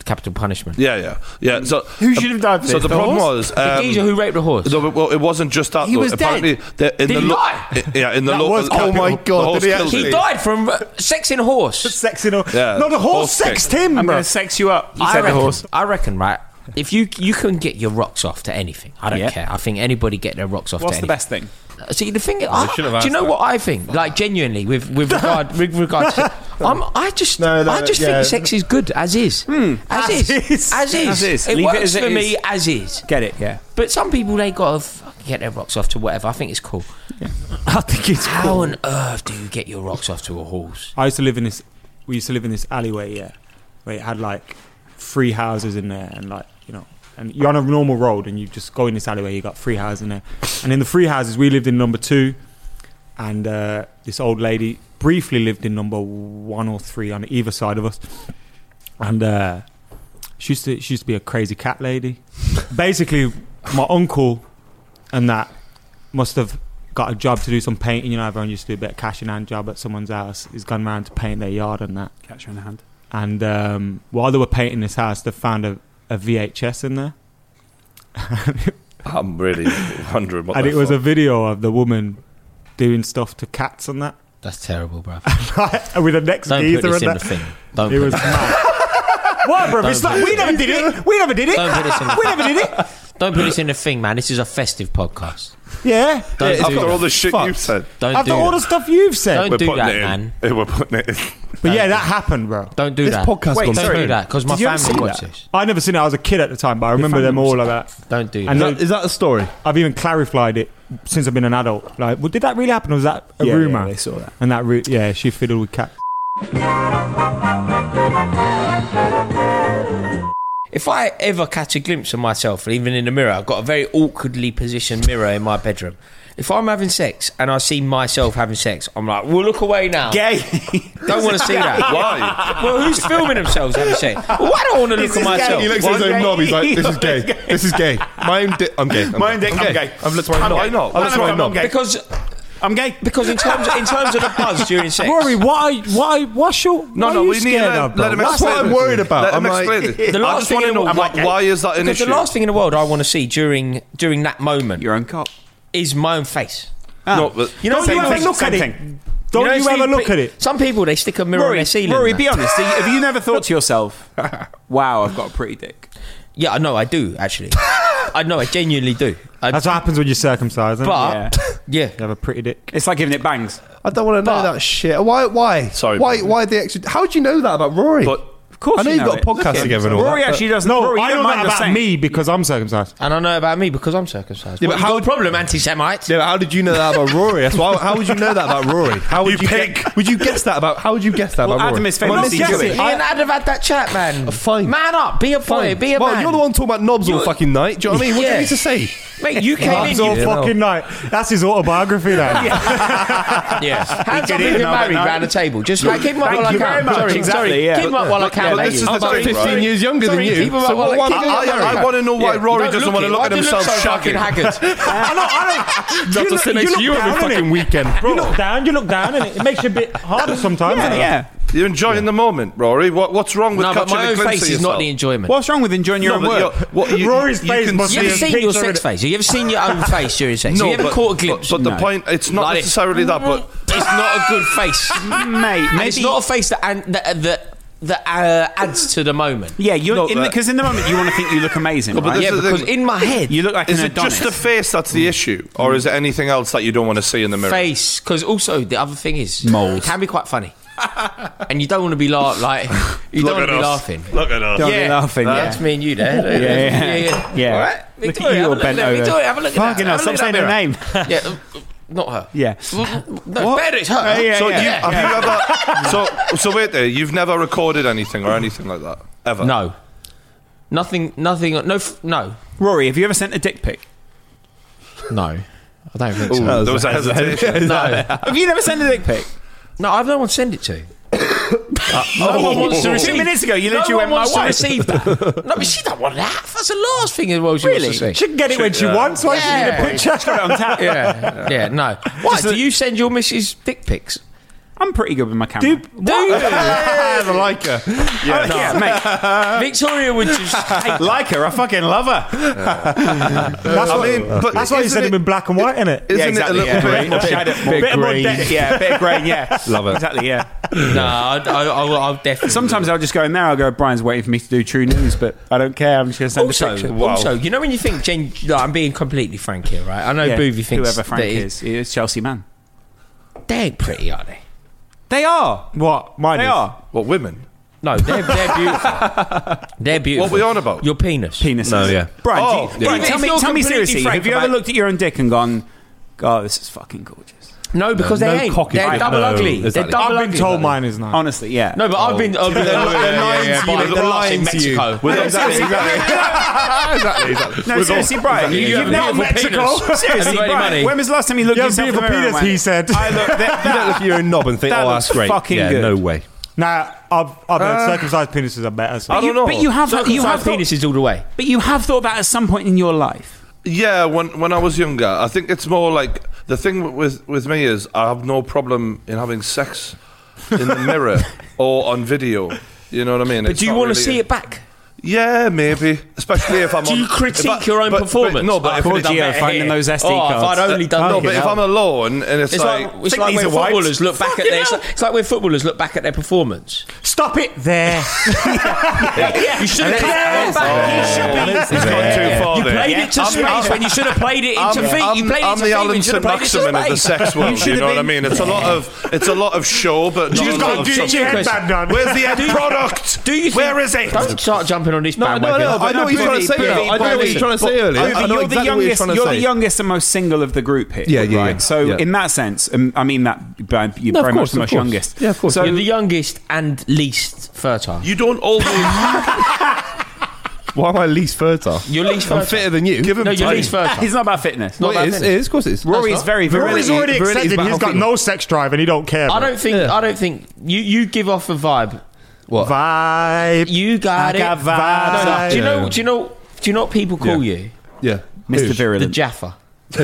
[SPEAKER 1] capital punishment.
[SPEAKER 2] Yeah, yeah, yeah. So um,
[SPEAKER 3] Who should have died for
[SPEAKER 2] So
[SPEAKER 3] this,
[SPEAKER 2] the
[SPEAKER 3] the
[SPEAKER 2] problem was
[SPEAKER 3] horse?
[SPEAKER 2] um,
[SPEAKER 1] the geezer who raped the horse.
[SPEAKER 2] No, but, well, it wasn't just that.
[SPEAKER 4] He
[SPEAKER 2] though.
[SPEAKER 4] was dead.
[SPEAKER 2] Apparently, the- in
[SPEAKER 4] Did
[SPEAKER 2] the
[SPEAKER 4] he
[SPEAKER 2] lo-
[SPEAKER 4] die?
[SPEAKER 2] i- yeah, in the
[SPEAKER 4] That
[SPEAKER 2] local.
[SPEAKER 4] was
[SPEAKER 2] the
[SPEAKER 4] capital.
[SPEAKER 2] horse
[SPEAKER 4] Oh my God,
[SPEAKER 2] killed
[SPEAKER 4] did he
[SPEAKER 2] him.
[SPEAKER 4] actually?
[SPEAKER 1] he died from uh, sexing a horse.
[SPEAKER 6] Sexing or
[SPEAKER 2] Yeah.
[SPEAKER 6] no, the
[SPEAKER 2] Horse
[SPEAKER 6] horse, sexed
[SPEAKER 2] sex.
[SPEAKER 6] him.
[SPEAKER 3] I'm
[SPEAKER 6] bro.
[SPEAKER 3] going to sex you up. He
[SPEAKER 1] I
[SPEAKER 3] said
[SPEAKER 1] reckon,
[SPEAKER 3] the horse.
[SPEAKER 1] I reckon, right? If you you can get your rocks off to anything, I don't
[SPEAKER 3] Yeah.
[SPEAKER 1] care. I think anybody get their rocks off.
[SPEAKER 3] What's
[SPEAKER 1] to
[SPEAKER 3] the
[SPEAKER 1] anything.
[SPEAKER 3] best thing?
[SPEAKER 1] See the thing. I,
[SPEAKER 5] shouldn't have
[SPEAKER 1] do you know
[SPEAKER 5] asked
[SPEAKER 1] what I think? Like genuinely, with with regard with regard to, I'm, I just
[SPEAKER 4] No, no,
[SPEAKER 1] I just
[SPEAKER 4] yeah.
[SPEAKER 1] think sex is good as is, as,
[SPEAKER 3] Hmm. As
[SPEAKER 1] is.
[SPEAKER 3] is.
[SPEAKER 1] as is,
[SPEAKER 3] As is.
[SPEAKER 1] It
[SPEAKER 3] Leave it
[SPEAKER 1] works
[SPEAKER 3] as it
[SPEAKER 1] for
[SPEAKER 3] is.
[SPEAKER 1] me as is.
[SPEAKER 3] Get it? Yeah.
[SPEAKER 1] But some people they gotta fucking get their rocks off to whatever. I think it's cool.
[SPEAKER 3] I think it's
[SPEAKER 1] How on earth do you get your rocks off to a horse?
[SPEAKER 6] I used to live in this. We used to live in this alleyway, yeah, where it had like three houses in there, and like you know, and you're on a normal road, and you just go in this alleyway. You got three houses in there, and in the three houses, we lived in number two, and uh, this old lady briefly lived in number one or three on either side of us, and uh, she used to she used to be a crazy cat lady. Basically, my uncle and that must have got a job to do some painting. You know, everyone used to do a bit of cash in hand job at someone's house. He's gone round to paint their yard and that.
[SPEAKER 3] Catch her in the hand.
[SPEAKER 6] And um, while they were painting this house, they found a, a VHS in there,
[SPEAKER 2] I'm really wondering what.
[SPEAKER 6] and
[SPEAKER 2] the
[SPEAKER 6] it was a
[SPEAKER 2] fuck.
[SPEAKER 6] video of the woman doing stuff to cats and that
[SPEAKER 1] That's terrible, bro.
[SPEAKER 6] with the next
[SPEAKER 1] Don't put
[SPEAKER 6] geezer
[SPEAKER 1] this
[SPEAKER 6] and
[SPEAKER 1] in the
[SPEAKER 6] that.
[SPEAKER 1] thing. Don't
[SPEAKER 6] It
[SPEAKER 1] put
[SPEAKER 6] was
[SPEAKER 1] it-
[SPEAKER 6] mad. What, bro? It's
[SPEAKER 1] Don't
[SPEAKER 6] like, we never did it. We never did it.
[SPEAKER 1] Don't put this in the-
[SPEAKER 6] We never did it.
[SPEAKER 1] Don't put this in the thing, man. This is a festive podcast.
[SPEAKER 6] Yeah.
[SPEAKER 1] Don't do
[SPEAKER 2] after
[SPEAKER 1] that.
[SPEAKER 2] all the shit you said.
[SPEAKER 1] Don't
[SPEAKER 6] After
[SPEAKER 1] do
[SPEAKER 6] all
[SPEAKER 1] that.
[SPEAKER 6] the stuff you've said,
[SPEAKER 1] Don't
[SPEAKER 2] We're
[SPEAKER 1] do
[SPEAKER 2] putting
[SPEAKER 1] that,
[SPEAKER 2] it in.
[SPEAKER 1] man.
[SPEAKER 2] We're putting it in.
[SPEAKER 6] but yeah, that happened, bro.
[SPEAKER 1] Don't do
[SPEAKER 5] This
[SPEAKER 1] that.
[SPEAKER 5] podcast Wait,
[SPEAKER 1] don't
[SPEAKER 5] gone sorry.
[SPEAKER 1] do that because my
[SPEAKER 3] Did you ever
[SPEAKER 1] family
[SPEAKER 3] see
[SPEAKER 1] watch
[SPEAKER 3] that?
[SPEAKER 1] this.
[SPEAKER 6] I never seen it. I was a kid at the time, but I remember them all like that.
[SPEAKER 1] Don't do
[SPEAKER 6] And
[SPEAKER 1] that.
[SPEAKER 5] Is that a story?
[SPEAKER 6] I've even clarified it since I've been an adult. Like, well, did that really happen? Or was that a
[SPEAKER 3] Yeah,
[SPEAKER 6] rumor?
[SPEAKER 3] yeah, they saw that.
[SPEAKER 6] And that, ru- yeah, she fiddled with cat.
[SPEAKER 1] If I ever catch a glimpse of myself, even in the mirror, I've got a very awkwardly positioned mirror in my bedroom. If I'm having sex and I see myself having sex, I'm like, well, look away now.
[SPEAKER 3] Gay.
[SPEAKER 1] Don't want to see that.
[SPEAKER 2] Why?
[SPEAKER 1] Well, who's filming themselves having sex? Well, I don't want to look at
[SPEAKER 3] is
[SPEAKER 1] myself.
[SPEAKER 5] He looks at his
[SPEAKER 3] Why-
[SPEAKER 5] own knob. He's like, "This is gay. This is gay. My own dick. I'm gay. I'm
[SPEAKER 3] My own dick. I'm gay.
[SPEAKER 5] I've looked at my
[SPEAKER 3] I'm
[SPEAKER 5] knob.
[SPEAKER 3] gay.
[SPEAKER 5] I've looked at my
[SPEAKER 3] I'm
[SPEAKER 5] knob.
[SPEAKER 3] gay.
[SPEAKER 1] Because,
[SPEAKER 3] I'm gay.
[SPEAKER 1] because in terms in terms of the buzz during sex,
[SPEAKER 6] Rory, why, why, what's your, no,
[SPEAKER 2] no,
[SPEAKER 6] are you
[SPEAKER 2] we need
[SPEAKER 6] scared
[SPEAKER 2] to
[SPEAKER 6] of, bro?
[SPEAKER 2] let him
[SPEAKER 5] That's
[SPEAKER 2] explain
[SPEAKER 5] what I'm
[SPEAKER 2] it.
[SPEAKER 5] worried about.
[SPEAKER 2] Let him
[SPEAKER 5] I'm like-
[SPEAKER 2] explain it.
[SPEAKER 1] The
[SPEAKER 2] I
[SPEAKER 1] last
[SPEAKER 2] just
[SPEAKER 1] thing
[SPEAKER 2] want to
[SPEAKER 1] in
[SPEAKER 2] know
[SPEAKER 1] the-
[SPEAKER 2] why, why is that an
[SPEAKER 1] because
[SPEAKER 2] issue?
[SPEAKER 1] the last thing in the world I want to see during during that moment
[SPEAKER 3] Your own cock.
[SPEAKER 1] is my own face.
[SPEAKER 2] no, but
[SPEAKER 6] you know,
[SPEAKER 3] Same
[SPEAKER 6] you ever
[SPEAKER 3] thing,
[SPEAKER 6] look
[SPEAKER 3] same
[SPEAKER 6] at it.
[SPEAKER 3] thing.
[SPEAKER 6] Don't
[SPEAKER 1] know,
[SPEAKER 6] you,
[SPEAKER 1] see,
[SPEAKER 6] ever look
[SPEAKER 1] pe-
[SPEAKER 6] at it.
[SPEAKER 1] Some people they stick a mirror in
[SPEAKER 3] Rory,
[SPEAKER 1] their ceiling.
[SPEAKER 3] Rory
[SPEAKER 1] man.
[SPEAKER 3] be honest. Have you never thought to yourself, "Wow, I've got a pretty dick"?
[SPEAKER 1] Yeah, I know I do actually. I know I genuinely do. I,
[SPEAKER 6] That's what happens when you're circumcised. isn't it?
[SPEAKER 1] but yeah.
[SPEAKER 6] you have a pretty dick.
[SPEAKER 3] It's like giving it bangs.
[SPEAKER 5] I don't want to know
[SPEAKER 1] But-
[SPEAKER 5] that shit. Why? Why?
[SPEAKER 2] Sorry,
[SPEAKER 5] Why?
[SPEAKER 2] man.
[SPEAKER 5] Why the extra? How do you know that about Rory?
[SPEAKER 2] But
[SPEAKER 3] Of course,
[SPEAKER 5] I know
[SPEAKER 3] you
[SPEAKER 5] you've got
[SPEAKER 3] it.
[SPEAKER 5] a podcast
[SPEAKER 3] Look at
[SPEAKER 5] together and
[SPEAKER 3] him.
[SPEAKER 5] all
[SPEAKER 3] Rory
[SPEAKER 5] that,
[SPEAKER 3] actually doesn't.
[SPEAKER 6] No,
[SPEAKER 3] Rory, you
[SPEAKER 6] I
[SPEAKER 3] don't
[SPEAKER 6] know
[SPEAKER 3] mind
[SPEAKER 6] that
[SPEAKER 3] us
[SPEAKER 6] about
[SPEAKER 3] saying-
[SPEAKER 6] me because I'm circumcised.
[SPEAKER 1] And I know about me because I'm circumcised.
[SPEAKER 5] Yeah,
[SPEAKER 1] Yeah,
[SPEAKER 5] but
[SPEAKER 1] but
[SPEAKER 5] how-
[SPEAKER 1] how problem, anti-Semite?
[SPEAKER 5] yeah, but how did you know that about Rory? That's why, how would you know that about Rory? How would
[SPEAKER 2] You
[SPEAKER 5] you,
[SPEAKER 2] pig.
[SPEAKER 5] Guess, would you guess that about? How would you guess that
[SPEAKER 3] Well,
[SPEAKER 5] about
[SPEAKER 3] Adam
[SPEAKER 5] Rory?
[SPEAKER 3] is
[SPEAKER 5] Am I
[SPEAKER 3] famously
[SPEAKER 5] missing
[SPEAKER 3] doing
[SPEAKER 5] something?
[SPEAKER 3] it.
[SPEAKER 1] Me and Adam had that chat, man.
[SPEAKER 5] Fine.
[SPEAKER 3] Uh,
[SPEAKER 1] Man up, be a boy, be a
[SPEAKER 5] well,
[SPEAKER 1] man.
[SPEAKER 5] you're the one talking about knobs all
[SPEAKER 1] You're-
[SPEAKER 5] fucking night. Do you know what I mean? What do
[SPEAKER 1] Yeah.
[SPEAKER 5] you need to say?
[SPEAKER 1] Mate, you came in.
[SPEAKER 6] That's all
[SPEAKER 1] You,
[SPEAKER 5] you know.
[SPEAKER 6] fucking night. That's his autobiography now.
[SPEAKER 1] yes. Hands up if
[SPEAKER 3] did it,
[SPEAKER 1] you're
[SPEAKER 3] no, but
[SPEAKER 1] married
[SPEAKER 3] no.
[SPEAKER 1] round the table. Just like, keep 'em up
[SPEAKER 3] Thank
[SPEAKER 1] while I
[SPEAKER 3] you very
[SPEAKER 1] can.
[SPEAKER 3] much,
[SPEAKER 1] Sorry,
[SPEAKER 3] exactly,
[SPEAKER 1] sorry.
[SPEAKER 3] yeah.
[SPEAKER 1] Keep 'em up while I can.
[SPEAKER 2] but
[SPEAKER 1] mate.
[SPEAKER 2] this is
[SPEAKER 1] I'm
[SPEAKER 2] the
[SPEAKER 1] about
[SPEAKER 2] thing,
[SPEAKER 1] 15
[SPEAKER 2] right?
[SPEAKER 1] years
[SPEAKER 5] younger
[SPEAKER 1] Sorry, keep 'em up while I
[SPEAKER 5] what-
[SPEAKER 1] keep 'em up
[SPEAKER 2] I-
[SPEAKER 1] while
[SPEAKER 2] I- I
[SPEAKER 1] can.
[SPEAKER 2] wanna know why
[SPEAKER 1] Yeah.
[SPEAKER 2] Rory
[SPEAKER 1] Don't
[SPEAKER 2] doesn't
[SPEAKER 1] look
[SPEAKER 2] wanna
[SPEAKER 1] it.
[SPEAKER 2] look
[SPEAKER 1] Why
[SPEAKER 2] at
[SPEAKER 1] do you
[SPEAKER 2] himself
[SPEAKER 1] so
[SPEAKER 2] shocking?
[SPEAKER 1] fucking haggard.
[SPEAKER 6] I know, I know. You look- you look down, innit?
[SPEAKER 5] weekend.
[SPEAKER 6] You look down, you look down, and it, it makes you a bit harder sometimes.
[SPEAKER 3] Yeah,
[SPEAKER 6] innit?
[SPEAKER 3] yeah.
[SPEAKER 2] You're enjoying the moment, Rory. What, what's wrong with
[SPEAKER 1] No, but
[SPEAKER 2] catching
[SPEAKER 1] my
[SPEAKER 2] a
[SPEAKER 1] own
[SPEAKER 2] glimpse
[SPEAKER 1] face
[SPEAKER 2] of
[SPEAKER 1] is
[SPEAKER 2] yourself?
[SPEAKER 1] not the enjoyment.
[SPEAKER 3] What's wrong with enjoying your
[SPEAKER 2] No,
[SPEAKER 3] own
[SPEAKER 2] but
[SPEAKER 3] work?
[SPEAKER 2] you're- what you-
[SPEAKER 6] Rory's
[SPEAKER 2] you
[SPEAKER 6] face
[SPEAKER 2] can
[SPEAKER 6] must
[SPEAKER 1] You
[SPEAKER 2] see
[SPEAKER 1] ever
[SPEAKER 6] be-
[SPEAKER 1] seen
[SPEAKER 6] picture
[SPEAKER 1] your
[SPEAKER 6] of
[SPEAKER 1] sex
[SPEAKER 6] it.
[SPEAKER 1] face? Have you ever seen your own face during sex? Have you ever
[SPEAKER 2] but-
[SPEAKER 1] caught a glimpse?
[SPEAKER 2] But, but the point, it's not
[SPEAKER 1] Like this.
[SPEAKER 2] necessarily that, but
[SPEAKER 1] it's not a good face.
[SPEAKER 3] Mate,
[SPEAKER 1] And
[SPEAKER 3] maybe
[SPEAKER 1] it's not a face that and that that, that uh, adds to the moment.
[SPEAKER 3] Yeah, you're
[SPEAKER 2] No,
[SPEAKER 3] in
[SPEAKER 2] that-
[SPEAKER 3] because in the moment you want to think you look amazing,
[SPEAKER 2] but
[SPEAKER 3] right?
[SPEAKER 2] this
[SPEAKER 1] yeah,
[SPEAKER 2] is the
[SPEAKER 1] because
[SPEAKER 2] thing.
[SPEAKER 1] in my head,
[SPEAKER 3] you look like
[SPEAKER 2] is
[SPEAKER 3] an
[SPEAKER 2] it
[SPEAKER 3] Adonis.
[SPEAKER 2] just the face that's the issue, or is it anything else that you don't want to see in the mirror?
[SPEAKER 1] face. Because also the other thing is,
[SPEAKER 3] Moles.
[SPEAKER 1] it can be quite funny, and you don't want to be la- like you
[SPEAKER 2] Look
[SPEAKER 1] don't want
[SPEAKER 2] at
[SPEAKER 1] to be
[SPEAKER 2] us.
[SPEAKER 1] laughing.
[SPEAKER 2] Look at us.
[SPEAKER 3] Don't be laughing. yeah.
[SPEAKER 1] That's me and you there.
[SPEAKER 3] Yeah, yeah. Yeah.
[SPEAKER 1] All right,
[SPEAKER 3] Look at
[SPEAKER 1] Victoria,
[SPEAKER 3] you all
[SPEAKER 1] have a
[SPEAKER 3] bent
[SPEAKER 1] look,
[SPEAKER 3] over.
[SPEAKER 1] Victoria, have a look
[SPEAKER 3] Fucking hell,
[SPEAKER 1] at that.
[SPEAKER 3] stop
[SPEAKER 1] Have a
[SPEAKER 3] saying
[SPEAKER 1] look
[SPEAKER 3] her
[SPEAKER 1] at
[SPEAKER 3] name.
[SPEAKER 1] that mirror. Yeah, uh, not her.
[SPEAKER 3] Yeah.
[SPEAKER 1] No, better it's her.
[SPEAKER 3] Uh, yeah,
[SPEAKER 2] So
[SPEAKER 3] yeah.
[SPEAKER 2] you,
[SPEAKER 3] yeah.
[SPEAKER 2] have you ever? So so wait there. You've never recorded anything or anything like that ever.
[SPEAKER 1] No, nothing, nothing. No, f- no,
[SPEAKER 3] Rory, have you ever sent a dick pic?
[SPEAKER 1] no. I don't think
[SPEAKER 2] Ooh,
[SPEAKER 1] so.
[SPEAKER 2] there was a hesitation.
[SPEAKER 1] No,
[SPEAKER 3] Have you never sent a dick pic?
[SPEAKER 1] no, I've no one send it to. Uh, Oh. no one wants to receive.
[SPEAKER 3] Two minutes ago, you
[SPEAKER 1] no
[SPEAKER 3] literally
[SPEAKER 1] one
[SPEAKER 3] went my
[SPEAKER 1] wants to
[SPEAKER 3] way.
[SPEAKER 1] receive that. No, but she don't want that. That's the last thing in the world she wants to see.
[SPEAKER 6] She can get it when she wants. Why does she need a picture?
[SPEAKER 1] Yeah, yeah, no. Why do you send your missus dick pics?
[SPEAKER 3] I'm pretty good with my camera.
[SPEAKER 6] Do,
[SPEAKER 1] Do you?
[SPEAKER 4] I like her.
[SPEAKER 3] yeah, mate.
[SPEAKER 1] Victoria would just hate
[SPEAKER 4] Like her. I fucking love her.
[SPEAKER 6] that's,
[SPEAKER 2] I
[SPEAKER 6] what,
[SPEAKER 2] mean, but
[SPEAKER 6] that's why you
[SPEAKER 2] isn't
[SPEAKER 6] said him in black and white, innit?
[SPEAKER 2] Isn't
[SPEAKER 3] Yeah, exactly.
[SPEAKER 2] it a little
[SPEAKER 3] yeah.
[SPEAKER 2] bit?
[SPEAKER 3] More shadow- more- bit more depth, yeah, bit of grain, yeah.
[SPEAKER 5] Love it.
[SPEAKER 3] Exactly, yeah.
[SPEAKER 1] No, I, I, I, will- I'll definitely.
[SPEAKER 3] Sometimes I'll just go in there. I'll go. Brian's waiting for me to do true news, but I don't care. I'm just going to send a
[SPEAKER 1] Also,
[SPEAKER 3] picture.
[SPEAKER 1] also, you know when you think, gen- like, I'm being completely frank here, right? I know
[SPEAKER 3] Yeah,
[SPEAKER 1] Boovy thinks
[SPEAKER 3] whoever Frank
[SPEAKER 1] that he-
[SPEAKER 3] is, he is Chelsea man.
[SPEAKER 1] they ain't pretty, are they?
[SPEAKER 3] They are.
[SPEAKER 6] What? Mine
[SPEAKER 3] They
[SPEAKER 6] is.
[SPEAKER 3] are
[SPEAKER 2] What women?
[SPEAKER 1] No, they're, they're beautiful. they're beautiful.
[SPEAKER 2] we on about?
[SPEAKER 1] Your penis.
[SPEAKER 3] penises.
[SPEAKER 5] No, yeah.
[SPEAKER 3] Brian,
[SPEAKER 2] Oh,
[SPEAKER 3] do you, Brian
[SPEAKER 1] yeah.
[SPEAKER 3] tell,
[SPEAKER 1] If
[SPEAKER 3] me,
[SPEAKER 1] you're
[SPEAKER 3] tell me
[SPEAKER 1] completely
[SPEAKER 3] seriously.
[SPEAKER 1] frank
[SPEAKER 3] Have you ever
[SPEAKER 1] about-
[SPEAKER 3] looked at your own dick and gone, "God, this is fucking gorgeous"?
[SPEAKER 1] No, because
[SPEAKER 5] No
[SPEAKER 1] they ain't.
[SPEAKER 5] cock is
[SPEAKER 1] They're
[SPEAKER 5] good.
[SPEAKER 1] double
[SPEAKER 5] No,
[SPEAKER 1] ugly. They're
[SPEAKER 5] exactly.
[SPEAKER 1] double
[SPEAKER 6] I've been
[SPEAKER 1] ugly.
[SPEAKER 6] told mine is not.
[SPEAKER 3] Honestly, yeah.
[SPEAKER 1] No, but I've been. uh, I've been they're lying to you. They're lying to you.
[SPEAKER 5] Exactly, exactly.
[SPEAKER 3] no, seriously, Brian.
[SPEAKER 1] You
[SPEAKER 3] you've
[SPEAKER 1] have a
[SPEAKER 3] never-
[SPEAKER 1] beautiful penis. Have
[SPEAKER 3] Seriously,
[SPEAKER 1] you got any
[SPEAKER 3] Brian.
[SPEAKER 1] money?
[SPEAKER 3] When was the last time you looked
[SPEAKER 6] You
[SPEAKER 3] at
[SPEAKER 6] have
[SPEAKER 3] yourself in the
[SPEAKER 6] beautiful
[SPEAKER 3] mirror?
[SPEAKER 6] penis,
[SPEAKER 3] and went,
[SPEAKER 6] he said.
[SPEAKER 3] I look. That,
[SPEAKER 5] You don't look at your own knob and think,
[SPEAKER 3] That
[SPEAKER 5] "Oh,
[SPEAKER 3] looks
[SPEAKER 5] that's great."
[SPEAKER 3] fucking
[SPEAKER 5] yeah,
[SPEAKER 3] good.
[SPEAKER 5] no way.
[SPEAKER 6] Nah, I've, I've heard circumcised penises are better. So.
[SPEAKER 2] I don't know.
[SPEAKER 3] But you have. You have
[SPEAKER 1] Circumcised
[SPEAKER 3] thought,
[SPEAKER 1] penises all the way.
[SPEAKER 3] But you have thought that at some point in your life.
[SPEAKER 2] Yeah, when when I was younger, I think it's more like the thing with with me is I have no problem in having sex in the mirror or on video. You know what I mean?
[SPEAKER 1] But do you want to see it back?
[SPEAKER 2] Yeah, maybe. Especially if I'm.
[SPEAKER 1] Do
[SPEAKER 2] on,
[SPEAKER 1] you
[SPEAKER 2] if
[SPEAKER 1] critique
[SPEAKER 2] I-
[SPEAKER 1] your own
[SPEAKER 2] but- but-
[SPEAKER 1] performance?
[SPEAKER 2] no, but if,
[SPEAKER 3] Poor
[SPEAKER 2] it's-
[SPEAKER 3] Gio finding those SD
[SPEAKER 1] oh,
[SPEAKER 3] cards.
[SPEAKER 1] If I'd only done
[SPEAKER 2] no,
[SPEAKER 1] that.
[SPEAKER 2] but if I'm alone and it's,
[SPEAKER 1] It's
[SPEAKER 2] like,
[SPEAKER 1] like, it's like when
[SPEAKER 3] these are wiped.
[SPEAKER 1] footballers look back at their. It's like, it's like when footballers look back at their performance.
[SPEAKER 6] Stop it there.
[SPEAKER 1] You should have come back. You should be.
[SPEAKER 2] it's gone too far
[SPEAKER 1] You
[SPEAKER 2] there.
[SPEAKER 1] played it to
[SPEAKER 2] I'm-
[SPEAKER 1] space
[SPEAKER 2] I'm-
[SPEAKER 1] when you should have played it into feet. you played
[SPEAKER 2] I'm
[SPEAKER 1] it to feet
[SPEAKER 2] the
[SPEAKER 1] when
[SPEAKER 2] Alan
[SPEAKER 1] you should have
[SPEAKER 2] St.
[SPEAKER 1] played it to
[SPEAKER 2] Maximin of the
[SPEAKER 1] space.
[SPEAKER 2] sex world. you,
[SPEAKER 3] should
[SPEAKER 2] know
[SPEAKER 3] have
[SPEAKER 2] what I mean? It's a lot of it's a lot of show, but not
[SPEAKER 1] just
[SPEAKER 2] a
[SPEAKER 1] gotta
[SPEAKER 2] lot
[SPEAKER 1] do your
[SPEAKER 2] of substance.
[SPEAKER 1] headband
[SPEAKER 6] on.
[SPEAKER 2] Where's the end
[SPEAKER 1] Do you-
[SPEAKER 2] product?
[SPEAKER 1] Do you think,
[SPEAKER 2] Where is it?
[SPEAKER 1] Don't start jumping on this
[SPEAKER 5] No, no,
[SPEAKER 1] bandwagon.
[SPEAKER 5] no. I know what you're trying to say. now. I know what you're trying to say earlier. I
[SPEAKER 3] You're
[SPEAKER 5] know
[SPEAKER 3] the
[SPEAKER 5] exactly what you're
[SPEAKER 3] youngest.
[SPEAKER 5] trying to
[SPEAKER 3] You're the
[SPEAKER 5] say.
[SPEAKER 3] youngest and most single of the group here.
[SPEAKER 5] Yeah, yeah,
[SPEAKER 3] right?
[SPEAKER 5] yeah.
[SPEAKER 3] So
[SPEAKER 5] Yeah.
[SPEAKER 3] in that sense, um, I mean that by- you're
[SPEAKER 5] No, of
[SPEAKER 3] very much
[SPEAKER 5] course,
[SPEAKER 3] the most
[SPEAKER 5] of course.
[SPEAKER 3] youngest.
[SPEAKER 5] Yeah, of course.
[SPEAKER 3] So
[SPEAKER 1] You're the youngest and least fertile.
[SPEAKER 2] You don't always.
[SPEAKER 5] Why am I least fertile?
[SPEAKER 1] You're least
[SPEAKER 5] I'm
[SPEAKER 1] fertile.
[SPEAKER 5] fitter than you.
[SPEAKER 2] Give him
[SPEAKER 1] no, you're
[SPEAKER 2] time.
[SPEAKER 1] least fertile.
[SPEAKER 3] it's not about fitness.
[SPEAKER 5] Well,
[SPEAKER 1] that
[SPEAKER 5] it is,
[SPEAKER 1] many.
[SPEAKER 5] it is, of course it is.
[SPEAKER 3] Rory's very.
[SPEAKER 6] Rory's
[SPEAKER 3] virility-
[SPEAKER 5] Virility
[SPEAKER 6] already
[SPEAKER 5] is
[SPEAKER 6] accepted he's got
[SPEAKER 5] battlefield.
[SPEAKER 6] no sex drive and he don't care.
[SPEAKER 1] I
[SPEAKER 6] bro.
[SPEAKER 1] don't think. I don't think you. You give off a vibe.
[SPEAKER 5] What?
[SPEAKER 6] Vibe.
[SPEAKER 1] You got
[SPEAKER 3] I
[SPEAKER 1] it.
[SPEAKER 3] got
[SPEAKER 1] No, no,
[SPEAKER 3] vibes.
[SPEAKER 1] Do you know?
[SPEAKER 5] Yeah.
[SPEAKER 1] Do you know? Do you know what people call
[SPEAKER 5] Yeah.
[SPEAKER 1] you?
[SPEAKER 5] yeah.
[SPEAKER 3] Mr.
[SPEAKER 5] Who?
[SPEAKER 1] The
[SPEAKER 3] Virulent.
[SPEAKER 1] Jaffa.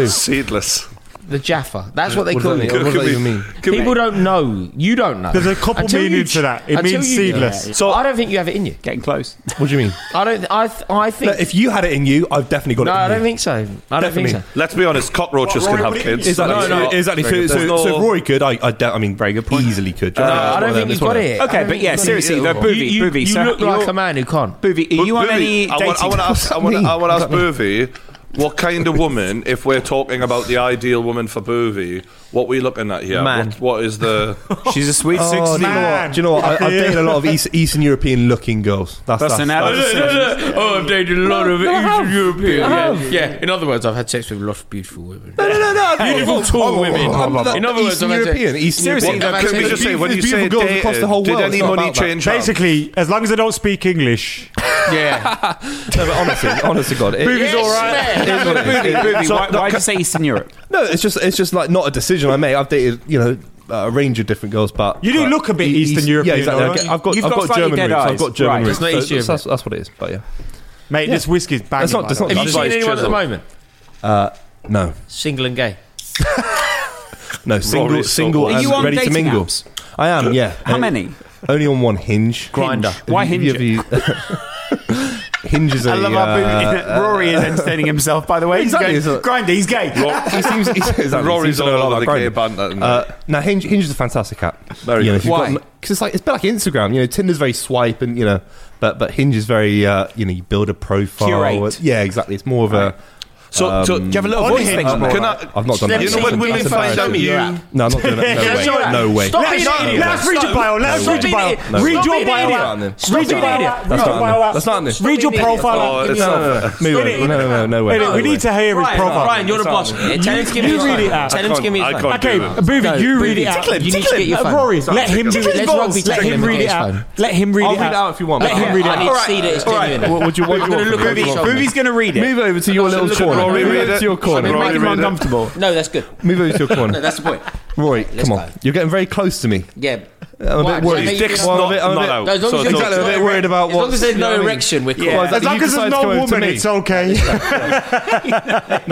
[SPEAKER 2] Seedless.
[SPEAKER 1] The Jaffa. That's what they
[SPEAKER 5] What does
[SPEAKER 1] call
[SPEAKER 5] that mean?
[SPEAKER 1] you.
[SPEAKER 5] What does that even mean?
[SPEAKER 1] People don't know. You don't know.
[SPEAKER 6] There's a couple
[SPEAKER 1] Until you
[SPEAKER 6] meanings
[SPEAKER 1] ch-
[SPEAKER 6] to that. It
[SPEAKER 1] until
[SPEAKER 6] means
[SPEAKER 1] you-
[SPEAKER 6] seedless.
[SPEAKER 1] So I don't think you have it in you.
[SPEAKER 3] Getting close.
[SPEAKER 5] What do you mean?
[SPEAKER 1] I don't. I. Th- I think.
[SPEAKER 5] Look, if you had it in you, I've definitely got
[SPEAKER 1] no,
[SPEAKER 5] it. in
[SPEAKER 1] I don't
[SPEAKER 5] you.
[SPEAKER 1] think so. I don't
[SPEAKER 5] Definitely.
[SPEAKER 1] think so.
[SPEAKER 2] Let's be honest. Cockroaches can have kids.
[SPEAKER 1] No,
[SPEAKER 5] Exactly.
[SPEAKER 1] no.
[SPEAKER 5] exactly. So,
[SPEAKER 2] Very good.
[SPEAKER 5] so,
[SPEAKER 2] There's
[SPEAKER 5] so
[SPEAKER 2] no-
[SPEAKER 5] if Rory could, I, I, doubt- I mean, very good point. Easily could.
[SPEAKER 1] No, I don't think you've got it. I
[SPEAKER 3] Okay,
[SPEAKER 1] don't
[SPEAKER 3] but
[SPEAKER 1] think
[SPEAKER 3] yeah,
[SPEAKER 1] you've got it.
[SPEAKER 3] seriously,
[SPEAKER 5] you-
[SPEAKER 3] the
[SPEAKER 1] You,
[SPEAKER 3] boovie,
[SPEAKER 1] you,
[SPEAKER 3] boovie.
[SPEAKER 1] you
[SPEAKER 3] so
[SPEAKER 1] look
[SPEAKER 3] you're-
[SPEAKER 1] like a man who can't.
[SPEAKER 3] Boovie, are you on
[SPEAKER 2] Boovie,
[SPEAKER 3] any
[SPEAKER 2] I
[SPEAKER 3] dating?
[SPEAKER 2] want, I want to ask. I want,
[SPEAKER 5] Me.
[SPEAKER 2] I want to ask Boovie, what kind of woman, if we're talking about the ideal woman for Boovie, what we looking at here?
[SPEAKER 1] Man.
[SPEAKER 2] What, what is the?
[SPEAKER 3] She's a sweet
[SPEAKER 5] Oh, do you know
[SPEAKER 6] man.
[SPEAKER 5] what? Do you know what? I, I've dated a lot of East, Eastern European looking girls. That's,
[SPEAKER 3] That's
[SPEAKER 5] that's,
[SPEAKER 3] an
[SPEAKER 5] that's,
[SPEAKER 3] adolescent.
[SPEAKER 1] Oh, I've dated a lot of Eastern European. Yeah. yeah. In other words, I've had sex with a lot of beautiful women. No, no, no, no. Beautiful tall women. In other words,
[SPEAKER 5] Eastern
[SPEAKER 1] I've had sex-
[SPEAKER 5] European. Eastern
[SPEAKER 3] Seriously,
[SPEAKER 1] I've
[SPEAKER 5] European.
[SPEAKER 1] had
[SPEAKER 2] Can we
[SPEAKER 1] sex
[SPEAKER 2] just
[SPEAKER 1] with
[SPEAKER 2] say when you
[SPEAKER 5] beautiful
[SPEAKER 2] say
[SPEAKER 5] girls across
[SPEAKER 2] dated,
[SPEAKER 5] the whole
[SPEAKER 2] did
[SPEAKER 5] world,
[SPEAKER 2] any
[SPEAKER 5] it's not
[SPEAKER 2] money
[SPEAKER 5] about that.
[SPEAKER 2] change? hands?
[SPEAKER 6] Basically, as long as they don't speak English,
[SPEAKER 1] yeah.
[SPEAKER 5] No, but honestly, honest to God, it,
[SPEAKER 2] Booby's alright.
[SPEAKER 5] It is what it is. It- so-
[SPEAKER 3] why, why did you say Eastern Europe?
[SPEAKER 5] No, it's just it's just like not a decision I made. I've dated you know a range of different girls, but
[SPEAKER 6] You do
[SPEAKER 5] but
[SPEAKER 6] look a bit
[SPEAKER 5] e-
[SPEAKER 6] Eastern European,
[SPEAKER 5] Yeah, exactly.
[SPEAKER 6] though,
[SPEAKER 5] I get-
[SPEAKER 6] don't
[SPEAKER 5] I've got
[SPEAKER 3] You've
[SPEAKER 5] I've
[SPEAKER 3] got
[SPEAKER 5] got,
[SPEAKER 3] slightly
[SPEAKER 5] German
[SPEAKER 3] dead
[SPEAKER 5] roots. I've
[SPEAKER 3] eyes.
[SPEAKER 5] got German
[SPEAKER 3] Right.
[SPEAKER 5] roots.
[SPEAKER 1] It's not East
[SPEAKER 5] so
[SPEAKER 1] Europe.
[SPEAKER 5] that's, that's what it is. But yeah,
[SPEAKER 6] Mate, this whiskey's banging.
[SPEAKER 5] That's not-
[SPEAKER 6] by
[SPEAKER 5] that's
[SPEAKER 6] the
[SPEAKER 5] not-
[SPEAKER 6] way.
[SPEAKER 1] Have you
[SPEAKER 2] That's
[SPEAKER 1] seen
[SPEAKER 2] why
[SPEAKER 1] anyone
[SPEAKER 2] it's
[SPEAKER 1] at the
[SPEAKER 2] chiseled.
[SPEAKER 1] moment?
[SPEAKER 5] no,
[SPEAKER 1] Single and gay.
[SPEAKER 5] no, single,
[SPEAKER 2] Rory's so
[SPEAKER 5] single,
[SPEAKER 2] old.
[SPEAKER 5] and
[SPEAKER 3] Are you on
[SPEAKER 5] ready to
[SPEAKER 3] dating
[SPEAKER 5] mingle.
[SPEAKER 3] apps?
[SPEAKER 5] I am. Yeah.
[SPEAKER 3] How
[SPEAKER 5] And
[SPEAKER 3] many?
[SPEAKER 5] Only on one hinge.
[SPEAKER 1] Grinder.
[SPEAKER 5] Have
[SPEAKER 3] Why
[SPEAKER 5] you- have you- hinge is a.
[SPEAKER 4] I love our
[SPEAKER 5] uh,
[SPEAKER 4] booty. Rory is entertaining himself, by the way.
[SPEAKER 5] Exactly,
[SPEAKER 4] He's
[SPEAKER 5] it's a-
[SPEAKER 4] going, Grinder, he's gay.
[SPEAKER 5] he seems, he's, exactly,
[SPEAKER 2] Rory's
[SPEAKER 5] seems to know
[SPEAKER 2] all
[SPEAKER 5] a
[SPEAKER 2] over
[SPEAKER 5] lot about
[SPEAKER 2] the gay
[SPEAKER 5] grindr.
[SPEAKER 2] banter, isn't he?
[SPEAKER 5] Uh, now, Hinge, Hinge is a fantastic app.
[SPEAKER 2] Very
[SPEAKER 5] you
[SPEAKER 2] good.
[SPEAKER 5] know, if you've
[SPEAKER 2] Why?
[SPEAKER 5] Because it's like it's a bit like Instagram. You know, Tinder's very swipe, and you know, but but Hinge is very uh, you know you build a profile.
[SPEAKER 3] Curate.
[SPEAKER 5] Yeah, exactly. It's more of a.
[SPEAKER 2] So, so do you have a little
[SPEAKER 4] voice thing
[SPEAKER 2] Can
[SPEAKER 4] tomorrow?
[SPEAKER 2] I?
[SPEAKER 5] I've not done that.
[SPEAKER 2] You know when women
[SPEAKER 5] That's
[SPEAKER 2] find out
[SPEAKER 5] embarrassing.
[SPEAKER 2] you?
[SPEAKER 5] No, I'm not doing that. No way. No way.
[SPEAKER 1] Stop
[SPEAKER 6] Let's,
[SPEAKER 1] being an idiot.
[SPEAKER 6] let's read your bio. Let's
[SPEAKER 5] No
[SPEAKER 6] read your bio.
[SPEAKER 1] way. No
[SPEAKER 6] Read
[SPEAKER 1] way.
[SPEAKER 6] your
[SPEAKER 1] Stop being
[SPEAKER 6] bio
[SPEAKER 1] an
[SPEAKER 6] out.
[SPEAKER 5] idiot.
[SPEAKER 6] Read your
[SPEAKER 1] being an
[SPEAKER 6] bio
[SPEAKER 1] idiot.
[SPEAKER 6] out.
[SPEAKER 5] That's
[SPEAKER 6] Read
[SPEAKER 5] not
[SPEAKER 6] your bio
[SPEAKER 5] in
[SPEAKER 6] out.
[SPEAKER 5] That's not in this.
[SPEAKER 6] Read your
[SPEAKER 1] being an
[SPEAKER 6] profile
[SPEAKER 2] Oh,
[SPEAKER 6] out. Give
[SPEAKER 2] it's
[SPEAKER 6] me-
[SPEAKER 2] not
[SPEAKER 5] No, no, no, no,
[SPEAKER 6] Read
[SPEAKER 5] no,
[SPEAKER 6] it.
[SPEAKER 5] no, no way.
[SPEAKER 6] Wait,
[SPEAKER 5] No
[SPEAKER 6] we
[SPEAKER 5] way.
[SPEAKER 6] need to hear his
[SPEAKER 1] Ryan,
[SPEAKER 6] profile.
[SPEAKER 1] Ryan, you're the boss. Yeah, tell him to give me
[SPEAKER 6] You
[SPEAKER 1] his
[SPEAKER 6] read
[SPEAKER 1] phone.
[SPEAKER 6] it out.
[SPEAKER 1] Tell him to give me
[SPEAKER 2] I
[SPEAKER 1] his phone.
[SPEAKER 2] can't
[SPEAKER 6] Okay,
[SPEAKER 2] do it.
[SPEAKER 6] Booby,
[SPEAKER 1] No,
[SPEAKER 6] you read
[SPEAKER 1] Booby,
[SPEAKER 6] it out.
[SPEAKER 1] tickle him,
[SPEAKER 6] You need
[SPEAKER 1] tickle
[SPEAKER 6] to get
[SPEAKER 1] him.
[SPEAKER 6] your
[SPEAKER 1] No,
[SPEAKER 6] phone.
[SPEAKER 1] Rory,
[SPEAKER 6] Sorry,
[SPEAKER 1] let him
[SPEAKER 6] tickle
[SPEAKER 1] do it. Let's rugby
[SPEAKER 6] Let
[SPEAKER 1] tackle him
[SPEAKER 6] him
[SPEAKER 1] and
[SPEAKER 6] read
[SPEAKER 1] get
[SPEAKER 6] it
[SPEAKER 1] his
[SPEAKER 6] out.
[SPEAKER 1] phone.
[SPEAKER 6] Let him read
[SPEAKER 5] I'll
[SPEAKER 6] it
[SPEAKER 5] read it
[SPEAKER 6] out.
[SPEAKER 5] out if you want.
[SPEAKER 6] Let him read it
[SPEAKER 1] I need
[SPEAKER 6] out.
[SPEAKER 1] to see that it's genuine.
[SPEAKER 5] What would you want?
[SPEAKER 1] I'm gonna look at
[SPEAKER 5] Booby,
[SPEAKER 1] his shoulder.
[SPEAKER 3] Booby's going to read it.
[SPEAKER 5] Move over to your little
[SPEAKER 2] at
[SPEAKER 5] corner.
[SPEAKER 2] Rory,
[SPEAKER 5] Move
[SPEAKER 2] read
[SPEAKER 5] over
[SPEAKER 2] it.
[SPEAKER 5] to your corner.
[SPEAKER 2] Rory,
[SPEAKER 5] Rory,
[SPEAKER 3] Make him
[SPEAKER 2] read it.
[SPEAKER 3] uncomfortable.
[SPEAKER 1] No, that's good.
[SPEAKER 5] Move over to your corner.
[SPEAKER 1] That's the point.
[SPEAKER 5] Roy, come
[SPEAKER 1] go.
[SPEAKER 5] on. You're getting very close to me.
[SPEAKER 1] Yeah.
[SPEAKER 5] I'm
[SPEAKER 1] Why?
[SPEAKER 5] a bit worried.
[SPEAKER 1] His dick's
[SPEAKER 5] Well, I'm a
[SPEAKER 2] not-
[SPEAKER 5] bit- I'm a
[SPEAKER 2] not
[SPEAKER 5] bit-
[SPEAKER 2] out.
[SPEAKER 1] No, as long
[SPEAKER 2] So
[SPEAKER 1] as
[SPEAKER 2] it's
[SPEAKER 1] you're
[SPEAKER 5] Exactly. I'm a
[SPEAKER 1] not-
[SPEAKER 5] bit worried about
[SPEAKER 1] As
[SPEAKER 5] what.
[SPEAKER 1] long as there's no erection, we're cool.
[SPEAKER 5] Well,
[SPEAKER 1] Yeah.
[SPEAKER 5] exactly.
[SPEAKER 4] As long
[SPEAKER 5] You
[SPEAKER 4] as there's
[SPEAKER 5] decide to
[SPEAKER 4] no
[SPEAKER 5] come over to
[SPEAKER 4] woman,
[SPEAKER 5] me.
[SPEAKER 4] it's okay.
[SPEAKER 5] No,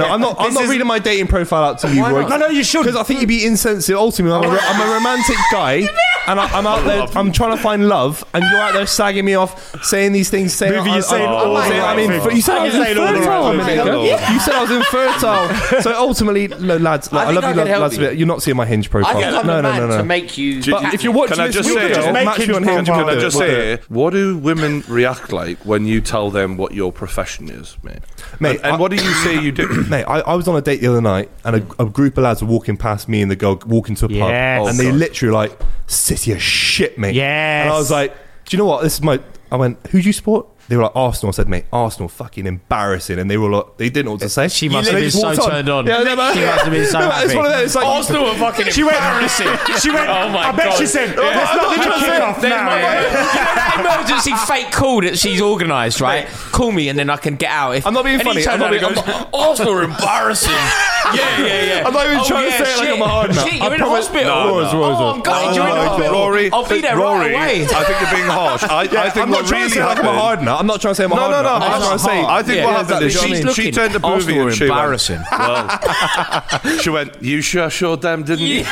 [SPEAKER 5] I'm not. I'm
[SPEAKER 4] This
[SPEAKER 5] not
[SPEAKER 4] is-
[SPEAKER 5] reading my dating profile out to you, Roy.
[SPEAKER 6] No, no, you
[SPEAKER 5] Because
[SPEAKER 6] shouldn't.
[SPEAKER 5] I think you'd be insensitive. Ultimately, I'm a, ro- I'm a romantic guy, and I, I'm out there. I'm trying to find love, and you're out there sagging me off, saying these things. Saying
[SPEAKER 4] Movie,
[SPEAKER 5] I,
[SPEAKER 4] you're saying
[SPEAKER 5] I,
[SPEAKER 4] all
[SPEAKER 5] I,
[SPEAKER 4] the
[SPEAKER 5] saying
[SPEAKER 4] right
[SPEAKER 5] I'm infer-
[SPEAKER 4] things.
[SPEAKER 5] You said I was
[SPEAKER 4] You're saying all the
[SPEAKER 5] infertile
[SPEAKER 4] right
[SPEAKER 5] a minute
[SPEAKER 4] things.
[SPEAKER 5] ago.
[SPEAKER 2] Yeah.
[SPEAKER 5] You said I was infertile. So ultimately, no, lads,
[SPEAKER 1] I
[SPEAKER 5] like, I,
[SPEAKER 1] think
[SPEAKER 5] love
[SPEAKER 1] I
[SPEAKER 5] you,
[SPEAKER 1] can
[SPEAKER 5] lads,
[SPEAKER 1] help
[SPEAKER 5] lads a
[SPEAKER 1] you.
[SPEAKER 5] bit. You're not seeing my hinge
[SPEAKER 1] I
[SPEAKER 5] profile.
[SPEAKER 1] think I'm
[SPEAKER 5] no,
[SPEAKER 1] the
[SPEAKER 5] no,
[SPEAKER 1] man
[SPEAKER 5] no, no.
[SPEAKER 1] to make you.
[SPEAKER 5] but if you're watching
[SPEAKER 2] Can I
[SPEAKER 5] this,
[SPEAKER 2] just
[SPEAKER 5] we
[SPEAKER 2] say-
[SPEAKER 5] could
[SPEAKER 2] Just
[SPEAKER 6] make
[SPEAKER 5] match
[SPEAKER 6] his
[SPEAKER 5] you on hinge.
[SPEAKER 6] profile.
[SPEAKER 2] Can I just
[SPEAKER 5] We'll do it.
[SPEAKER 2] say, what do women react like when you tell them what your profession is, mate?
[SPEAKER 5] Mate,
[SPEAKER 2] and, and
[SPEAKER 5] I-
[SPEAKER 2] what do you say you do?
[SPEAKER 5] Mate, I, I was on a date the other night, and a, a group of lads were walking past me and the girl walking to a pub,
[SPEAKER 6] Yes.
[SPEAKER 5] and they
[SPEAKER 2] Oh, God.
[SPEAKER 5] literally like city of shit, mate.
[SPEAKER 6] Yes.
[SPEAKER 5] and I was like, do you know what? This is my. I went, who do you support? They were like Arsenal. I said, mate, Arsenal, fucking embarrassing, and they were like, they didn't know what to say.
[SPEAKER 4] She
[SPEAKER 5] And
[SPEAKER 4] must have
[SPEAKER 5] they
[SPEAKER 4] been
[SPEAKER 5] just walked
[SPEAKER 4] so turned on.
[SPEAKER 5] Yeah, no, but-
[SPEAKER 4] She must have been so
[SPEAKER 5] No, but It's
[SPEAKER 4] happy.
[SPEAKER 5] one of those. It's like
[SPEAKER 4] Arsenal were fucking
[SPEAKER 6] She went.
[SPEAKER 4] embarrassing.
[SPEAKER 6] She went.
[SPEAKER 4] Oh my
[SPEAKER 6] I bet
[SPEAKER 4] God.
[SPEAKER 6] she said, "Let's not have a kickoff now." yeah."
[SPEAKER 1] that emergency fake call that she's organised, right? Call me and then I can get out. If
[SPEAKER 5] I'm not being
[SPEAKER 1] and he
[SPEAKER 5] funny,
[SPEAKER 1] turned
[SPEAKER 5] I'm not
[SPEAKER 1] around and
[SPEAKER 5] being-
[SPEAKER 1] goes, Arsenal are embarrassing. yeah, yeah, yeah.
[SPEAKER 5] I'm not even trying to say it like
[SPEAKER 1] shit.
[SPEAKER 5] I'm a hard man.
[SPEAKER 1] Shit,
[SPEAKER 5] I
[SPEAKER 1] you're in
[SPEAKER 5] promise-
[SPEAKER 1] hospital.
[SPEAKER 5] No, no.
[SPEAKER 1] Oh, I'm gutted.
[SPEAKER 5] Oh,
[SPEAKER 1] you're in
[SPEAKER 5] no,
[SPEAKER 1] hospital.
[SPEAKER 2] Rory,
[SPEAKER 1] I'll be there right
[SPEAKER 2] Rory,
[SPEAKER 1] away.
[SPEAKER 2] I think you're being harsh. I, I think
[SPEAKER 5] I'm
[SPEAKER 2] what
[SPEAKER 5] not trying
[SPEAKER 2] really
[SPEAKER 5] to say like I'm a
[SPEAKER 2] happened-
[SPEAKER 5] hard nut. I'm not trying to say I'm a
[SPEAKER 2] No,
[SPEAKER 5] hard
[SPEAKER 2] no, no.
[SPEAKER 5] nut.
[SPEAKER 2] I'm
[SPEAKER 5] I'm
[SPEAKER 2] not
[SPEAKER 5] trying to say.
[SPEAKER 2] saying. I think
[SPEAKER 1] Yeah,
[SPEAKER 2] what happened
[SPEAKER 5] exactly.
[SPEAKER 2] is
[SPEAKER 5] She's
[SPEAKER 2] she, she
[SPEAKER 1] looking.
[SPEAKER 2] turned to
[SPEAKER 1] Arsenal
[SPEAKER 2] Booby
[SPEAKER 1] were
[SPEAKER 2] and she
[SPEAKER 1] embarrassing.
[SPEAKER 2] went, well, she went, you sure showed them, didn't you?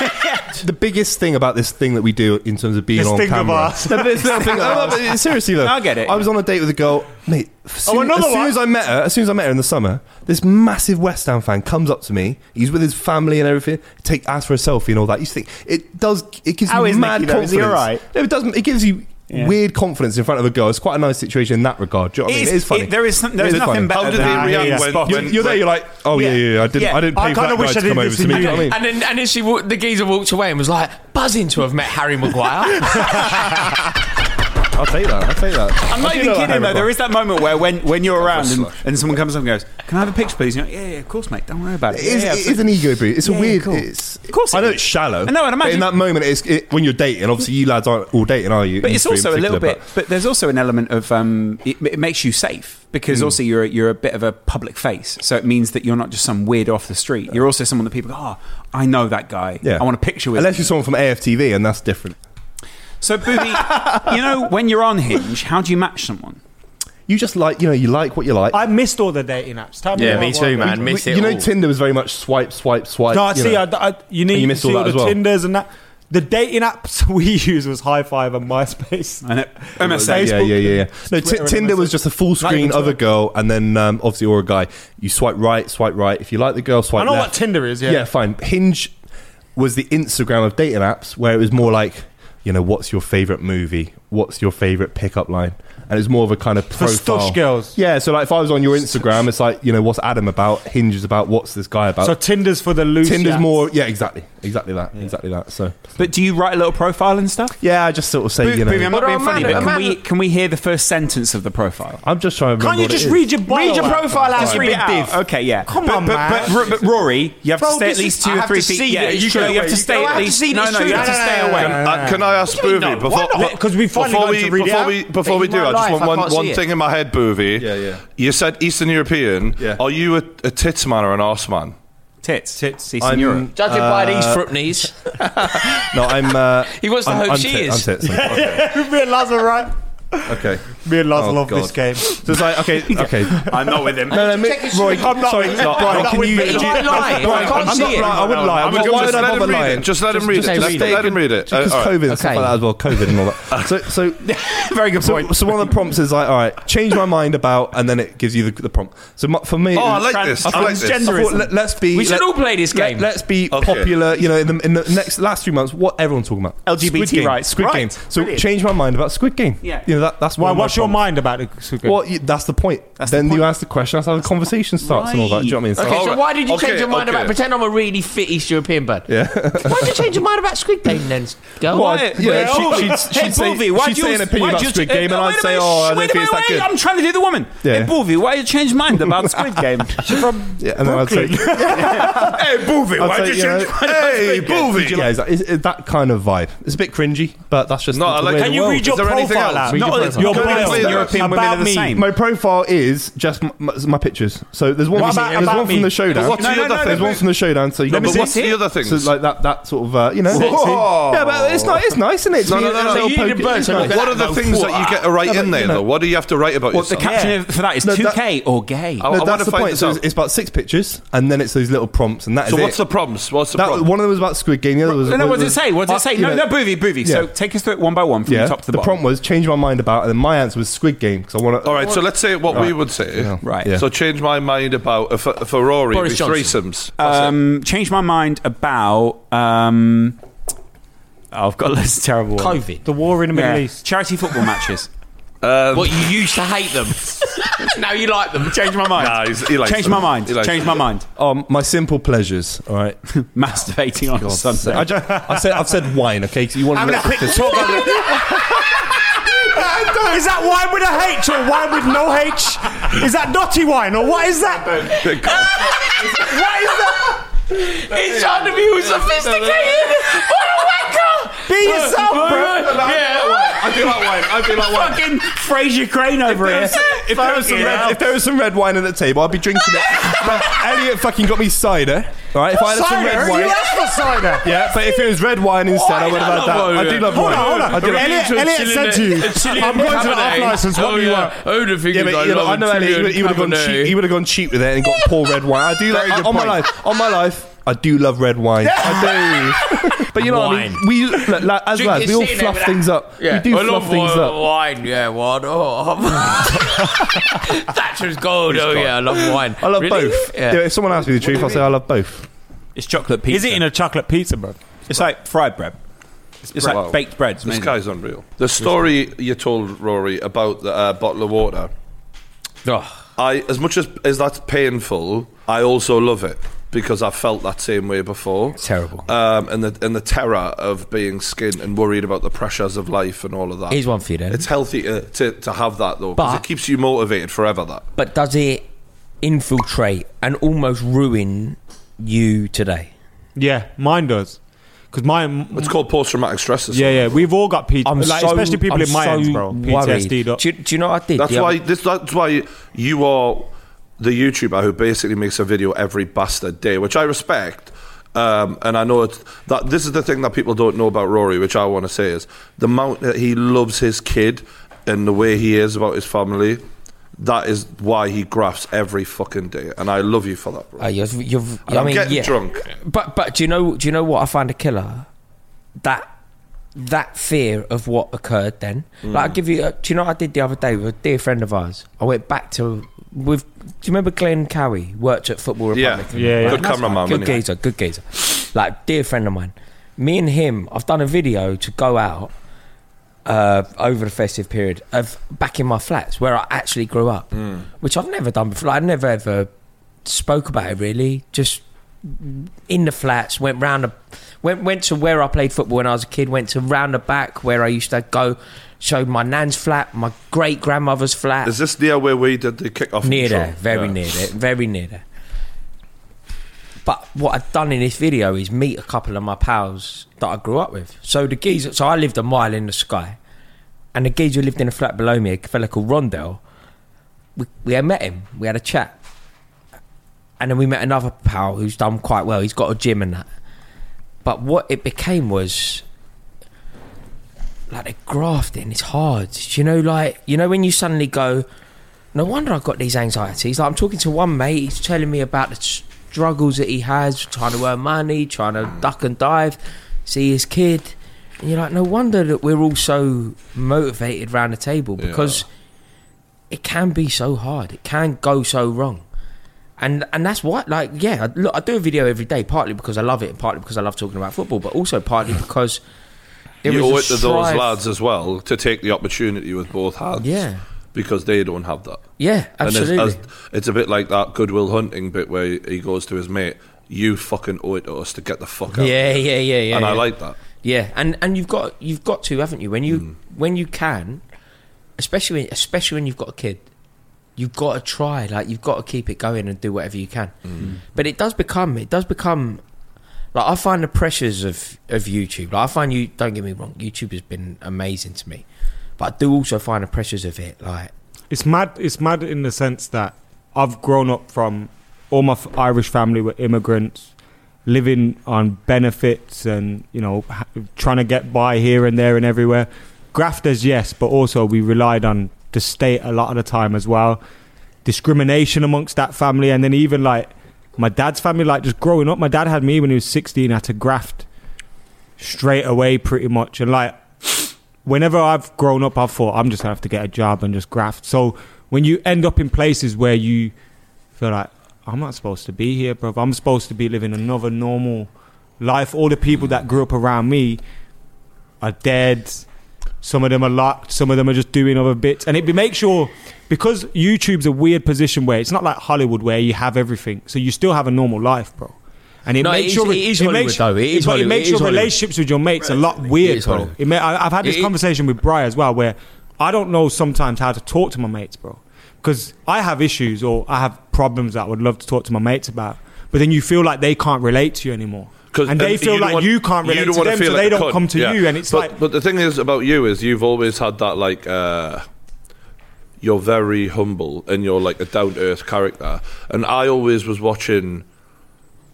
[SPEAKER 5] the biggest thing about this thing that we do in terms of being
[SPEAKER 6] This
[SPEAKER 5] on
[SPEAKER 6] thing of
[SPEAKER 5] camera.
[SPEAKER 6] ours.
[SPEAKER 5] No, but it's not a thing- no, no, but seriously though,
[SPEAKER 3] I get it.
[SPEAKER 5] I was on a date with a girl, mate. Soon,
[SPEAKER 6] another
[SPEAKER 5] as soon
[SPEAKER 6] one?
[SPEAKER 5] as I met her, as soon as I met her in the summer, this massive West Ham fan comes up to me. He's with his family and everything. Take ask for a selfie and all that. You just think it does? It gives
[SPEAKER 3] How
[SPEAKER 5] you
[SPEAKER 3] is
[SPEAKER 5] mad
[SPEAKER 3] Nicky though? Is
[SPEAKER 5] confidence.
[SPEAKER 3] he alright?
[SPEAKER 5] No, it doesn't. It gives you.
[SPEAKER 3] Yeah.
[SPEAKER 5] Weird confidence in front of a girl. It's quite a nice situation in that regard. Do you know what I mean? It is funny.
[SPEAKER 3] it- there is, some,
[SPEAKER 5] It
[SPEAKER 3] there's
[SPEAKER 5] is
[SPEAKER 3] nothing
[SPEAKER 5] funny.
[SPEAKER 3] better
[SPEAKER 2] How did they
[SPEAKER 3] than
[SPEAKER 2] react
[SPEAKER 3] Yeah.
[SPEAKER 2] when-
[SPEAKER 3] Spot-
[SPEAKER 5] You're, you're there. You're like, oh yeah, yeah. yeah, I didn't.
[SPEAKER 3] Yeah.
[SPEAKER 5] I didn't
[SPEAKER 6] I
[SPEAKER 5] pay for
[SPEAKER 6] kinda
[SPEAKER 5] that
[SPEAKER 6] wish
[SPEAKER 5] guy
[SPEAKER 6] I
[SPEAKER 5] to
[SPEAKER 6] did
[SPEAKER 5] come over
[SPEAKER 6] this
[SPEAKER 5] to
[SPEAKER 6] in
[SPEAKER 5] me. Do you know
[SPEAKER 6] uni.
[SPEAKER 5] what I mean?
[SPEAKER 1] And then, and then she, wa- the geezer walked away and was like, buzzing to have met Harry Maguire.
[SPEAKER 5] I'll take that. I'll take that.
[SPEAKER 3] I'm not
[SPEAKER 5] do
[SPEAKER 3] even kidding,
[SPEAKER 5] like Harry
[SPEAKER 3] though. There
[SPEAKER 5] Maguire.
[SPEAKER 3] is that moment where when, when you're around and,
[SPEAKER 2] slush.
[SPEAKER 3] and someone comes up and goes, Can I have a picture, please? And You're like, yeah, yeah, of course, mate. Don't worry about it.
[SPEAKER 5] It
[SPEAKER 3] Yeah,
[SPEAKER 5] is,
[SPEAKER 3] yeah,
[SPEAKER 5] it is an ego boot. It's a
[SPEAKER 3] Yeah,
[SPEAKER 5] weird.
[SPEAKER 3] cool.
[SPEAKER 5] It's,
[SPEAKER 3] Of course
[SPEAKER 5] I
[SPEAKER 3] it
[SPEAKER 5] know
[SPEAKER 3] is.
[SPEAKER 5] it's
[SPEAKER 3] No,
[SPEAKER 5] shallow.
[SPEAKER 3] and
[SPEAKER 5] but
[SPEAKER 3] imagine-
[SPEAKER 5] in that moment, it's it, when you're dating. Obviously, you lads aren't all dating, are you?
[SPEAKER 3] But
[SPEAKER 5] You
[SPEAKER 3] it's
[SPEAKER 5] three in
[SPEAKER 3] also a little
[SPEAKER 5] particular,
[SPEAKER 3] bit. But there's also an element of um, it, it makes you safe because
[SPEAKER 5] Hmm.
[SPEAKER 3] also you're you're a bit of a public face, so it means that you're not just some weird off the street. You're also someone that people go, oh, I know that guy.
[SPEAKER 5] but- yeah,
[SPEAKER 3] I want a picture with.
[SPEAKER 5] Unless
[SPEAKER 3] him."
[SPEAKER 5] you're someone from AFTV, and that's different.
[SPEAKER 3] So, Booby, you know when you're on Hinge, how do you match someone?
[SPEAKER 5] You just like you know you like what you like.
[SPEAKER 6] I missed all the dating apps. Tell me
[SPEAKER 1] Yeah,
[SPEAKER 6] what-
[SPEAKER 1] me
[SPEAKER 6] what-
[SPEAKER 1] too, man.
[SPEAKER 5] We-
[SPEAKER 1] Miss it
[SPEAKER 5] you know,
[SPEAKER 1] all.
[SPEAKER 5] Tinder was very much swipe, swipe, swipe.
[SPEAKER 6] No, I
[SPEAKER 5] you
[SPEAKER 6] see.
[SPEAKER 5] know.
[SPEAKER 6] I, I, you need
[SPEAKER 5] And you
[SPEAKER 6] you
[SPEAKER 5] miss
[SPEAKER 6] see
[SPEAKER 5] all
[SPEAKER 6] all,
[SPEAKER 5] that
[SPEAKER 6] the
[SPEAKER 5] as well.
[SPEAKER 6] Tinders and that. The dating apps we use was High Five and MySpace.
[SPEAKER 3] And it, MSN.
[SPEAKER 5] yeah, yeah, yeah, yeah. No, t-
[SPEAKER 6] Twitter and
[SPEAKER 5] Tinder was
[SPEAKER 6] MSN.
[SPEAKER 5] just a full screen of a girl, and then um, obviously or a guy. You swipe right, swipe right. If you like the girl, swipe.
[SPEAKER 6] I know
[SPEAKER 5] left.
[SPEAKER 6] what Tinder is. Yeah.
[SPEAKER 5] yeah, fine. Hinge was the Instagram of dating apps, where it was more like, you know, what's your favorite movie? What's your favorite pickup line? And it's more of a kind of
[SPEAKER 6] For
[SPEAKER 5] profile.
[SPEAKER 6] stush girls.
[SPEAKER 5] Yeah, so like if I was on your Instagram, it's like, you know, what's Adam about? Hinge is about what's this guy about?
[SPEAKER 6] So Tinder's for the loose.
[SPEAKER 5] Tinder's
[SPEAKER 6] yaks.
[SPEAKER 5] more, yeah, exactly, exactly that, exactly that. So
[SPEAKER 3] But do you write a little profile and stuff?
[SPEAKER 5] yeah, I just sort of say,
[SPEAKER 3] Boo-
[SPEAKER 5] you know,
[SPEAKER 3] Booby, I'm not
[SPEAKER 5] I'm,
[SPEAKER 1] But
[SPEAKER 3] being
[SPEAKER 1] I'm
[SPEAKER 3] funny,
[SPEAKER 1] mad-
[SPEAKER 3] but can
[SPEAKER 1] I'm
[SPEAKER 3] we
[SPEAKER 1] mad-
[SPEAKER 3] can we hear the first sentence of the profile?
[SPEAKER 5] just trying to remember.
[SPEAKER 6] Can't you
[SPEAKER 5] what it
[SPEAKER 6] just
[SPEAKER 5] is.
[SPEAKER 6] read your bio?
[SPEAKER 3] Read your
[SPEAKER 6] out?
[SPEAKER 3] profile out.
[SPEAKER 6] Just
[SPEAKER 3] read it
[SPEAKER 6] read it
[SPEAKER 3] out.
[SPEAKER 6] out.
[SPEAKER 3] Okay, yeah.
[SPEAKER 6] Come
[SPEAKER 3] but,
[SPEAKER 6] on,
[SPEAKER 3] but,
[SPEAKER 6] man.
[SPEAKER 3] But, Ro- but Rory, you have
[SPEAKER 1] Bro,
[SPEAKER 3] to stay at
[SPEAKER 1] this
[SPEAKER 3] least
[SPEAKER 1] is-
[SPEAKER 3] two
[SPEAKER 1] I
[SPEAKER 3] or
[SPEAKER 1] have
[SPEAKER 3] three
[SPEAKER 1] to
[SPEAKER 3] feet.
[SPEAKER 1] see
[SPEAKER 3] Yeah,
[SPEAKER 1] that
[SPEAKER 3] you,
[SPEAKER 1] it's
[SPEAKER 3] should-
[SPEAKER 1] true.
[SPEAKER 3] you have to
[SPEAKER 1] You
[SPEAKER 3] stay
[SPEAKER 1] don't
[SPEAKER 3] at
[SPEAKER 1] have to
[SPEAKER 3] least.
[SPEAKER 1] see that
[SPEAKER 3] No,
[SPEAKER 1] it's
[SPEAKER 3] no,
[SPEAKER 1] true.
[SPEAKER 3] you have to
[SPEAKER 6] No, no,
[SPEAKER 3] stay
[SPEAKER 6] no,
[SPEAKER 3] away.
[SPEAKER 6] no, no.
[SPEAKER 2] Uh, can I ask Booby before?
[SPEAKER 6] Because we finally
[SPEAKER 2] before
[SPEAKER 6] got
[SPEAKER 2] we
[SPEAKER 6] to read it
[SPEAKER 2] before
[SPEAKER 6] out.
[SPEAKER 2] we before we
[SPEAKER 1] In
[SPEAKER 2] do,
[SPEAKER 1] my
[SPEAKER 2] I just
[SPEAKER 1] life,
[SPEAKER 2] want
[SPEAKER 1] I
[SPEAKER 2] one,
[SPEAKER 1] can't see
[SPEAKER 2] one
[SPEAKER 1] it.
[SPEAKER 2] thing in my head, Boovy.
[SPEAKER 5] Yeah, yeah.
[SPEAKER 2] You said Eastern European.
[SPEAKER 5] Yeah.
[SPEAKER 2] Are you a, a tits man or an arse man?
[SPEAKER 3] Tits. Tits. See,
[SPEAKER 5] I'm-
[SPEAKER 3] senora.
[SPEAKER 1] Judging by these fruit knees,
[SPEAKER 5] No, I'm. Uh,
[SPEAKER 1] He wants to
[SPEAKER 5] I'm,
[SPEAKER 1] hope
[SPEAKER 5] I'm
[SPEAKER 1] she
[SPEAKER 5] tit-
[SPEAKER 1] is.
[SPEAKER 5] I'm tits, I'm tits.
[SPEAKER 6] Me and Laz are right.
[SPEAKER 5] Okay.
[SPEAKER 6] Me and Laz
[SPEAKER 5] Oh,
[SPEAKER 6] love this
[SPEAKER 5] God.
[SPEAKER 6] game.
[SPEAKER 5] So it's like okay, okay.
[SPEAKER 3] I'm not with him.
[SPEAKER 5] No, no, me, Roy.
[SPEAKER 6] I'm not-
[SPEAKER 5] sorry,
[SPEAKER 6] I'm
[SPEAKER 5] no,
[SPEAKER 6] not
[SPEAKER 5] Brian,
[SPEAKER 6] with
[SPEAKER 5] can
[SPEAKER 6] you.
[SPEAKER 5] you?
[SPEAKER 1] He might lie.
[SPEAKER 5] Brian,
[SPEAKER 1] I can't
[SPEAKER 5] I'm
[SPEAKER 1] see
[SPEAKER 5] not
[SPEAKER 1] it.
[SPEAKER 5] lying. I wouldn't lie. I wouldn't- Why would I
[SPEAKER 2] let him
[SPEAKER 5] bother
[SPEAKER 2] read
[SPEAKER 5] lying?
[SPEAKER 2] it. Just let him read it.
[SPEAKER 1] just let him
[SPEAKER 2] Let,
[SPEAKER 1] read it.
[SPEAKER 2] let him read it.
[SPEAKER 5] because
[SPEAKER 2] Uh, all right.
[SPEAKER 5] COVID and stuff
[SPEAKER 1] Okay.
[SPEAKER 5] like that as well. COVID and all that. So, so
[SPEAKER 3] Very good
[SPEAKER 5] so,
[SPEAKER 3] point.
[SPEAKER 5] so one of the prompts is like, all right, change my mind about, and then it gives you the, the prompt. So my, for me,
[SPEAKER 2] Oh, I
[SPEAKER 5] it was-
[SPEAKER 2] like this. I like
[SPEAKER 5] I
[SPEAKER 2] this.
[SPEAKER 5] thought, let, let's be.
[SPEAKER 1] we should
[SPEAKER 5] let-
[SPEAKER 1] all play this game.
[SPEAKER 5] Let, us be
[SPEAKER 2] Okay.
[SPEAKER 5] popular. You know, in the, in the next last few months, what everyone's talking about?
[SPEAKER 3] LGBT
[SPEAKER 5] Squid Game,
[SPEAKER 3] rights.
[SPEAKER 5] Squid
[SPEAKER 3] Right.
[SPEAKER 5] Game. So
[SPEAKER 3] Brilliant.
[SPEAKER 5] change my mind about Squid Game.
[SPEAKER 3] Yeah.
[SPEAKER 5] You know that, that's
[SPEAKER 6] Why?
[SPEAKER 5] one of my
[SPEAKER 6] What's your
[SPEAKER 5] prompts.
[SPEAKER 6] mind about the Sugar?
[SPEAKER 5] Well, you, that's the point.
[SPEAKER 3] the
[SPEAKER 5] then
[SPEAKER 3] point.
[SPEAKER 5] you ask the question. That's how the conversation starts and all that. Do you know what I mean? So-
[SPEAKER 1] okay,
[SPEAKER 2] All
[SPEAKER 1] so
[SPEAKER 2] right.
[SPEAKER 1] why did you
[SPEAKER 2] Okay,
[SPEAKER 1] change your mind
[SPEAKER 2] okay.
[SPEAKER 1] about? Pretend I'm a really fit East European bird. Yeah. why did you change your mind about Squid Game then, girl?
[SPEAKER 5] Well, I'd- yeah,
[SPEAKER 3] Well,
[SPEAKER 5] she, she'd, she'd
[SPEAKER 3] hey,
[SPEAKER 5] say,
[SPEAKER 3] Bovey, why'd
[SPEAKER 5] she'd say
[SPEAKER 3] you-
[SPEAKER 5] an opinion
[SPEAKER 3] why'd
[SPEAKER 5] about
[SPEAKER 3] you-
[SPEAKER 5] Squid
[SPEAKER 3] uh,
[SPEAKER 5] Game,
[SPEAKER 3] no,
[SPEAKER 5] and I'd
[SPEAKER 3] wait a
[SPEAKER 5] say,
[SPEAKER 3] minute,
[SPEAKER 5] oh, I don't
[SPEAKER 3] wait a
[SPEAKER 5] think it's that
[SPEAKER 3] minute,
[SPEAKER 5] good.
[SPEAKER 3] wait, I'm trying to do the woman.
[SPEAKER 5] Yeah.
[SPEAKER 3] Hey, Bovey, why you change mind about Squid Game? She's from
[SPEAKER 5] Yeah, and then I'd say,
[SPEAKER 3] Hey, Bovey,
[SPEAKER 5] I'd say, you know,
[SPEAKER 2] Hey, Boovy.
[SPEAKER 5] yeah, it's, it's, it's that kind of vibe. It's a bit cringy, but that's just
[SPEAKER 2] No, I
[SPEAKER 5] the
[SPEAKER 2] like-
[SPEAKER 5] way
[SPEAKER 2] Can
[SPEAKER 5] the
[SPEAKER 2] you
[SPEAKER 5] world
[SPEAKER 2] read
[SPEAKER 5] is.
[SPEAKER 2] your Is there anything else? Read
[SPEAKER 3] your
[SPEAKER 6] Not
[SPEAKER 3] profile. Can we
[SPEAKER 6] your bio.
[SPEAKER 2] explain that?
[SPEAKER 3] European women
[SPEAKER 6] about
[SPEAKER 3] are the
[SPEAKER 6] me.
[SPEAKER 3] same.
[SPEAKER 5] My profile is just my, my pictures. So there's one.
[SPEAKER 6] What about-
[SPEAKER 5] there's
[SPEAKER 6] about
[SPEAKER 5] one
[SPEAKER 6] me?
[SPEAKER 5] from the showdown.
[SPEAKER 2] What's
[SPEAKER 3] No,
[SPEAKER 2] the
[SPEAKER 3] no,
[SPEAKER 2] other
[SPEAKER 3] no,
[SPEAKER 2] thing?
[SPEAKER 5] There's one from the showdown. So you
[SPEAKER 2] No,
[SPEAKER 5] can
[SPEAKER 2] but what's the other things?
[SPEAKER 5] So like that, that sort of uh, you know.
[SPEAKER 2] Whoa.
[SPEAKER 5] Yeah, but it's nice. It's nice, isn't it?
[SPEAKER 2] No, no, no, no.
[SPEAKER 1] So you need a bird to look at
[SPEAKER 2] What are the things that you get to write in there, though? What do you have to write about
[SPEAKER 3] The
[SPEAKER 2] yourself?
[SPEAKER 3] caption for that is
[SPEAKER 5] No, that-
[SPEAKER 3] 2K or gay.
[SPEAKER 2] I- I
[SPEAKER 5] No,
[SPEAKER 2] wanna
[SPEAKER 5] that's the
[SPEAKER 2] find
[SPEAKER 5] point.
[SPEAKER 2] this
[SPEAKER 5] So
[SPEAKER 2] out.
[SPEAKER 5] it's, it's about six pictures, and then it's those little prompts, and that's
[SPEAKER 2] So what's the prompts? What's the
[SPEAKER 5] that,
[SPEAKER 2] prompt?
[SPEAKER 5] one of them was about Squid Game. The other was.
[SPEAKER 3] No, no, what
[SPEAKER 5] was,
[SPEAKER 3] does it say? What does it
[SPEAKER 5] Uh,
[SPEAKER 3] say?
[SPEAKER 5] you
[SPEAKER 3] No,
[SPEAKER 5] know,
[SPEAKER 3] no, Bovey, Bovey. So
[SPEAKER 5] Yeah.
[SPEAKER 3] take us through it one by one from
[SPEAKER 5] Yeah,
[SPEAKER 3] the top to the,
[SPEAKER 5] the
[SPEAKER 3] bottom.
[SPEAKER 5] prompt was change my mind about, and then my answer was Squid Game because I want to.
[SPEAKER 2] All right, so let's say what we would say.
[SPEAKER 3] Right.
[SPEAKER 5] Yeah.
[SPEAKER 2] So change my mind about a, F- a Ferrari
[SPEAKER 1] Boris
[SPEAKER 2] with
[SPEAKER 1] Johnson.
[SPEAKER 2] threesomes.
[SPEAKER 3] um, changed my mind about. Um, oh, I've got a list of terrible ones.
[SPEAKER 1] COVID.
[SPEAKER 6] The war in the Middle
[SPEAKER 3] Yeah.
[SPEAKER 6] East.
[SPEAKER 3] Charity football matches.
[SPEAKER 1] What you used to hate them. now you like them.
[SPEAKER 3] Change my mind.
[SPEAKER 2] Nah, he's- he likes
[SPEAKER 3] Change
[SPEAKER 2] them.
[SPEAKER 3] my mind.
[SPEAKER 2] He likes
[SPEAKER 3] Change
[SPEAKER 2] them.
[SPEAKER 3] my mind.
[SPEAKER 5] Um, my simple pleasures. All right.
[SPEAKER 3] Masturbating on a sunset.
[SPEAKER 5] I just, I've said I've said wine. Okay, so you want to
[SPEAKER 6] Is that wine with a H or wine with no H? Is that naughty wine or what is that? what is that?
[SPEAKER 1] He's trying to be all sophisticated. What a wanker!
[SPEAKER 6] Be yourself, bro.
[SPEAKER 2] I do like wine. I do like wine.
[SPEAKER 3] fucking Fraser Crane over here.
[SPEAKER 5] If there, was some red, if there was some red wine at the table, I'd be drinking it. But Elliot fucking got me cider. All right, if I had some red wine.
[SPEAKER 6] You asked for cider.
[SPEAKER 5] Yeah, but if it was red wine instead, I would have had that. I do love
[SPEAKER 6] Hold
[SPEAKER 5] wine.
[SPEAKER 6] on, hold on.
[SPEAKER 5] I do love-
[SPEAKER 6] Elliot, Elliot said to you, I'm going to the off license. What do you want?
[SPEAKER 8] Older
[SPEAKER 5] Yeah,
[SPEAKER 8] figures.
[SPEAKER 5] but, yeah, but I know Elliot. He would, he would have gone cheap. He would have gone cheap with it and got poor red wine. I do like on my life. On my life, I do love red wine. I do. But you know what I mean. We look, like, as
[SPEAKER 1] Drink
[SPEAKER 5] lads,
[SPEAKER 1] it
[SPEAKER 5] we all
[SPEAKER 1] sitting there
[SPEAKER 5] fluff
[SPEAKER 1] with
[SPEAKER 5] things
[SPEAKER 1] that-
[SPEAKER 5] up. We do
[SPEAKER 8] I
[SPEAKER 5] fluff
[SPEAKER 8] love
[SPEAKER 5] things
[SPEAKER 8] wine,
[SPEAKER 5] up.
[SPEAKER 8] wine, yeah, wine. Oh,
[SPEAKER 1] Thatcher's gold. Oh yeah, I love wine.
[SPEAKER 5] I love
[SPEAKER 1] Really?
[SPEAKER 5] both.
[SPEAKER 1] Yeah.
[SPEAKER 5] Yeah, if someone asks me the truth, I'll say I love both.
[SPEAKER 3] It's chocolate pizza.
[SPEAKER 6] He's eating a chocolate pizza, bro.
[SPEAKER 3] It's like fried bread. It's, like
[SPEAKER 2] bread.
[SPEAKER 3] baked bread. It's
[SPEAKER 2] This
[SPEAKER 3] amazing.
[SPEAKER 2] guy's unreal. The story you told Rory about the uh, bottle of water. I, as much as as that's painful, I also love it because I felt that same way before.
[SPEAKER 1] terrible.
[SPEAKER 2] Um, and the and the terror of being skinned and worried about the pressures of life and all of that.
[SPEAKER 1] Here's one for you then.
[SPEAKER 2] It's healthy to, to, to have that though, because
[SPEAKER 1] But-
[SPEAKER 2] it keeps you motivated forever. That
[SPEAKER 1] But does it infiltrate and almost ruin you today?
[SPEAKER 6] Yeah, mine does. Because mine,
[SPEAKER 2] it's called post traumatic stress
[SPEAKER 6] Yeah,
[SPEAKER 2] disorder.
[SPEAKER 6] yeah, we've all got PTSD.
[SPEAKER 1] I'm
[SPEAKER 6] like,
[SPEAKER 1] so,
[SPEAKER 6] especially people
[SPEAKER 1] I'm
[SPEAKER 6] in my
[SPEAKER 1] so
[SPEAKER 6] ends, bro.
[SPEAKER 1] Worried.
[SPEAKER 6] PTSD. dot-
[SPEAKER 1] Do, you, do you know what I did?
[SPEAKER 2] That's
[SPEAKER 1] the other-
[SPEAKER 2] why this. That's why you are the YouTuber who basically makes a video every bastard day, which I respect. Um, and I know it's, that this is the thing that people don't know about Rory, which I want to say is the amount that he loves his kid and the way he is about his family. That is why he grafts every fucking day, and I love you for that, bro.
[SPEAKER 1] Uh, you've, you've, I
[SPEAKER 2] I'm
[SPEAKER 1] mean,
[SPEAKER 2] getting
[SPEAKER 1] yeah.
[SPEAKER 2] drunk.
[SPEAKER 1] But but do you know do you know what I find a killer? That that fear of what occurred then.
[SPEAKER 2] Mm.
[SPEAKER 1] Like I will give you. A, do you know what I did the other day with a dear friend of ours? I went back to with. Do you remember Glenn Cowie worked at Football
[SPEAKER 2] Yeah,
[SPEAKER 1] Republic?
[SPEAKER 6] Yeah, yeah.
[SPEAKER 2] Good cameraman.
[SPEAKER 1] good
[SPEAKER 2] wasn't he?
[SPEAKER 1] geezer, good geezer. Like dear friend of mine, me and him, I've done a video to go out uh, over the festive period of back in my flats where I actually grew up, which I've never done before. I never ever spoke about it really. Just in the flats, went round the, went went to where I played football when I was a kid. Went to round the back where I used to go. Showed my nan's flat, my great grandmother's flat
[SPEAKER 2] Is this near where we did the kickoff?
[SPEAKER 1] near
[SPEAKER 2] intro?
[SPEAKER 1] there, very
[SPEAKER 2] Yeah.
[SPEAKER 1] near there, very near there. But what I've done in this video is meet a couple of my pals that I grew up with. So the geezer, so I lived a mile in the sky, And the geezer who lived in a flat below me, a fella called Rondell, we, we had met him. We had a chat. And then we met another pal who's done quite well. He's got a gym and that. But what it became was like the grafting is hard. Do you know, like, you know, when you suddenly go, no wonder I got these anxieties. Like, I'm talking to one mate, he's telling me about the struggles that he has, trying to earn money, trying to duck and dive, see his kid. And you're like, no wonder that we're all so motivated round the table because it can be so hard. It can go so wrong. And and that's what, like, yeah, I- look, I do a video every day, partly because I love it, and partly because I love talking about football, but also partly because there
[SPEAKER 2] you
[SPEAKER 1] is a
[SPEAKER 2] owe it to those
[SPEAKER 1] strive-
[SPEAKER 2] lads as well to take the opportunity with both hands.
[SPEAKER 1] Yeah.
[SPEAKER 2] Because they don't have that.
[SPEAKER 1] Yeah, absolutely.
[SPEAKER 2] And it's, as, it's a bit like that Goodwill Hunting bit where he goes to his mate, you fucking owe it to us to get the fuck out.
[SPEAKER 1] yeah, yeah, yeah, yeah.
[SPEAKER 2] and I
[SPEAKER 1] yeah.
[SPEAKER 2] like that.
[SPEAKER 1] Yeah, and and you've got you've got to, haven't you? When you when you can, especially when, especially when you've got a kid, you've got to try. Like you've got to keep it going and do whatever you can. But it does become it does become like I find the pressures of of YouTube. Like I find you don't get me wrong, YouTube has been amazing to me, but I do also find the pressures of it like
[SPEAKER 6] It's mad. It's mad in the sense that I've grown up from all my f- Irish family were immigrants, living on benefits and you know ha- trying to get by here and there and everywhere. Grafters, yes, but also we relied on the state a lot of the time as well. Discrimination amongst that family, and then even like my dad's family, like just growing up, my dad had me when he was sixteen. I had to graft straight away, pretty much, and like whenever I've grown up, I've thought I'm just gonna have to get a job and just graft. So when you end up in places where you feel like I'm not supposed to be here, bro, I'm supposed to be living another normal life. All the people that grew up around me are dead. Some of them are locked. Some of them are just doing other bits, and it be- makes sure because YouTube's a weird position where it's not like Hollywood where you have everything, so you still have a normal life, bro. And it
[SPEAKER 1] No,
[SPEAKER 6] makes
[SPEAKER 1] it is-
[SPEAKER 6] your
[SPEAKER 1] it is Hollywood,
[SPEAKER 6] makes,
[SPEAKER 1] though. It is
[SPEAKER 6] but
[SPEAKER 1] Hollywood.
[SPEAKER 6] it makes
[SPEAKER 1] It is
[SPEAKER 6] your
[SPEAKER 1] Hollywood.
[SPEAKER 6] relationships with your mates a lot weird,
[SPEAKER 1] is
[SPEAKER 6] bro.
[SPEAKER 1] Hollywood.
[SPEAKER 6] It may, I, I've had this
[SPEAKER 1] It-
[SPEAKER 6] conversation with Bry as well, where I don't know sometimes how to talk to my mates, bro, because I have issues or I have problems that I would love to talk to my mates about, but then you feel like they can't relate to you anymore,
[SPEAKER 2] 'Cause-
[SPEAKER 6] and they
[SPEAKER 2] and
[SPEAKER 6] feel
[SPEAKER 2] don't
[SPEAKER 6] like
[SPEAKER 2] want-
[SPEAKER 6] you can't relate
[SPEAKER 2] don't
[SPEAKER 6] to
[SPEAKER 2] wanna
[SPEAKER 6] them,
[SPEAKER 2] feel
[SPEAKER 6] so
[SPEAKER 2] like
[SPEAKER 6] they
[SPEAKER 2] a
[SPEAKER 6] don't
[SPEAKER 2] cunt.
[SPEAKER 6] come to
[SPEAKER 2] Yeah.
[SPEAKER 6] you, and it's
[SPEAKER 2] but,
[SPEAKER 6] like
[SPEAKER 2] But the thing is about you is you've always had that like. Uh, you're very humble and you're like a down to earth character. And I always was watching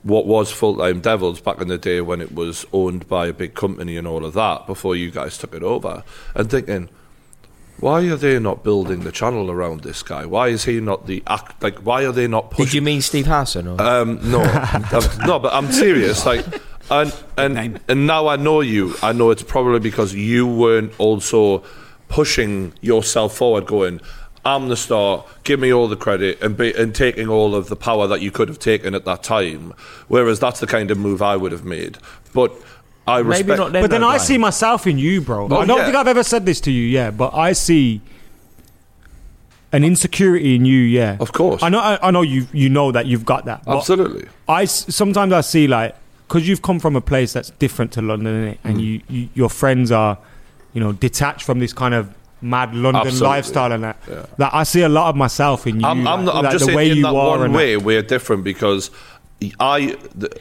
[SPEAKER 2] what was full time Devils back in the day when it was owned by a big company and all of that before you guys took it over, and thinking. Why are they not building the channel around this guy? Why is he not the act? Like, why are they not pushing?
[SPEAKER 1] Did you mean Steve Harrison or
[SPEAKER 2] Um, no, I'm, no, but I'm serious. Like, and and and now I know you. I know it's probably because you weren't also pushing yourself forward, going, "I'm the star. Give me all the credit," and be, and taking all of the power that you could have taken at that time. Whereas that's the kind of move I would have made. But I respect.
[SPEAKER 1] maybe not? Then,
[SPEAKER 6] but then
[SPEAKER 1] though,
[SPEAKER 6] I
[SPEAKER 1] Brian.
[SPEAKER 6] see myself in you, bro.
[SPEAKER 2] Oh,
[SPEAKER 6] I don't
[SPEAKER 2] yeah.
[SPEAKER 6] think I've ever said this to you, yeah, but I see an insecurity in you, yeah.
[SPEAKER 2] Of course.
[SPEAKER 6] I know. I, I know you. You know that you've got that. but
[SPEAKER 2] Absolutely.
[SPEAKER 6] I s- sometimes I see like because you've come from a place that's different to London, innit?
[SPEAKER 2] Mm.
[SPEAKER 6] and you, you your friends are, you know, detached from this kind of mad London
[SPEAKER 2] Absolutely.
[SPEAKER 6] lifestyle and that.
[SPEAKER 2] Yeah.
[SPEAKER 6] That I see a lot of myself in you.
[SPEAKER 2] I'm, I'm,
[SPEAKER 6] like-
[SPEAKER 2] I'm
[SPEAKER 6] like
[SPEAKER 2] just
[SPEAKER 6] the
[SPEAKER 2] saying
[SPEAKER 6] way
[SPEAKER 2] in
[SPEAKER 6] you
[SPEAKER 2] that
[SPEAKER 6] are
[SPEAKER 2] one
[SPEAKER 6] and that.
[SPEAKER 2] way we're different because I, th-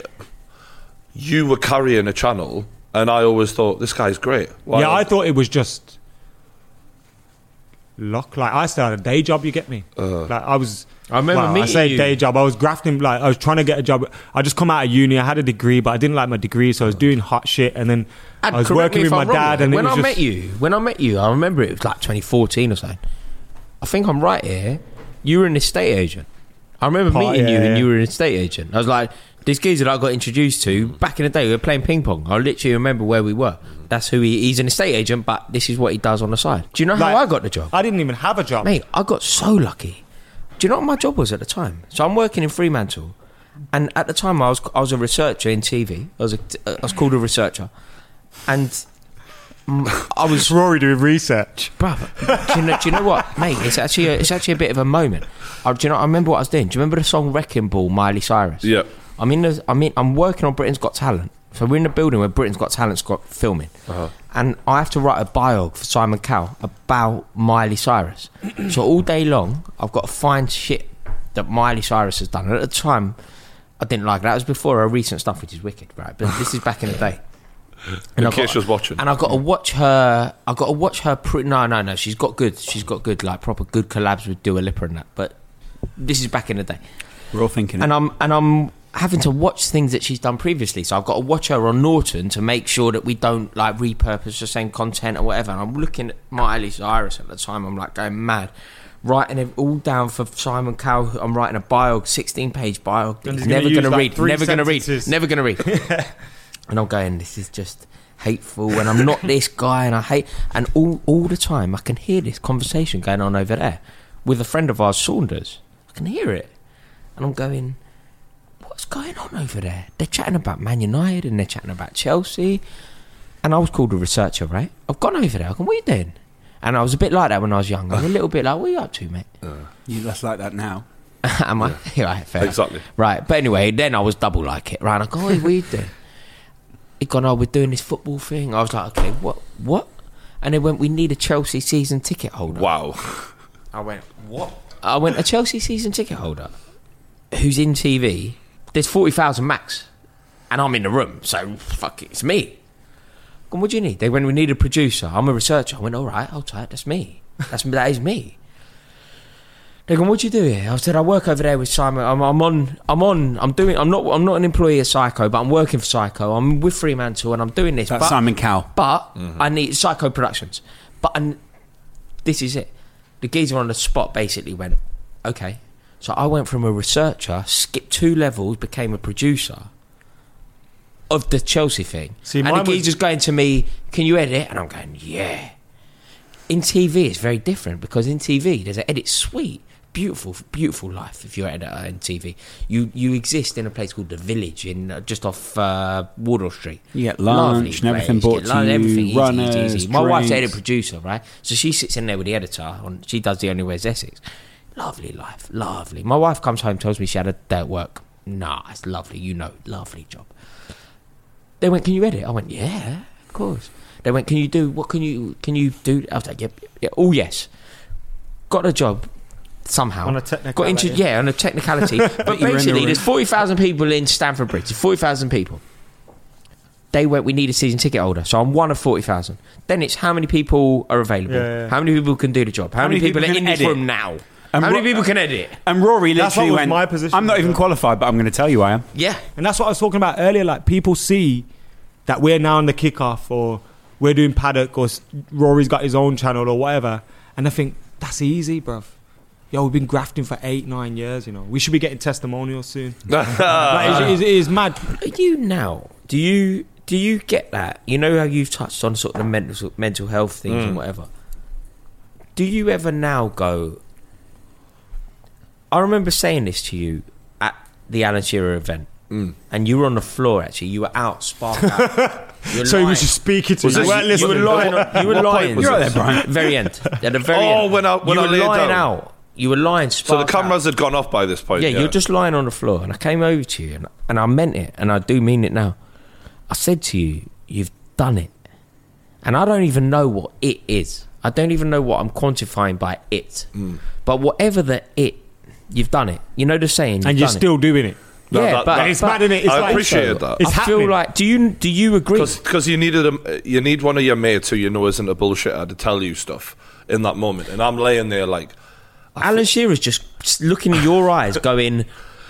[SPEAKER 2] you were carrying a channel, and I always thought this guy's great. Why
[SPEAKER 6] yeah,
[SPEAKER 2] not?
[SPEAKER 6] I thought it was just luck. Like I still had a day job. You get me?
[SPEAKER 2] Uh.
[SPEAKER 6] like I was.
[SPEAKER 1] I remember
[SPEAKER 6] well, I
[SPEAKER 1] meeting
[SPEAKER 6] say
[SPEAKER 1] you.
[SPEAKER 6] day job. I was grafting. Like I was trying to get a job. I just come out of uni. I had a degree, but I didn't like my degree,
[SPEAKER 2] Uh.
[SPEAKER 6] so I was doing hot shit. And then
[SPEAKER 1] And
[SPEAKER 6] I was
[SPEAKER 1] correct
[SPEAKER 6] working
[SPEAKER 1] me if
[SPEAKER 6] with my
[SPEAKER 1] I'm wrong,
[SPEAKER 6] dad.
[SPEAKER 1] yeah.
[SPEAKER 6] And
[SPEAKER 1] when
[SPEAKER 6] it was
[SPEAKER 1] I
[SPEAKER 6] just,
[SPEAKER 1] met you, when I met you, I remember it was like 2014 or something. I think I'm right here. You were an estate agent. I remember
[SPEAKER 6] Part-
[SPEAKER 1] meeting you,
[SPEAKER 6] yeah,
[SPEAKER 1] and
[SPEAKER 6] yeah.
[SPEAKER 1] you were an estate agent. I was like, this geezer that I got introduced to back in the day. We were playing ping pong. I literally remember where we were. That's who he. He's an estate agent, but this is what he does on the side. Do you know how
[SPEAKER 6] Like-
[SPEAKER 1] I got the job?
[SPEAKER 6] I didn't even have a job.
[SPEAKER 1] Mate, I got so lucky. Do you know what my job was at the time? So I'm working in Fremantle, and at the time I was I was a researcher in TV. I was a, I was called a researcher, and mm, I was
[SPEAKER 6] Rory doing research.
[SPEAKER 1] brother. Do you know, do you know what, mate? It's actually a, it's actually a bit of a moment. I, do you know? I remember what I was doing. Do you remember the song "Wrecking Ball" Miley Cyrus?
[SPEAKER 2] Yeah.
[SPEAKER 1] I'm in the. I mean, I'm working on Britain's Got Talent. So we're in the building where Britain's Got Talent's got filming,
[SPEAKER 2] Uh-huh.
[SPEAKER 1] and I have to write a biog for Simon Cowell about Miley Cyrus. so all day long, I've got to find shit that Miley Cyrus has done. And at the time, I didn't like it. that. It was before her recent stuff, which is wicked, right? But this is back in the day. And
[SPEAKER 2] in
[SPEAKER 1] I've got-
[SPEAKER 2] case she was watching.
[SPEAKER 1] And I've got to watch her. I've got to watch her. Pre- no, no, no. She's got good. She's got good, like proper good collabs with Dua Lipa and that. But this is back in the day,
[SPEAKER 3] We're all thinking.
[SPEAKER 1] and I'm and I'm having to watch things that she's done previously. So I've got to watch her on Norton to make sure that we don't like repurpose the same content or whatever. And I'm looking at Miley Cyrus at the time. I'm like going mad. Writing it all down for Simon Cowell. I'm writing a bio, 16 page bio.
[SPEAKER 6] And he's
[SPEAKER 1] never
[SPEAKER 6] gonna
[SPEAKER 1] going
[SPEAKER 6] use,
[SPEAKER 1] to
[SPEAKER 6] like,
[SPEAKER 1] read.
[SPEAKER 6] three
[SPEAKER 1] Never going to read.
[SPEAKER 6] sentences.
[SPEAKER 1] Never going to read and I'm going, this is just hateful, and I'm not this guy, and I hate, and all all the time I can hear this conversation going on over there with a friend of ours, Saunders. I can hear it, and I'm going, what's going on over there? They're chatting about Man United and they're chatting about Chelsea, and I was called a researcher, right? I've gone over there. I can, what are you doing? And I was a bit like that when I was young. I was a little bit like, what are you up to, mate?
[SPEAKER 3] you less like that now.
[SPEAKER 1] Am I? right, fair enough.
[SPEAKER 2] Exactly.
[SPEAKER 1] Right. But anyway, then I was double like it, right? And I go, oh, what are you doing? He gone, oh, we're doing this football thing. I was like, okay, what? What? And they went, we need a Chelsea season ticket holder.
[SPEAKER 2] Wow.
[SPEAKER 1] I went, what? I went, a Chelsea season ticket holder who's in TV. There's 40,000 max. And I'm in the room. So, fuck it, it's me. Gone, what do you need? They went, we need a producer. I'm a researcher. I went, all right, I'll try it. That's me. That's, that is me. They gone, what do you do here? I said, I work over there with Simon. I'm, I'm on, I'm on, I'm doing, I'm not, I'm not an employee of Psycho, but I'm working for Psycho. I'm with Fremantle and I'm doing this.
[SPEAKER 3] That's
[SPEAKER 1] but,
[SPEAKER 3] Simon Cowell.
[SPEAKER 1] but
[SPEAKER 6] Mm-hmm.
[SPEAKER 1] I need Psycho Productions. But and this is it. The geezer on the spot basically went, okay. So I went from a researcher, skipped two levels, became a producer of the Chelsea thing.
[SPEAKER 6] See,
[SPEAKER 1] and the
[SPEAKER 6] mine was-
[SPEAKER 1] geezer's going to me, can you edit? And I'm going, yeah. In TV, it's very different because in TV, there's an edit suite. Beautiful, beautiful life. If you're an editor in TV, you you exist in a place called the Village in uh, just off uh, Wardour Street.
[SPEAKER 3] You get lunch
[SPEAKER 1] Lovely
[SPEAKER 3] and everything
[SPEAKER 1] place, you
[SPEAKER 3] brought
[SPEAKER 1] get
[SPEAKER 3] to
[SPEAKER 1] lunch,
[SPEAKER 3] you,
[SPEAKER 1] everything
[SPEAKER 3] runners,
[SPEAKER 1] easy, easy, easy. My wife's
[SPEAKER 3] drinks.
[SPEAKER 1] an edit producer, right? So she sits in there with the editor. On she does the Only Wears Essex. Lovely life, lovely. My wife comes home, tells me she had a day at work. Nah, it's lovely. You know, lovely job. They went, "Can you edit?" I went, "Yeah, of course." They went, "Can you do what? Can you can you do?" I was like, "Yep, yep, yep. all yes." Got a job somehow.
[SPEAKER 6] On a
[SPEAKER 1] Got into
[SPEAKER 6] technicality.
[SPEAKER 1] yeah, on a technicality. but
[SPEAKER 3] were in the
[SPEAKER 1] basically,
[SPEAKER 3] room.
[SPEAKER 1] there's forty thousand people in Stamford Bridge. Forty thousand people. They went. We need a season ticket holder, so I'm one of forty thousand. Then it's how many people are available.
[SPEAKER 6] Yeah, yeah, yeah.
[SPEAKER 1] How many people can do the job? How, many, people, are
[SPEAKER 3] can
[SPEAKER 1] in this
[SPEAKER 3] edit?
[SPEAKER 1] room now?
[SPEAKER 3] And
[SPEAKER 1] how
[SPEAKER 3] what-
[SPEAKER 1] many people can edit?
[SPEAKER 3] And Rory
[SPEAKER 6] That's
[SPEAKER 3] literally
[SPEAKER 6] what was
[SPEAKER 3] went.
[SPEAKER 6] my position
[SPEAKER 3] I'm not
[SPEAKER 6] as
[SPEAKER 3] even
[SPEAKER 6] well.
[SPEAKER 3] qualified, but I'm going to tell you I am.
[SPEAKER 1] Yeah.
[SPEAKER 6] And that's what I was talking about earlier. Like people see that we're now on the kickoff, or we're doing paddock, or s- Rory's got his own channel, or whatever, and they think that's easy, bruv. Yo, we've been grafting for eight, nine years. You know, we should be getting testimonials soon. like, it's, it's, it's mad.
[SPEAKER 1] Are you now? Do you do you get that? You know how you've touched on sort of the mental mental health things
[SPEAKER 2] Mm.
[SPEAKER 1] and whatever. Do you ever now go? I remember saying this to you at the Alan Shearer event,
[SPEAKER 2] Mm.
[SPEAKER 1] and you were on the floor. Actually, you were out, spark out. You're
[SPEAKER 6] So he
[SPEAKER 1] lying.
[SPEAKER 6] was just speaking to
[SPEAKER 2] Was
[SPEAKER 6] you.
[SPEAKER 2] this-
[SPEAKER 6] You
[SPEAKER 2] you-
[SPEAKER 6] weren't
[SPEAKER 2] you
[SPEAKER 1] You
[SPEAKER 6] listening.
[SPEAKER 1] were lying. on- You were
[SPEAKER 2] What point
[SPEAKER 1] lying.
[SPEAKER 2] was You're
[SPEAKER 3] it? right there, Brian.
[SPEAKER 1] At the very end. At the very
[SPEAKER 2] Oh,
[SPEAKER 1] end.
[SPEAKER 2] when I- when
[SPEAKER 1] you
[SPEAKER 2] I
[SPEAKER 1] were
[SPEAKER 2] laid
[SPEAKER 1] lying
[SPEAKER 2] down.
[SPEAKER 1] out. You were lying.
[SPEAKER 2] so the
[SPEAKER 1] spark out.
[SPEAKER 2] cameras had gone off by this point.
[SPEAKER 1] Yeah, you're just lying on the floor, and I came over to you, and, and I meant it, and I do mean it now. I said to you, you've done it, and I don't even know what it is. I don't even know what I'm quantifying by it.
[SPEAKER 6] Mm.
[SPEAKER 1] But whatever the it, you've done it. You know the saying,
[SPEAKER 6] and you're
[SPEAKER 1] done it.
[SPEAKER 6] still doing it.
[SPEAKER 2] No,
[SPEAKER 1] yeah,
[SPEAKER 2] that-
[SPEAKER 1] but
[SPEAKER 2] that-
[SPEAKER 6] It's mad, innit? It's
[SPEAKER 2] I
[SPEAKER 6] like-
[SPEAKER 2] appreciated that.
[SPEAKER 6] It's
[SPEAKER 1] I
[SPEAKER 6] happening.
[SPEAKER 1] feel like do you do you agree?
[SPEAKER 2] because you needed a, you need one of your mates who you know isn't a bullshitter to tell you stuff in that moment. And I'm laying there like,
[SPEAKER 1] Alan Shearer's just looking in your eyes, going,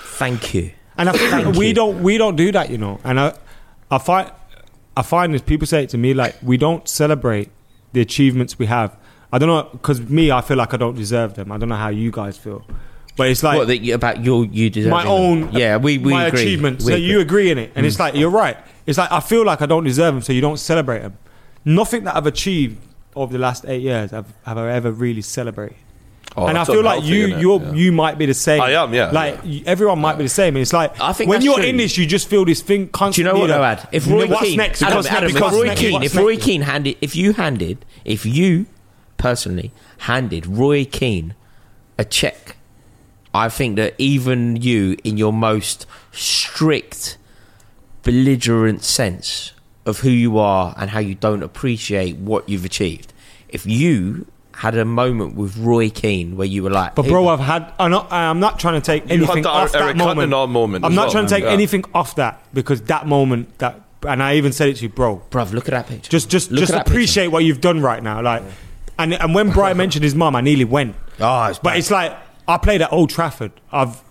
[SPEAKER 1] "Thank you."
[SPEAKER 6] And I think
[SPEAKER 1] Thank
[SPEAKER 6] we
[SPEAKER 1] you.
[SPEAKER 6] don't we don't do that, you know. And I I find I find this people say it to me like we don't celebrate the achievements we have. I don't know because me, I feel like I don't deserve them. I don't know how you guys feel, but it's like
[SPEAKER 1] what that you, about your you deserving
[SPEAKER 6] my
[SPEAKER 1] them.
[SPEAKER 6] own
[SPEAKER 1] yeah we we
[SPEAKER 6] my
[SPEAKER 1] agree.
[SPEAKER 6] achievements.
[SPEAKER 1] We
[SPEAKER 6] so
[SPEAKER 1] agree. Mm.
[SPEAKER 6] you agree in it, and it's like you're right. It's like I feel like I don't deserve them, so you don't celebrate them. Nothing that I've achieved over the last eight years have, have I ever really celebrated.
[SPEAKER 2] Oh,
[SPEAKER 6] and I
[SPEAKER 2] that's
[SPEAKER 6] feel like
[SPEAKER 2] unhealthy,
[SPEAKER 6] you
[SPEAKER 2] innit?
[SPEAKER 6] you
[SPEAKER 2] Yeah.
[SPEAKER 6] you might be the same.
[SPEAKER 2] I am, yeah.
[SPEAKER 6] Like y- everyone might be the same. And it's like
[SPEAKER 1] I think
[SPEAKER 6] when
[SPEAKER 1] that's
[SPEAKER 6] you're
[SPEAKER 1] true.
[SPEAKER 6] in this, you just feel this thing
[SPEAKER 1] Do you
[SPEAKER 6] constantly.
[SPEAKER 1] know what though,
[SPEAKER 6] like,
[SPEAKER 1] Ad? If Roy
[SPEAKER 6] what's
[SPEAKER 1] Keane,
[SPEAKER 6] next?
[SPEAKER 1] Adam,
[SPEAKER 6] what's
[SPEAKER 1] Adam,
[SPEAKER 6] next?
[SPEAKER 1] if
[SPEAKER 6] What's
[SPEAKER 1] Roy
[SPEAKER 6] next?
[SPEAKER 1] Keane,
[SPEAKER 6] What's
[SPEAKER 1] if
[SPEAKER 6] next?
[SPEAKER 1] Roy Keane handed, if you handed, if you personally handed Roy Keane a check, I think that even you, in your most strict, belligerent sense of who you are and how you don't appreciate what you've achieved, if you had a moment with Roy Keane where you were like,
[SPEAKER 6] But bro, I've had. I'm not, I'm not trying to take
[SPEAKER 2] had
[SPEAKER 6] anything
[SPEAKER 2] that
[SPEAKER 6] off that
[SPEAKER 2] Eric
[SPEAKER 6] moment.
[SPEAKER 2] Cantona moment
[SPEAKER 6] I'm
[SPEAKER 2] as
[SPEAKER 6] not
[SPEAKER 2] well,
[SPEAKER 6] trying to take
[SPEAKER 2] yeah.
[SPEAKER 6] anything off that because that moment, that and I even said it to you, bro.
[SPEAKER 1] Bruv, look at that picture.
[SPEAKER 6] Just, just,
[SPEAKER 1] Look
[SPEAKER 6] just
[SPEAKER 1] at that picture.
[SPEAKER 6] appreciate what you've done right now. Like, and and when Brian mentioned his mum, I nearly went.
[SPEAKER 1] Oh, it's
[SPEAKER 6] But
[SPEAKER 1] bad.
[SPEAKER 6] it's like I played at Old Trafford. I've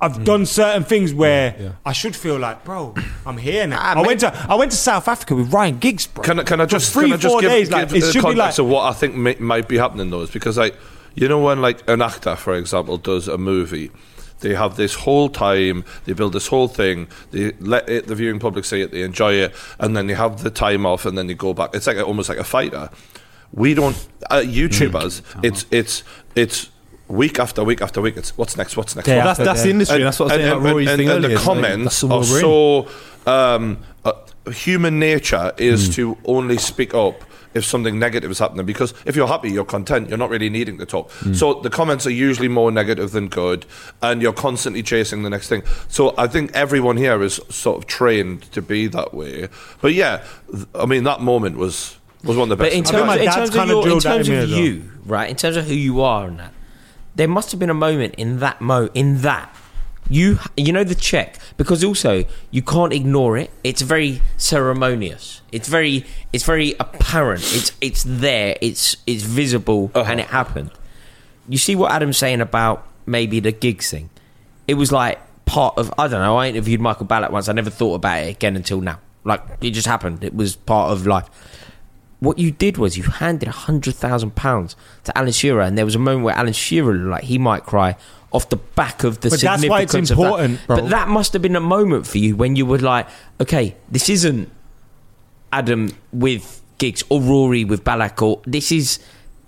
[SPEAKER 6] I've
[SPEAKER 1] Mm.
[SPEAKER 6] done certain things where I should feel like, bro, I'm here
[SPEAKER 1] Ah,
[SPEAKER 6] now. I went to I went to South Africa with Ryan Giggs, bro.
[SPEAKER 2] Can I, can I
[SPEAKER 6] For
[SPEAKER 2] just
[SPEAKER 6] three,
[SPEAKER 2] can I just
[SPEAKER 6] four
[SPEAKER 2] give,
[SPEAKER 6] days?
[SPEAKER 2] give
[SPEAKER 6] like it
[SPEAKER 2] the
[SPEAKER 6] should be like
[SPEAKER 2] context of what I think may, might be happening though is because like you know when like an actor for example does a movie they have this whole time they build this whole thing they let it, the viewing public see it they enjoy it and then they have the time off and then they go back it's like almost like a fighter we don't uh, YouTubers
[SPEAKER 4] Mm.
[SPEAKER 2] it's it's it's week after week after week it's what's next what's next
[SPEAKER 4] Day
[SPEAKER 2] what's
[SPEAKER 5] That's,
[SPEAKER 4] after
[SPEAKER 5] that's the
[SPEAKER 4] day.
[SPEAKER 5] industry. that's what I was saying. about Rory's
[SPEAKER 2] and-
[SPEAKER 5] thing
[SPEAKER 2] and
[SPEAKER 5] earlier.
[SPEAKER 2] the
[SPEAKER 5] It's like,
[SPEAKER 2] comments
[SPEAKER 5] that's the world
[SPEAKER 2] are
[SPEAKER 5] we're in.
[SPEAKER 2] so um, uh, human nature is
[SPEAKER 5] Hmm.
[SPEAKER 2] to only speak up if something negative is happening because if you're happy you're content you're not really needing to talk
[SPEAKER 5] Hmm.
[SPEAKER 2] so the comments are usually more negative than good and you're constantly chasing the next thing so i think everyone here is sort of trained to be that way but yeah th- i mean that moment was was one of the
[SPEAKER 1] But
[SPEAKER 2] best
[SPEAKER 1] in
[SPEAKER 2] moments.
[SPEAKER 1] terms,
[SPEAKER 6] my
[SPEAKER 1] in
[SPEAKER 6] dad's
[SPEAKER 1] terms of,
[SPEAKER 6] kinda
[SPEAKER 1] your, in
[SPEAKER 6] drilled that
[SPEAKER 1] terms
[SPEAKER 6] in me
[SPEAKER 1] of
[SPEAKER 6] as well.
[SPEAKER 1] you, right? In terms of who you are and that, there must have been a moment in that mo in that you you know the check because also you can't ignore it. It's very ceremonious. It's very it's very apparent. It's it's there. It's it's visible
[SPEAKER 2] Uh-huh.
[SPEAKER 1] and it happened. You see what Adam's saying about maybe the gigs thing. It was like part of I don't know. I interviewed Michael Ballack once. I never thought about it again until now. Like it just happened. It was part of life what you did was you handed hundred thousand pounds to Alan Shearer, and there was a moment where Alan Shearer looked like he might cry off the back of the
[SPEAKER 6] But
[SPEAKER 1] significance
[SPEAKER 6] that's why it's
[SPEAKER 1] of that.
[SPEAKER 6] important, bro.
[SPEAKER 1] But that must have been a moment for you when you were like, okay, this isn't Adam with Giggs or Rory with Balak, or this is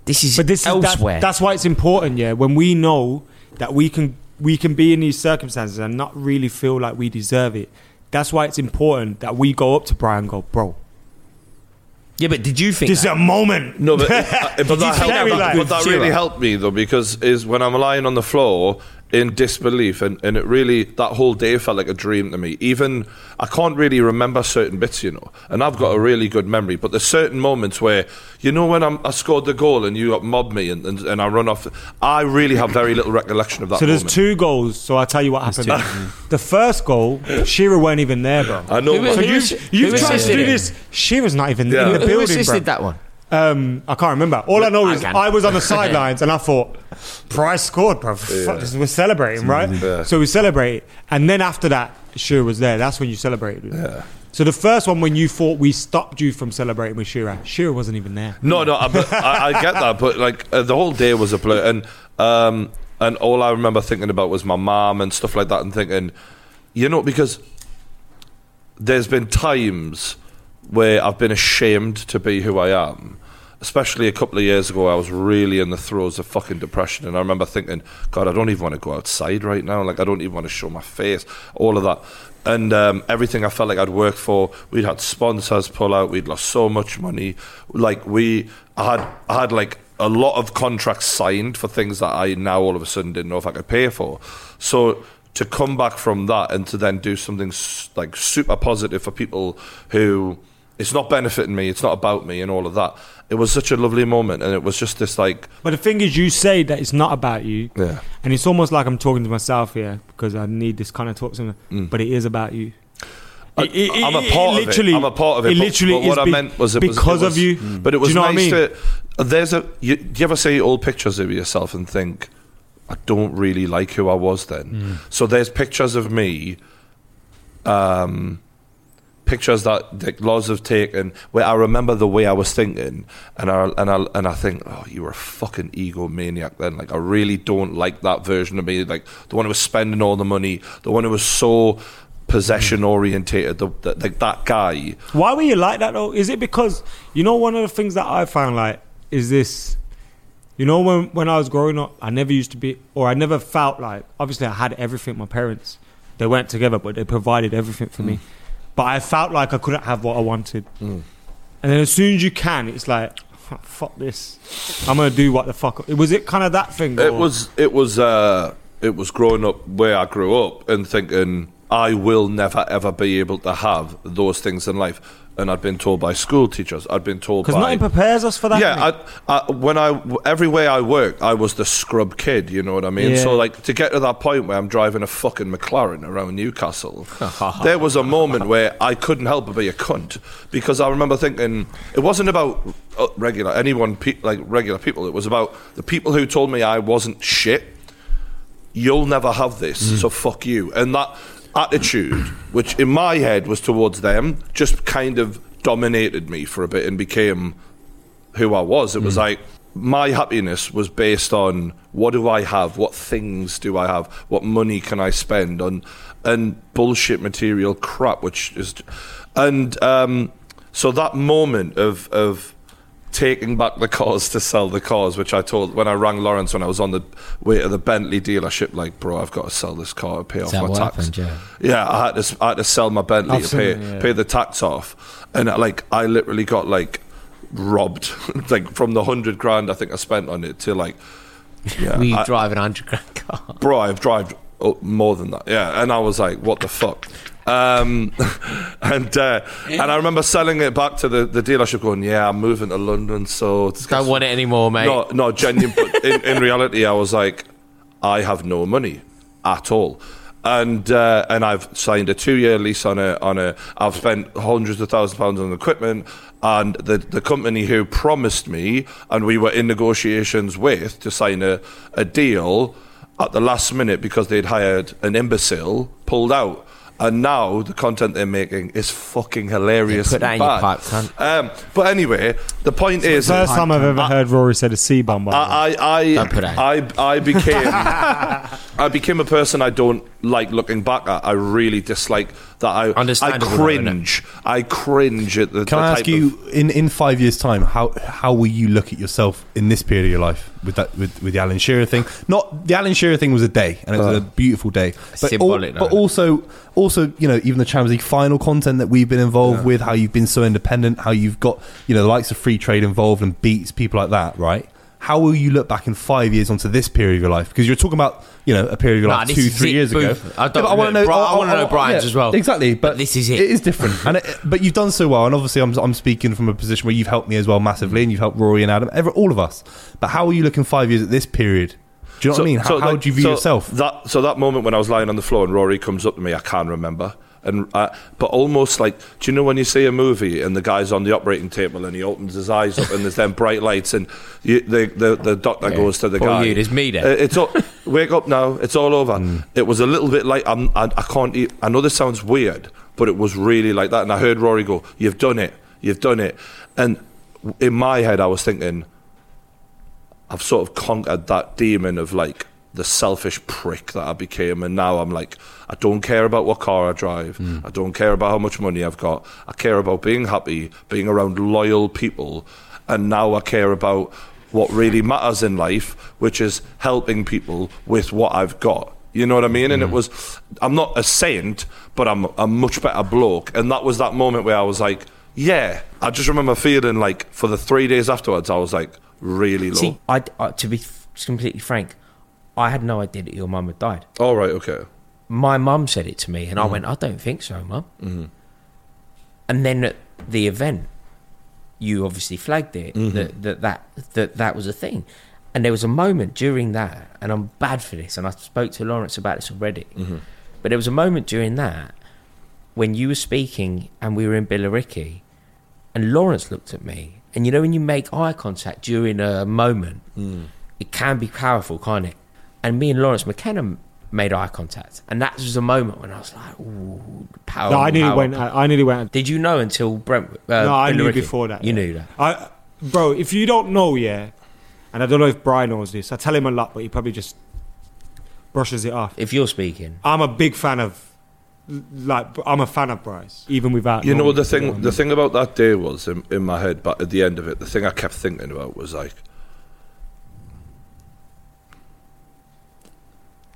[SPEAKER 1] this is
[SPEAKER 6] But this is that's-
[SPEAKER 1] elsewhere.
[SPEAKER 6] that's why it's important, yeah. When we know that we can we can be in these circumstances and not really feel like we deserve it. That's why it's important that we go up to Brian and go, bro.
[SPEAKER 1] yeah, but did you think?
[SPEAKER 6] This is
[SPEAKER 1] that?
[SPEAKER 6] a moment.
[SPEAKER 2] No, but, uh, but
[SPEAKER 6] Did you
[SPEAKER 2] that,
[SPEAKER 6] see that
[SPEAKER 2] helped,
[SPEAKER 6] with, like,
[SPEAKER 2] but that really
[SPEAKER 1] Shearer?
[SPEAKER 2] helped me though because is when I'm lying on the floor in disbelief and, and it really that whole day felt like a dream to me. Even I can't really remember certain bits, you know, and I've got a really good memory, but there's certain moments where you know when I'm, I scored the goal and you mobbed me and, and, and I run off. I really have very little recollection of that.
[SPEAKER 6] So there's
[SPEAKER 2] moment.
[SPEAKER 6] two goals. So I'll tell you what happened. the first goal, Shearer weren't even there, bro.
[SPEAKER 2] I know.
[SPEAKER 1] Who-
[SPEAKER 2] but-
[SPEAKER 6] So
[SPEAKER 1] who-
[SPEAKER 6] you've,
[SPEAKER 1] assi-
[SPEAKER 6] you've
[SPEAKER 1] who
[SPEAKER 6] tried to
[SPEAKER 1] assisted
[SPEAKER 6] do
[SPEAKER 1] it?
[SPEAKER 6] this. Shearer's not even
[SPEAKER 2] Yeah. Who
[SPEAKER 6] in the
[SPEAKER 1] who
[SPEAKER 6] building, bro.
[SPEAKER 1] assisted that one?
[SPEAKER 6] Um, I can't remember. All I know
[SPEAKER 1] I
[SPEAKER 6] is
[SPEAKER 1] can.
[SPEAKER 6] I was on the sidelines and I thought, Price scored, bro. Fuck, this- we're celebrating, right?
[SPEAKER 2] Yeah.
[SPEAKER 6] So we celebrate. And then after that, Shearer was there. That's when you celebrated. Yeah. So the first one when you thought we stopped you from celebrating with Shearer, Shearer wasn't even there.
[SPEAKER 2] No, no, I, but I, I get that, but like uh, the whole day was a blur, and um, and all I remember thinking about was my mom and stuff like that, and thinking, you know, because there's been times where I've been ashamed to be who I am. Especially a couple of years ago, I was really in the throes of fucking depression, and I remember thinking, "God, I don't even want to go outside right now. Like, I don't even want to show my face. All of that, and um, everything I felt like I'd worked for. We'd had sponsors pull out. We'd lost so much money. Like, we I had I had like a lot of contracts signed for things that I now all of a sudden didn't know if I could pay for. So to come back from that and to then do something s- like super positive for people who it's not benefiting me, it's not about me, and all of that. It was such a lovely moment, and it was just this like
[SPEAKER 6] But the thing is, you say that it's not about you.
[SPEAKER 2] Yeah.
[SPEAKER 6] And it's almost like I'm talking to myself here because I need this kind of talk. To But it is about you.
[SPEAKER 2] Mm. I-
[SPEAKER 6] It- it-
[SPEAKER 2] I'm a
[SPEAKER 6] it-
[SPEAKER 2] part
[SPEAKER 6] it
[SPEAKER 2] of it.
[SPEAKER 6] literally-
[SPEAKER 2] I'm a part of it.
[SPEAKER 6] it
[SPEAKER 2] but-
[SPEAKER 6] literally
[SPEAKER 2] but what
[SPEAKER 6] is
[SPEAKER 2] I
[SPEAKER 6] be-
[SPEAKER 2] meant was it was- it
[SPEAKER 6] because of
[SPEAKER 2] was- Mm.
[SPEAKER 6] you.
[SPEAKER 2] But it
[SPEAKER 6] Do
[SPEAKER 2] was
[SPEAKER 6] you know what I
[SPEAKER 2] nice
[SPEAKER 6] mean?
[SPEAKER 2] to. There's a. You, do you ever see old pictures of yourself and think, I don't really like who I was
[SPEAKER 6] Mm.
[SPEAKER 2] then. So there's pictures of me pictures that Dick Laws have taken where I remember the way I was thinking and I and I and I think, oh, you were a fucking egomaniac then. Like I really don't like that version of me. Like the one who was spending all the money, the one who was so possession orientated, the, the, like that guy.
[SPEAKER 6] Why were you like that though? Is it because you know one of the things that I found like is this you know when when I was growing up I never used to be or I never felt like obviously I had everything my parents they weren't together but they provided everything for
[SPEAKER 2] Mm.
[SPEAKER 6] me. But I felt like I couldn't have what I wanted. And then as soon as you can it's like "Huh, fuck this. I'm going to do what the fuck. Was it kind of that thing?
[SPEAKER 2] It
[SPEAKER 6] or-
[SPEAKER 2] was it was uh it was growing up where I grew up and thinking I will never ever be able to have those things in life. and I'd been told by school teachers. I'd been told by
[SPEAKER 6] Because nothing prepares us for that. mate.
[SPEAKER 2] yeah, I, I, when I every way I worked, I was the scrub kid. You know what I mean?
[SPEAKER 6] Yeah.
[SPEAKER 2] So like to get to that point where I'm driving a fucking McLaren around Newcastle, there was a moment where I couldn't help but be a cunt because I remember thinking it wasn't about uh, regular anyone pe- like regular people. It was about the people who told me I wasn't shit you'll never have this,
[SPEAKER 6] Mm.
[SPEAKER 2] so fuck you. And that attitude, which in my head was towards them, just kind of dominated me for a bit and became who I was. It was
[SPEAKER 1] Hmm.
[SPEAKER 2] like my happiness was based on what do I have, what things do I have, what money can I spend on, and bullshit material crap, which is, and um, so that moment of of taking back the cars to sell the cars, which I told when I rang Lawrence when I was on the way to the Bentley dealership, like, bro, I've got to sell this car to pay off
[SPEAKER 1] that
[SPEAKER 2] my
[SPEAKER 1] what
[SPEAKER 2] tax.
[SPEAKER 1] happened? Yeah.
[SPEAKER 2] Yeah, I had to I had to sell my Bentley
[SPEAKER 6] I've
[SPEAKER 2] to
[SPEAKER 6] seen
[SPEAKER 2] pay
[SPEAKER 6] it, yeah.
[SPEAKER 2] pay the tax off, and uh, like I literally got like robbed, like from the hundred grand I think I spent on it to like, yeah,
[SPEAKER 1] Were you
[SPEAKER 2] I-
[SPEAKER 1] driving a hundred grand car?
[SPEAKER 2] bro, I've driven up more than that. Yeah, and I was like, what the fuck. Um, and uh, and I remember selling it back to the, the dealership, going, "Yeah, I'm moving to London, so it's
[SPEAKER 1] Don't want it anymore, mate.
[SPEAKER 2] no, no, genuine. but in, in reality, I was like, I have no money at all, and uh, and I've signed a two-year lease on a on a. I've spent hundreds of thousands of pounds on equipment, and the the company who promised me and we were in negotiations with to sign a a deal at the last minute because they'd hired an imbecile pulled out. And now the content they're making is fucking hilarious.
[SPEAKER 1] put that
[SPEAKER 2] and
[SPEAKER 1] in your
[SPEAKER 2] bad.
[SPEAKER 1] pipe, cunt.
[SPEAKER 2] Um, but anyway, the point is,
[SPEAKER 6] First time I've ever heard Rory said a C bomb. by
[SPEAKER 2] I I
[SPEAKER 1] Don't put that
[SPEAKER 2] I, I, I became I became a person I don't like looking back at. I really dislike that. I I
[SPEAKER 1] Understandable, though, isn't it?
[SPEAKER 2] cringe. I cringe at the.
[SPEAKER 5] Can
[SPEAKER 2] the
[SPEAKER 5] I ask
[SPEAKER 2] type
[SPEAKER 5] you, in, in five years' time, how how will you look at yourself in this period of your life with that with, with the Alan Shearer thing? Not the Alan Shearer thing was a day, and it was a beautiful day, but,
[SPEAKER 1] Symbolic, though,
[SPEAKER 5] but also also you know even the Champions League final content that we've been involved with, how you've been so independent, how you've got you know the likes of free trade involved and beats people like that, right? How will you look back in five years onto this period of your life? Because you're talking about you know a period of your
[SPEAKER 1] Nah,
[SPEAKER 5] life
[SPEAKER 1] this
[SPEAKER 5] two
[SPEAKER 1] is
[SPEAKER 5] three
[SPEAKER 1] Dick
[SPEAKER 5] years ago.
[SPEAKER 1] Booth. I don't
[SPEAKER 5] but wanna
[SPEAKER 1] know- Bri- I wanna know Brian's as well.
[SPEAKER 5] Exactly, but,
[SPEAKER 1] this is it.
[SPEAKER 5] It is different, and it, but you've done so well. And obviously, I'm, I'm speaking from a position where you've helped me as well massively, and you've helped Rory and Adam, ever all of us. But how are you looking five years at this period? Do you know what I mean? How, how
[SPEAKER 2] like,
[SPEAKER 5] do you view
[SPEAKER 2] so
[SPEAKER 5] yourself?
[SPEAKER 2] That so that moment when I was lying on the floor and Rory comes up to me, I can't remember. And uh, but almost like, do you know when you see a movie and the guy's on the operating table and he opens his eyes up and there's then bright lights and you, the, the the doctor goes to the
[SPEAKER 1] Poor
[SPEAKER 2] guy.
[SPEAKER 1] you, there's me there.
[SPEAKER 2] Uh, it's all, wake up now. It's all over.
[SPEAKER 5] Mm.
[SPEAKER 2] It was a little bit like I'm, I, I can't. Eat, I know this sounds weird, but it was really like that. And I heard Rory go, "You've done it. You've done it." And w- in my head, I was thinking, I've sort of conquered that demon of like the selfish prick that I became, and now I'm like, I don't care about what car I drive. I don't care about how much money I've got. I care about being happy, being around loyal people, and now I care about what really matters in life, which is helping people with what I've got. You know what I mean? And it was, I'm not a saint, but I'm a much better bloke. And that was that moment where I was like, yeah. I just remember feeling like for the three days afterwards, I was like really low.
[SPEAKER 1] See, I, I- to be f- completely frank, I had no idea that your mum had died.
[SPEAKER 2] All Oh, right, okay.
[SPEAKER 1] My mum said it to me, and I went, I don't think so, mum. And then at the event, you obviously flagged it
[SPEAKER 6] Mm-hmm.
[SPEAKER 1] that, that that that that was a thing, and there was a moment during that, and I'm bad for this, and I spoke to Lawrence about this already,
[SPEAKER 6] Mm-hmm.
[SPEAKER 1] but there was a moment during that when you were speaking and we were in Billericay, and Lawrence looked at me, and you know when you make eye contact during a moment,
[SPEAKER 6] Mm.
[SPEAKER 1] it can be powerful, can't it? And me and Lawrence McKenna made eye contact, and that was a moment when I was like, "Ooh, power!"
[SPEAKER 6] now. No, I nearly
[SPEAKER 1] power.
[SPEAKER 6] went. out- I nearly went. out.
[SPEAKER 1] Did you know until Brent? Uh,
[SPEAKER 6] No, I knew
[SPEAKER 1] Billericay?
[SPEAKER 6] before that.
[SPEAKER 1] You
[SPEAKER 6] yeah.
[SPEAKER 1] knew that.
[SPEAKER 6] I, bro, if you don't know, yeah, and I don't know if Brian knows this. I tell him a lot, but he probably just brushes it off.
[SPEAKER 1] If you're speaking,
[SPEAKER 6] I'm a big fan of, like, I'm a fan of Bryce, even without.
[SPEAKER 2] You know
[SPEAKER 6] knowing
[SPEAKER 2] the
[SPEAKER 6] it,
[SPEAKER 2] thing.
[SPEAKER 6] what I
[SPEAKER 2] The
[SPEAKER 6] mean?
[SPEAKER 2] thing about that day was in, in my head, but at the end of it, the thing I kept thinking about was like,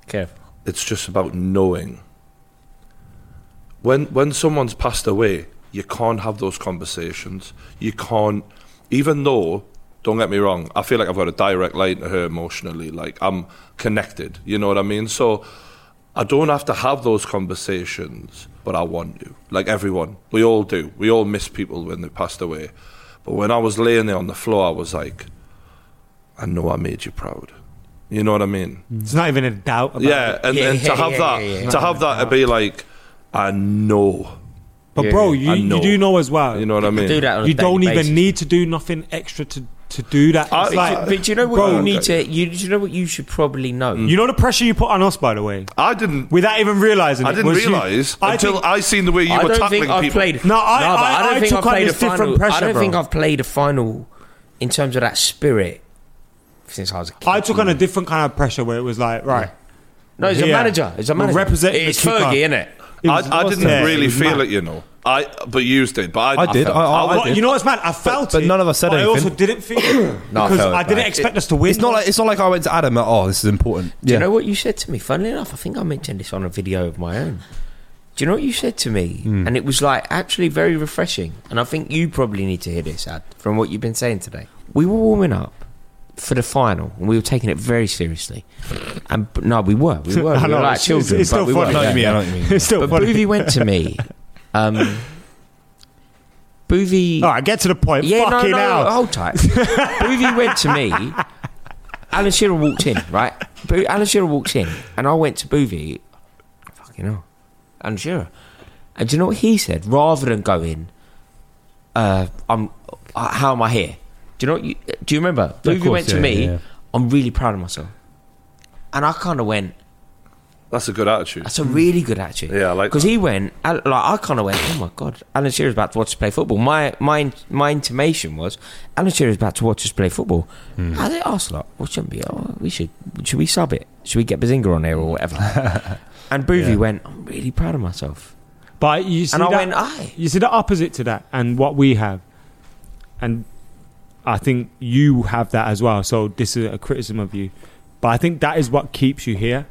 [SPEAKER 1] careful.
[SPEAKER 2] it's just about knowing. When when someone's passed away, you can't have those conversations. You can't, even though. Don't get me wrong. I feel like I've got a direct line to her emotionally. Like I'm connected. You know what I mean. So I don't have to have those conversations, but I want you. Like everyone, we all do. We all miss people when they passed away. But when I was laying there on the floor, I was like, I know I made you proud. You know what I mean?
[SPEAKER 6] It's not even a doubt about
[SPEAKER 2] yeah,
[SPEAKER 6] it.
[SPEAKER 2] and,
[SPEAKER 1] Yeah,
[SPEAKER 2] and to
[SPEAKER 1] yeah,
[SPEAKER 2] have
[SPEAKER 1] yeah,
[SPEAKER 2] that,
[SPEAKER 1] yeah, yeah.
[SPEAKER 2] to have that, to be like, I know.
[SPEAKER 6] But
[SPEAKER 1] Yeah,
[SPEAKER 6] bro,
[SPEAKER 2] yeah. I
[SPEAKER 6] you,
[SPEAKER 2] know.
[SPEAKER 6] you do know as well.
[SPEAKER 2] You know what I mean?
[SPEAKER 1] do that on a
[SPEAKER 6] you don't
[SPEAKER 1] daily
[SPEAKER 6] even
[SPEAKER 1] basis.
[SPEAKER 6] need to do nothing extra to, to do that.
[SPEAKER 2] I-
[SPEAKER 6] It's
[SPEAKER 1] But,
[SPEAKER 6] like,
[SPEAKER 1] you- but do you know what
[SPEAKER 2] Bro,
[SPEAKER 1] you need
[SPEAKER 2] okay.
[SPEAKER 1] to? You, do you know what you should probably know?
[SPEAKER 6] you know the pressure you put on us, by the way,
[SPEAKER 2] I didn't.
[SPEAKER 6] without even realizing.
[SPEAKER 2] I
[SPEAKER 6] it,
[SPEAKER 2] didn't
[SPEAKER 6] was you-
[SPEAKER 2] realize
[SPEAKER 6] I
[SPEAKER 2] until
[SPEAKER 6] think-
[SPEAKER 2] I seen the way you
[SPEAKER 1] I
[SPEAKER 2] were
[SPEAKER 1] don't
[SPEAKER 2] tackling
[SPEAKER 1] think I've
[SPEAKER 2] people.
[SPEAKER 1] played.
[SPEAKER 6] No, I-
[SPEAKER 1] but
[SPEAKER 6] I- I took on this different
[SPEAKER 1] final. I
[SPEAKER 6] pressure,
[SPEAKER 1] don't
[SPEAKER 6] bro.
[SPEAKER 1] think I've played a final in terms of that spirit since I was a kid.
[SPEAKER 6] I took on a different kind of pressure where it was like, right,
[SPEAKER 1] no, it's a
[SPEAKER 6] Yeah.
[SPEAKER 1] manager. It's a
[SPEAKER 6] We're
[SPEAKER 1] manager.
[SPEAKER 6] representing
[SPEAKER 1] it's
[SPEAKER 6] the keeper.
[SPEAKER 1] Fergie, isn't it?
[SPEAKER 6] it was-
[SPEAKER 2] I, I didn't
[SPEAKER 6] yeah,
[SPEAKER 2] really
[SPEAKER 6] it was
[SPEAKER 2] feel
[SPEAKER 6] mad.
[SPEAKER 2] it, you know. I but you did, but I,
[SPEAKER 5] I did.
[SPEAKER 2] felt
[SPEAKER 5] I-
[SPEAKER 2] it.
[SPEAKER 5] I-
[SPEAKER 2] wa-
[SPEAKER 5] I
[SPEAKER 6] But
[SPEAKER 5] did.
[SPEAKER 6] you know what's mad? I felt
[SPEAKER 5] but
[SPEAKER 6] it,
[SPEAKER 5] none of us said
[SPEAKER 6] but I also
[SPEAKER 5] anything.
[SPEAKER 6] didn't feel it
[SPEAKER 1] No, I
[SPEAKER 6] because
[SPEAKER 1] felt
[SPEAKER 6] I
[SPEAKER 1] it,
[SPEAKER 6] didn't
[SPEAKER 1] man.
[SPEAKER 6] expect us to win.
[SPEAKER 5] It's not like it's not like I went to Adam at oh, this is important.
[SPEAKER 1] Do you
[SPEAKER 5] yeah.
[SPEAKER 1] know what you said to me? Funnily enough, I think I mentioned this on a video of my own. Do you know what you said to me?
[SPEAKER 6] Hmm.
[SPEAKER 1] And it was like actually very refreshing. And I think you probably need to hear this, Ad, from what you've been saying today. We were warming up for the final, and we were taking it very seriously. And but no, we were, we were,
[SPEAKER 6] I
[SPEAKER 1] we
[SPEAKER 6] know,
[SPEAKER 1] were like
[SPEAKER 6] it's-
[SPEAKER 1] children.
[SPEAKER 6] it's
[SPEAKER 1] but
[SPEAKER 6] still
[SPEAKER 1] we were,
[SPEAKER 6] funny.
[SPEAKER 5] I know what you
[SPEAKER 1] yeah.
[SPEAKER 5] mean. I know what you mean.
[SPEAKER 6] it's still
[SPEAKER 1] But
[SPEAKER 6] funny.
[SPEAKER 1] Boothie went to me. Um, Boothie.
[SPEAKER 6] All right, get to the point.
[SPEAKER 1] Yeah, no,
[SPEAKER 6] Fucking
[SPEAKER 1] no, oh.
[SPEAKER 6] hell.
[SPEAKER 1] hold tight. Boothie went to me. Alan Shearer walked in, right? Bo- Alan Shearer walks in, and I went to Boothie. Fucking hell, Alan Shearer. And do you know what he said? Rather than going, uh, I'm, uh, how am I here? Do you know? What you, do you remember?
[SPEAKER 5] Yeah,
[SPEAKER 1] Boothie
[SPEAKER 5] of course,
[SPEAKER 1] went to
[SPEAKER 5] yeah,
[SPEAKER 1] me.
[SPEAKER 5] yeah.
[SPEAKER 1] I'm really proud of myself, and I kind of went.
[SPEAKER 2] That's a good attitude.
[SPEAKER 1] That's a really good attitude.
[SPEAKER 2] Yeah, I like
[SPEAKER 1] because
[SPEAKER 2] that.
[SPEAKER 1] he went. Al- Like I kind of went. Oh my god, Alan Shearer's about to watch us play football. My my in- my intimation was Alan Shearer's about to watch us play football.
[SPEAKER 2] Hmm.
[SPEAKER 1] How they asked like, well, shouldn't be. Oh, we should. Should we sub it? Should we get Bazinga on here or whatever? and Boothie went. I'm really proud of myself.
[SPEAKER 6] But you see
[SPEAKER 1] And I
[SPEAKER 6] that,
[SPEAKER 1] went, aye.
[SPEAKER 6] You see the opposite to that, and what we have, and I think you have that as well. So this is a criticism of you, but I think that is what keeps you here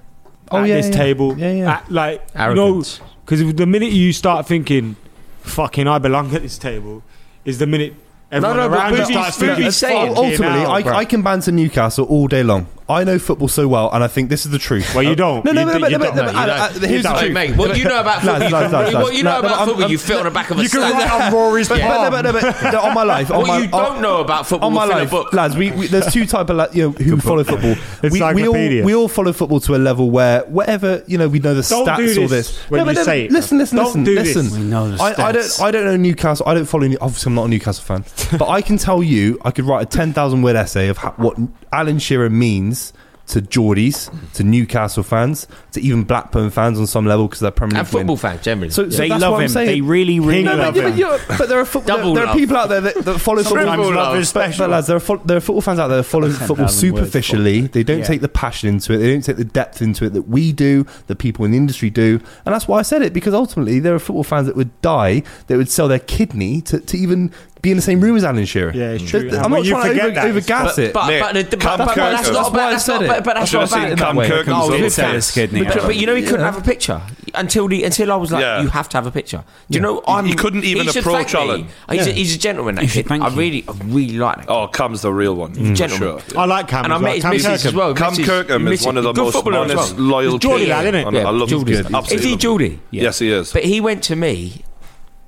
[SPEAKER 5] Oh,
[SPEAKER 6] at
[SPEAKER 5] yeah,
[SPEAKER 6] this
[SPEAKER 5] yeah.
[SPEAKER 6] table.
[SPEAKER 5] Yeah, yeah.
[SPEAKER 6] At, like
[SPEAKER 1] Arrogance.
[SPEAKER 6] because the minute you start thinking, "Fucking, I belong at this table," is the minute everyone
[SPEAKER 1] no, but
[SPEAKER 6] around you
[SPEAKER 1] Boogie's-
[SPEAKER 6] starts thinking.
[SPEAKER 1] Boogie's saying-
[SPEAKER 6] "Fucking
[SPEAKER 5] Ultimately,
[SPEAKER 6] hell,
[SPEAKER 5] I,
[SPEAKER 6] bro."
[SPEAKER 5] I can banter Newcastle all day long. I know football so well, and I think this is the truth.
[SPEAKER 6] Well, you don't.
[SPEAKER 5] No, no,
[SPEAKER 6] You
[SPEAKER 5] no,
[SPEAKER 6] do-
[SPEAKER 5] no,
[SPEAKER 6] you
[SPEAKER 5] no,
[SPEAKER 6] don't.
[SPEAKER 5] no,
[SPEAKER 6] No,
[SPEAKER 5] no,
[SPEAKER 6] you
[SPEAKER 5] I- I- uh, Here's the
[SPEAKER 6] don't.
[SPEAKER 5] truth.
[SPEAKER 1] mate, what do you know about
[SPEAKER 5] Lads,
[SPEAKER 1] football? You
[SPEAKER 5] lads, lads,
[SPEAKER 1] What you know
[SPEAKER 5] lads. No,
[SPEAKER 1] about
[SPEAKER 5] I'm-
[SPEAKER 1] football?
[SPEAKER 5] I'm-
[SPEAKER 1] You fit on the back of a
[SPEAKER 6] You can
[SPEAKER 1] stand.
[SPEAKER 6] write on Rory's
[SPEAKER 5] But,
[SPEAKER 6] palm.
[SPEAKER 5] but, no, but, no, but, no, on my life, on
[SPEAKER 1] What
[SPEAKER 5] my,
[SPEAKER 1] you
[SPEAKER 5] on-
[SPEAKER 1] don't know about football
[SPEAKER 5] on my
[SPEAKER 1] will fit in a
[SPEAKER 5] life,
[SPEAKER 1] book.
[SPEAKER 5] lads. We, we there's two type of la- you know, who follow football. we, we all
[SPEAKER 6] Encyclopedia.
[SPEAKER 5] we all follow football to a level where whatever you know, we know the
[SPEAKER 6] Don't
[SPEAKER 5] stats.
[SPEAKER 6] do
[SPEAKER 5] all
[SPEAKER 6] this
[SPEAKER 5] this.
[SPEAKER 6] when
[SPEAKER 5] no, but
[SPEAKER 6] you
[SPEAKER 5] no,
[SPEAKER 6] say it.
[SPEAKER 5] listen, listen,
[SPEAKER 6] Don't
[SPEAKER 5] listen,
[SPEAKER 6] do this.
[SPEAKER 5] listen.
[SPEAKER 4] We know the
[SPEAKER 5] I, I don't
[SPEAKER 4] stats.
[SPEAKER 5] I don't know Newcastle. I don't follow. New- Obviously, I'm not a Newcastle fan, but I can tell you, I could write a ten thousand word essay of ha- what Alan Shearer means. To Geordies, to Newcastle fans, to even Blackburn fans on some level because they're Premier League
[SPEAKER 1] And football
[SPEAKER 5] win.
[SPEAKER 1] fans generally.
[SPEAKER 5] So, so
[SPEAKER 4] They
[SPEAKER 5] that's
[SPEAKER 4] love
[SPEAKER 5] what
[SPEAKER 4] him.
[SPEAKER 5] I'm saying.
[SPEAKER 4] They really, really
[SPEAKER 5] No,
[SPEAKER 4] love
[SPEAKER 5] but, yeah, but,
[SPEAKER 4] him.
[SPEAKER 5] you know, but there are football,
[SPEAKER 1] Double
[SPEAKER 5] there, there
[SPEAKER 1] love.
[SPEAKER 5] are people out there that, that follow football.
[SPEAKER 4] Sometimes
[SPEAKER 2] Football
[SPEAKER 4] love
[SPEAKER 2] love.
[SPEAKER 4] is
[SPEAKER 5] But,
[SPEAKER 4] special.
[SPEAKER 5] but lads, there are, fo- there are football fans out there that follow football
[SPEAKER 4] 10,000 words,
[SPEAKER 5] superficially. They don't take the passion into it. They don't take the depth into it that we do, that people in the industry do. And that's why I said it, because ultimately there are football fans that would die, that would sell their kidney to, to even be in the same room as Alan Shearer.
[SPEAKER 6] Yeah, it's true.
[SPEAKER 5] Th- I'm
[SPEAKER 6] And when
[SPEAKER 5] not
[SPEAKER 6] you
[SPEAKER 5] trying to
[SPEAKER 6] forget
[SPEAKER 5] over,
[SPEAKER 6] that, it's-
[SPEAKER 5] overgas
[SPEAKER 2] But-
[SPEAKER 5] it.
[SPEAKER 1] But,
[SPEAKER 2] Nick,
[SPEAKER 1] but, the- but, but,
[SPEAKER 2] Cam
[SPEAKER 1] but that's
[SPEAKER 2] Kirkland.
[SPEAKER 1] not
[SPEAKER 5] That's why
[SPEAKER 1] about,
[SPEAKER 5] I
[SPEAKER 1] that's
[SPEAKER 5] said
[SPEAKER 1] not,
[SPEAKER 5] it.
[SPEAKER 1] but, but
[SPEAKER 5] I
[SPEAKER 1] that's
[SPEAKER 2] should
[SPEAKER 1] not
[SPEAKER 2] have
[SPEAKER 1] about
[SPEAKER 2] seen
[SPEAKER 1] it that
[SPEAKER 2] Cam
[SPEAKER 1] way.
[SPEAKER 2] Kirkland
[SPEAKER 1] No,
[SPEAKER 2] all
[SPEAKER 1] it's-
[SPEAKER 2] the time.
[SPEAKER 4] his kidney.
[SPEAKER 1] But, but you know, he couldn't have a picture until the, until I was like,
[SPEAKER 2] Yeah.
[SPEAKER 1] you have to have a picture. Do you know? I'm,
[SPEAKER 2] he couldn't even
[SPEAKER 1] should
[SPEAKER 2] approach
[SPEAKER 1] thank me.
[SPEAKER 2] Alan.
[SPEAKER 1] He's, a, he's a gentleman. That
[SPEAKER 4] He should
[SPEAKER 1] kid.
[SPEAKER 4] thank
[SPEAKER 1] I
[SPEAKER 4] you.
[SPEAKER 1] really, I really like that.
[SPEAKER 2] Oh, Cam's the real one. for
[SPEAKER 1] Gentleman.
[SPEAKER 2] Sure.
[SPEAKER 6] I like Cam.
[SPEAKER 1] and I
[SPEAKER 6] as
[SPEAKER 1] met
[SPEAKER 6] well.
[SPEAKER 1] his missus
[SPEAKER 6] Cam
[SPEAKER 1] as
[SPEAKER 6] Kirkham.
[SPEAKER 1] well.
[SPEAKER 2] Cam
[SPEAKER 1] missus-
[SPEAKER 2] Kirkham is
[SPEAKER 1] missus-
[SPEAKER 2] one of the
[SPEAKER 1] good
[SPEAKER 2] most
[SPEAKER 1] footballer as
[SPEAKER 2] honest,
[SPEAKER 1] well.
[SPEAKER 2] loyal
[SPEAKER 6] He's Geordie
[SPEAKER 2] kids.
[SPEAKER 6] lad, innit?
[SPEAKER 2] And I love him.
[SPEAKER 1] Geordie lad.
[SPEAKER 2] Absolutely
[SPEAKER 1] Is he
[SPEAKER 2] love him.
[SPEAKER 1] Geordie?
[SPEAKER 2] Yes, he is.
[SPEAKER 1] But he went to me.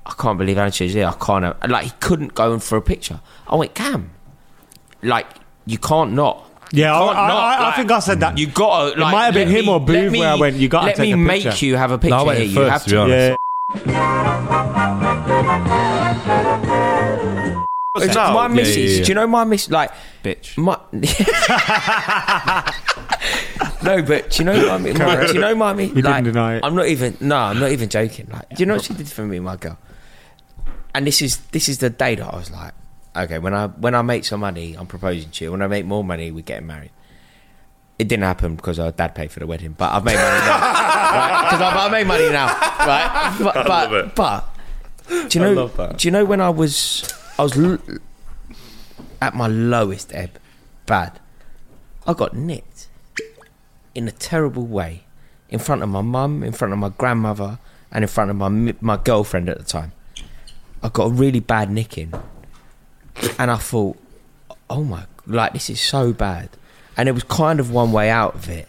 [SPEAKER 1] I can't believe Alan Shearer's here. I can't. uh, Like he couldn't go in for a picture. I went, Cam. Like you can't not.
[SPEAKER 6] Yeah, I,
[SPEAKER 1] Can't
[SPEAKER 6] I,
[SPEAKER 1] not,
[SPEAKER 6] I, I
[SPEAKER 1] like-
[SPEAKER 6] think I said that.
[SPEAKER 1] You gotta. Like,
[SPEAKER 6] might have been
[SPEAKER 1] let
[SPEAKER 6] him or
[SPEAKER 1] let
[SPEAKER 6] Booth where I went, you gotta
[SPEAKER 1] Let
[SPEAKER 6] take
[SPEAKER 1] me
[SPEAKER 6] a
[SPEAKER 1] make
[SPEAKER 6] picture.
[SPEAKER 1] you have a picture
[SPEAKER 5] I went
[SPEAKER 1] here. you
[SPEAKER 5] first,
[SPEAKER 1] have
[SPEAKER 5] to
[SPEAKER 1] to.
[SPEAKER 5] be honest.
[SPEAKER 6] yeah.
[SPEAKER 2] Because now-
[SPEAKER 1] my missus.
[SPEAKER 5] yeah, yeah.
[SPEAKER 1] Do you know my miss? Like
[SPEAKER 4] Bitch.
[SPEAKER 1] my. no, but do you know my, mi- my do you know my mi-
[SPEAKER 6] didn't
[SPEAKER 1] like,
[SPEAKER 6] deny it.
[SPEAKER 1] I'm not even. No, I'm not even joking. Like, do you know what she did for me, my girl? And this is this is the day that I was like, okay, when I when I make some money, I'm proposing to you. When I make more money, we're getting married. It didn't happen because our dad paid for the wedding, but I've made money now. Because I've, I've made money now, right? But but,
[SPEAKER 2] love it.
[SPEAKER 1] but do you know?
[SPEAKER 5] love that.
[SPEAKER 1] Do you know when I was I was l- at my lowest ebb, bad. I got nicked in a terrible way in front of my mum, in front of my grandmother, and in front of my mi- my girlfriend at the time. I got a really bad nicking, and I thought, oh my, like this is so bad. And it was kind of one way out of it,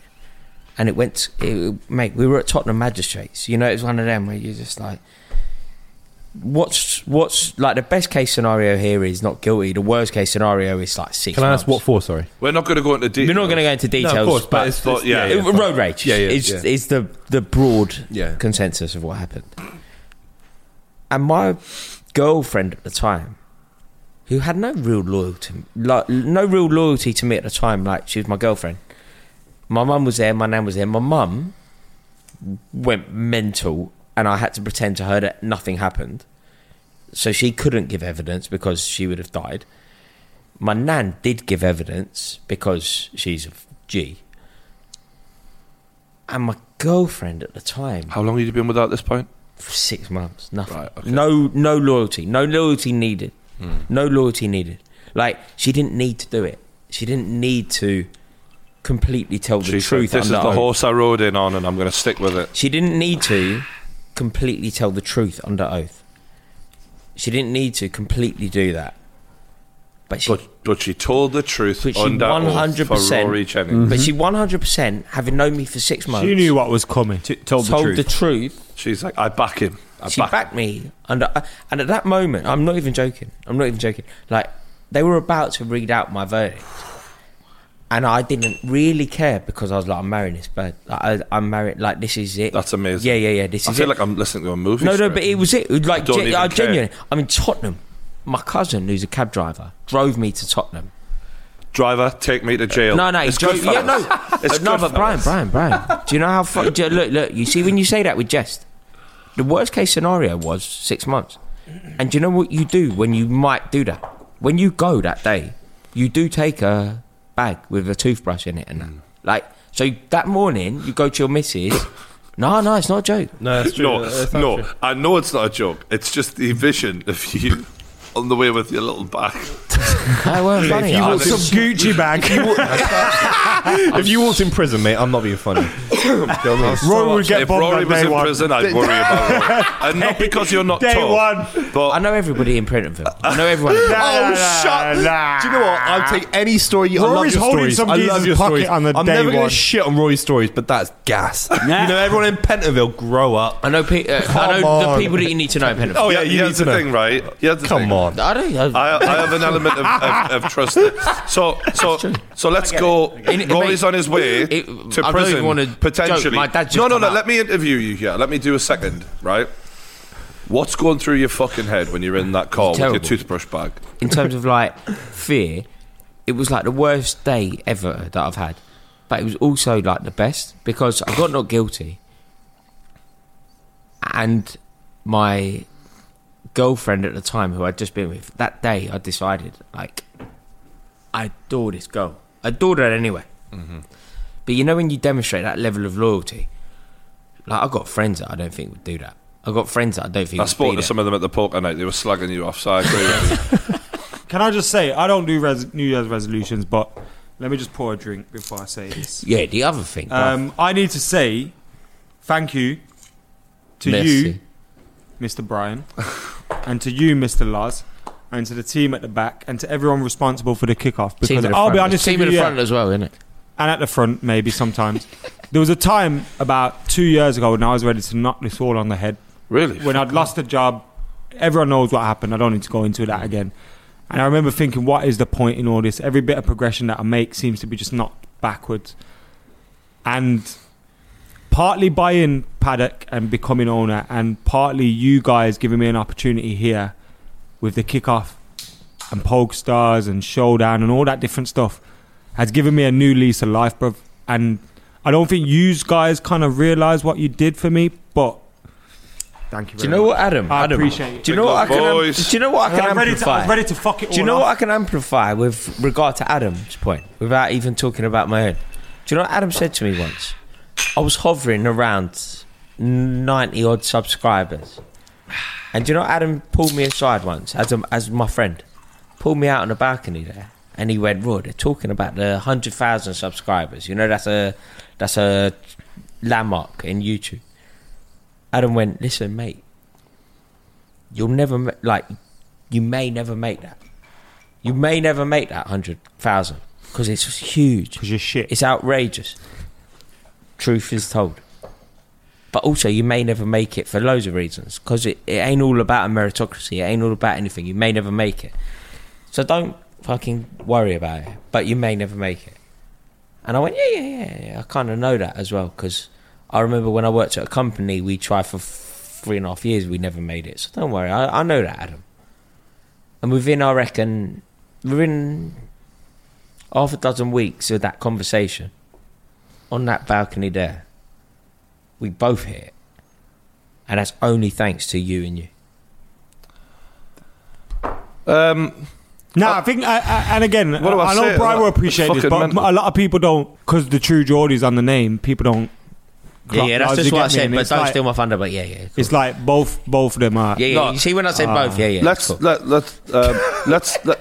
[SPEAKER 1] and it went. It, mate, we were at Tottenham Magistrates. You know, it was one of them where you're just like, what's what's like the best case scenario here is not guilty. The worst case scenario is like six.
[SPEAKER 5] Can I ask what
[SPEAKER 1] months.
[SPEAKER 5] for? Sorry.
[SPEAKER 2] We're not going to go into detail.
[SPEAKER 1] We're not going to go into details,
[SPEAKER 5] no, of course, but,
[SPEAKER 1] but
[SPEAKER 5] it's, it's,
[SPEAKER 2] but yeah,
[SPEAKER 1] it-
[SPEAKER 5] fine.
[SPEAKER 1] road rage
[SPEAKER 5] Yeah, yeah,
[SPEAKER 1] is,
[SPEAKER 5] yeah.
[SPEAKER 1] is the the broad
[SPEAKER 5] Yeah.
[SPEAKER 1] consensus of what happened. And my girlfriend at the time, who had no real loyalty, like no real loyalty to me at the time, like she was my girlfriend. My mum was there, my nan was there. My mum went mental, and I had to pretend to her that nothing happened, so she couldn't give evidence because she would have died. My nan did give evidence because she's a G and my girlfriend at the time
[SPEAKER 2] How long have you been without this point?
[SPEAKER 1] for six months nothing
[SPEAKER 2] Right, okay. Hmm.
[SPEAKER 1] no no loyalty no loyalty needed no loyalty needed like she didn't need to do it she didn't need to completely tell the
[SPEAKER 2] She's
[SPEAKER 1] truth
[SPEAKER 2] like, this is
[SPEAKER 1] under
[SPEAKER 2] the
[SPEAKER 1] oath.
[SPEAKER 2] horse I rode in on, and I'm going to stick with it.
[SPEAKER 1] she didn't need to completely tell the truth under oath she didn't need to completely do that but she
[SPEAKER 2] But, but she told the truth
[SPEAKER 1] But she
[SPEAKER 2] under oath for
[SPEAKER 1] 100%
[SPEAKER 2] Rory Jennings.
[SPEAKER 1] but she 100% having known me for six months
[SPEAKER 6] She knew what was coming.
[SPEAKER 3] T- told,
[SPEAKER 1] told
[SPEAKER 3] the truth.
[SPEAKER 1] the truth
[SPEAKER 6] Mm-hmm.
[SPEAKER 2] She's like, I back him. I
[SPEAKER 1] she
[SPEAKER 2] back
[SPEAKER 1] backed me under and at that moment i'm not even joking i'm not even joking like they were about to read out my verdict and i didn't really care because i was like i'm marrying this bird like, I, i'm married like this is it
[SPEAKER 2] That's amazing.
[SPEAKER 1] yeah yeah yeah this
[SPEAKER 2] I
[SPEAKER 1] is
[SPEAKER 2] feel
[SPEAKER 1] it
[SPEAKER 2] like I'm listening to a movie.
[SPEAKER 1] no no
[SPEAKER 2] script.
[SPEAKER 1] but it was it It was like
[SPEAKER 2] I don't
[SPEAKER 1] gen-
[SPEAKER 2] even
[SPEAKER 1] I
[SPEAKER 2] care.
[SPEAKER 1] genuinely i'm in tottenham my cousin who's a cab driver drove me to tottenham
[SPEAKER 2] Driver, take me to jail.
[SPEAKER 1] no, no,
[SPEAKER 2] it's
[SPEAKER 1] it's
[SPEAKER 2] good.
[SPEAKER 1] yeah, no,
[SPEAKER 2] it's
[SPEAKER 1] no,
[SPEAKER 2] good
[SPEAKER 1] but Brian, Brian, Brian. Do you know how? Fu- do you- look, look. You see, when you say that with jest, the worst case scenario was six months. And do you know what you do when you might do that? When you go that day, you do take a bag with a toothbrush in it, and that.
[SPEAKER 2] Mm.
[SPEAKER 1] like so that morning you go to your missus. no, no, it's not a joke.
[SPEAKER 5] No, that's true.
[SPEAKER 2] No,
[SPEAKER 5] That's not
[SPEAKER 2] no,
[SPEAKER 5] true.
[SPEAKER 2] I know it's not a joke. It's just the vision of you on the way with your little bag.
[SPEAKER 1] I weren't funny.
[SPEAKER 5] you
[SPEAKER 1] I
[SPEAKER 5] walked
[SPEAKER 1] was-
[SPEAKER 6] Some Gucci bag.
[SPEAKER 5] if you walked in prison, mate, I'm not being funny.
[SPEAKER 6] Rory would get
[SPEAKER 2] if
[SPEAKER 6] bombed
[SPEAKER 2] Rory was
[SPEAKER 6] on day
[SPEAKER 2] in
[SPEAKER 6] one.
[SPEAKER 2] prison, I'd worry about it. And not because you're not
[SPEAKER 6] Day
[SPEAKER 2] tall,
[SPEAKER 6] one.
[SPEAKER 2] but
[SPEAKER 1] I know everybody in Prentonville. I know everyone. in Prentonville.
[SPEAKER 5] Oh, shut! Do you know what? I'll take any story. You, I love
[SPEAKER 6] Rory's
[SPEAKER 5] your
[SPEAKER 6] holding
[SPEAKER 5] stories.
[SPEAKER 6] some
[SPEAKER 5] I
[SPEAKER 6] geezer's
[SPEAKER 5] love your
[SPEAKER 6] pocket
[SPEAKER 5] stories.
[SPEAKER 6] on the
[SPEAKER 5] I'm
[SPEAKER 6] day
[SPEAKER 5] never gonna
[SPEAKER 6] one.
[SPEAKER 5] shit on Rory's stories, but that's gas. you know, everyone in Pentonville grow up.
[SPEAKER 1] I know, pe- uh, I know
[SPEAKER 5] Come
[SPEAKER 1] the
[SPEAKER 5] on.
[SPEAKER 1] people that you need to know in Prentonville.
[SPEAKER 5] Oh
[SPEAKER 2] yeah,
[SPEAKER 5] yeah, you need
[SPEAKER 2] here's
[SPEAKER 5] to
[SPEAKER 2] the
[SPEAKER 5] know.
[SPEAKER 2] thing, right? Here's the
[SPEAKER 5] Come
[SPEAKER 2] thing.
[SPEAKER 5] on.
[SPEAKER 1] I don't. I,
[SPEAKER 2] I, I have an element of, of, of trust. So, so, so let's go.
[SPEAKER 1] it.
[SPEAKER 2] Rory's
[SPEAKER 1] Mate,
[SPEAKER 2] on his way
[SPEAKER 1] it- I
[SPEAKER 2] to
[SPEAKER 1] don't
[SPEAKER 2] prison.
[SPEAKER 1] even wanna
[SPEAKER 2] potentially,
[SPEAKER 1] joke. My dad just
[SPEAKER 2] no, no,
[SPEAKER 1] come
[SPEAKER 2] no.
[SPEAKER 1] out.
[SPEAKER 2] Let me interview you here. Let me do a second, right? What's going through your fucking head when you're in that car with your
[SPEAKER 1] Terrible.
[SPEAKER 2] toothbrush bag?
[SPEAKER 1] in terms of like fear, it was like the worst day ever that I've had. But it was also like the best because I got not guilty. And my girlfriend at the time, who I'd just been with, that day I decided, like, I adore this girl. I adored her anyway. But you know, when you demonstrate that level of loyalty, like, I've got friends that I don't think would do that. I've got friends that I don't think
[SPEAKER 2] I
[SPEAKER 1] would
[SPEAKER 2] spoke
[SPEAKER 1] be
[SPEAKER 2] to
[SPEAKER 1] there.
[SPEAKER 2] some of them at the poker night. They were slagging you off. So I agree. with you.
[SPEAKER 6] Can I just say, I don't do res- New Year's resolutions, but let me just pour a drink before I say this.
[SPEAKER 1] Yeah, the other thing. bruv.
[SPEAKER 6] Um, I need to say thank you to you,
[SPEAKER 1] Merci.
[SPEAKER 6] Mr. Brian, and to you, Mr. Lars, and to the team at the back, and to everyone responsible for the kickoff.
[SPEAKER 1] Team at
[SPEAKER 6] Because
[SPEAKER 1] the
[SPEAKER 6] I'll be
[SPEAKER 1] front.
[SPEAKER 6] honest
[SPEAKER 1] team
[SPEAKER 6] with
[SPEAKER 1] in
[SPEAKER 6] you,
[SPEAKER 1] the
[SPEAKER 6] yeah,
[SPEAKER 1] front as well, isn't it?
[SPEAKER 6] and at the front maybe sometimes. there was a time about two years ago when I was ready to knock this all on the head
[SPEAKER 2] really?
[SPEAKER 6] when I'd lost a job, everyone knows what happened. I don't need to go into that again. And I remember thinking, what is the point in all this? Every bit of progression that I make seems to be just knocked backwards. And partly buying Paddock and becoming owner, and partly you guys giving me an opportunity here with the kickoff and Polk Stars and Showdown and all that different stuff has given me a new lease of life, bruv. And I don't think you guys kind of realize what you did for me, but thank you very
[SPEAKER 1] Do you know
[SPEAKER 6] much.
[SPEAKER 1] what, Adam?
[SPEAKER 6] I
[SPEAKER 1] Adam,
[SPEAKER 6] appreciate it.
[SPEAKER 1] Do you know what I
[SPEAKER 2] Big
[SPEAKER 1] can?
[SPEAKER 2] up,
[SPEAKER 1] am-
[SPEAKER 2] boys.
[SPEAKER 1] do you know what I can
[SPEAKER 6] I'm ready, to,
[SPEAKER 1] amplify?
[SPEAKER 6] I'm ready to fuck it all
[SPEAKER 1] do you know
[SPEAKER 6] up.
[SPEAKER 1] what I can amplify with regard to Adam's point, without even talking about my own? Do you know what Adam said to me once? I was hovering around ninety odd subscribers, and do you know what Adam pulled me aside once as a, as my friend, pulled me out on the balcony there, and he went, "Raw, they're talking about the hundred thousand subscribers. You know that's a that's a landmark in YouTube." Adam went, "Listen, mate." You'll never ma- like you may never make that. You may never make that 100,000 because it's huge.
[SPEAKER 6] Because you're shit.
[SPEAKER 1] It's outrageous. truth is told. But also, you may never make it for loads of reasons because it, it ain't all about a meritocracy. It ain't all about anything. You may never make it. So don't fucking worry about it. But you may never make it. And I went, yeah, yeah, yeah. yeah. I kind of know that as well because I remember when I worked at a company, we tried for f- three and a half years, we never made it. So don't worry. I, I know that, Adam. And within, I reckon, within half a dozen weeks of that conversation, on that balcony there, we both hit it. And that's only thanks to you and you.
[SPEAKER 2] Um,
[SPEAKER 6] No, I think, I, I, and again,
[SPEAKER 2] What do I
[SPEAKER 6] I, know
[SPEAKER 2] say?
[SPEAKER 6] Brian will
[SPEAKER 2] Like,
[SPEAKER 6] appreciate this,
[SPEAKER 2] fucking
[SPEAKER 6] but
[SPEAKER 2] mental.
[SPEAKER 6] a lot of people don't, because the True Geordie's on the name, people don't.
[SPEAKER 1] Yeah, yeah, that's
[SPEAKER 6] like,
[SPEAKER 1] just
[SPEAKER 6] you
[SPEAKER 1] what I
[SPEAKER 6] get me?
[SPEAKER 1] said,
[SPEAKER 6] And
[SPEAKER 1] but
[SPEAKER 6] it's
[SPEAKER 1] don't
[SPEAKER 6] like-
[SPEAKER 1] steal my thunder, but yeah, yeah. cool.
[SPEAKER 6] It's like Ah. both both of them are.
[SPEAKER 1] Yeah, yeah,
[SPEAKER 2] No,
[SPEAKER 1] you see when I said both, yeah, yeah.
[SPEAKER 2] let's
[SPEAKER 1] cool.
[SPEAKER 2] let let um, let's. Let,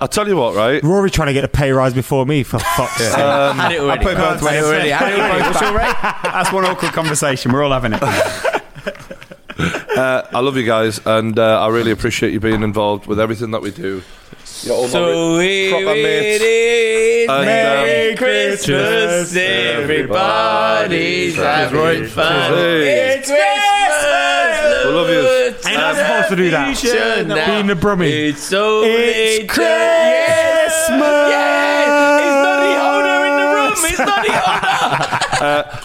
[SPEAKER 2] I'll tell you what, right?
[SPEAKER 6] Rory trying to get a pay rise before me, for fuck's sake.
[SPEAKER 1] had it already. I put both ways. Already. Had it already.
[SPEAKER 4] What's your rate? That's one awkward conversation. We're all having it.
[SPEAKER 2] Uh, I love you guys, and uh, I really appreciate you being involved with everything that we do. You're all my
[SPEAKER 1] So
[SPEAKER 2] re-
[SPEAKER 1] here
[SPEAKER 2] proper
[SPEAKER 1] it
[SPEAKER 2] mates.
[SPEAKER 1] is.
[SPEAKER 2] And,
[SPEAKER 1] Merry
[SPEAKER 2] um,
[SPEAKER 1] Christmas, everybody's having fun.
[SPEAKER 2] Hey.
[SPEAKER 1] It's Christmas.
[SPEAKER 2] We love yous.
[SPEAKER 6] Ain't I supposed to do that? Being the Brummie.
[SPEAKER 1] It's so
[SPEAKER 6] It's
[SPEAKER 1] Christmas. Yes. It's not the owner in the room. It's not the owner.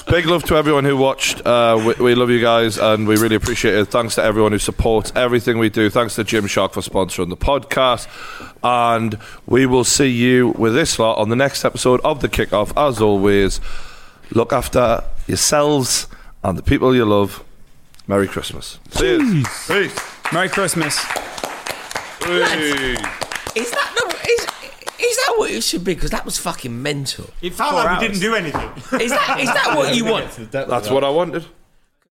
[SPEAKER 2] Big love to everyone who watched. Uh, we, we love you guys, and we really appreciate it. Thanks to everyone who supports everything we do. Thanks to Jim Shark for sponsoring the podcast, and we will see you with this lot on the next episode of the Kickoff. As always, look after yourselves and the people you love. Merry Christmas. See you. Peace.
[SPEAKER 3] Merry Christmas.
[SPEAKER 2] Peace.
[SPEAKER 1] Is that the? Is, is that what it should be? Because that was fucking mental.
[SPEAKER 6] It felt like we didn't do anything.
[SPEAKER 1] Is that is that what you want?
[SPEAKER 2] That's what I wanted.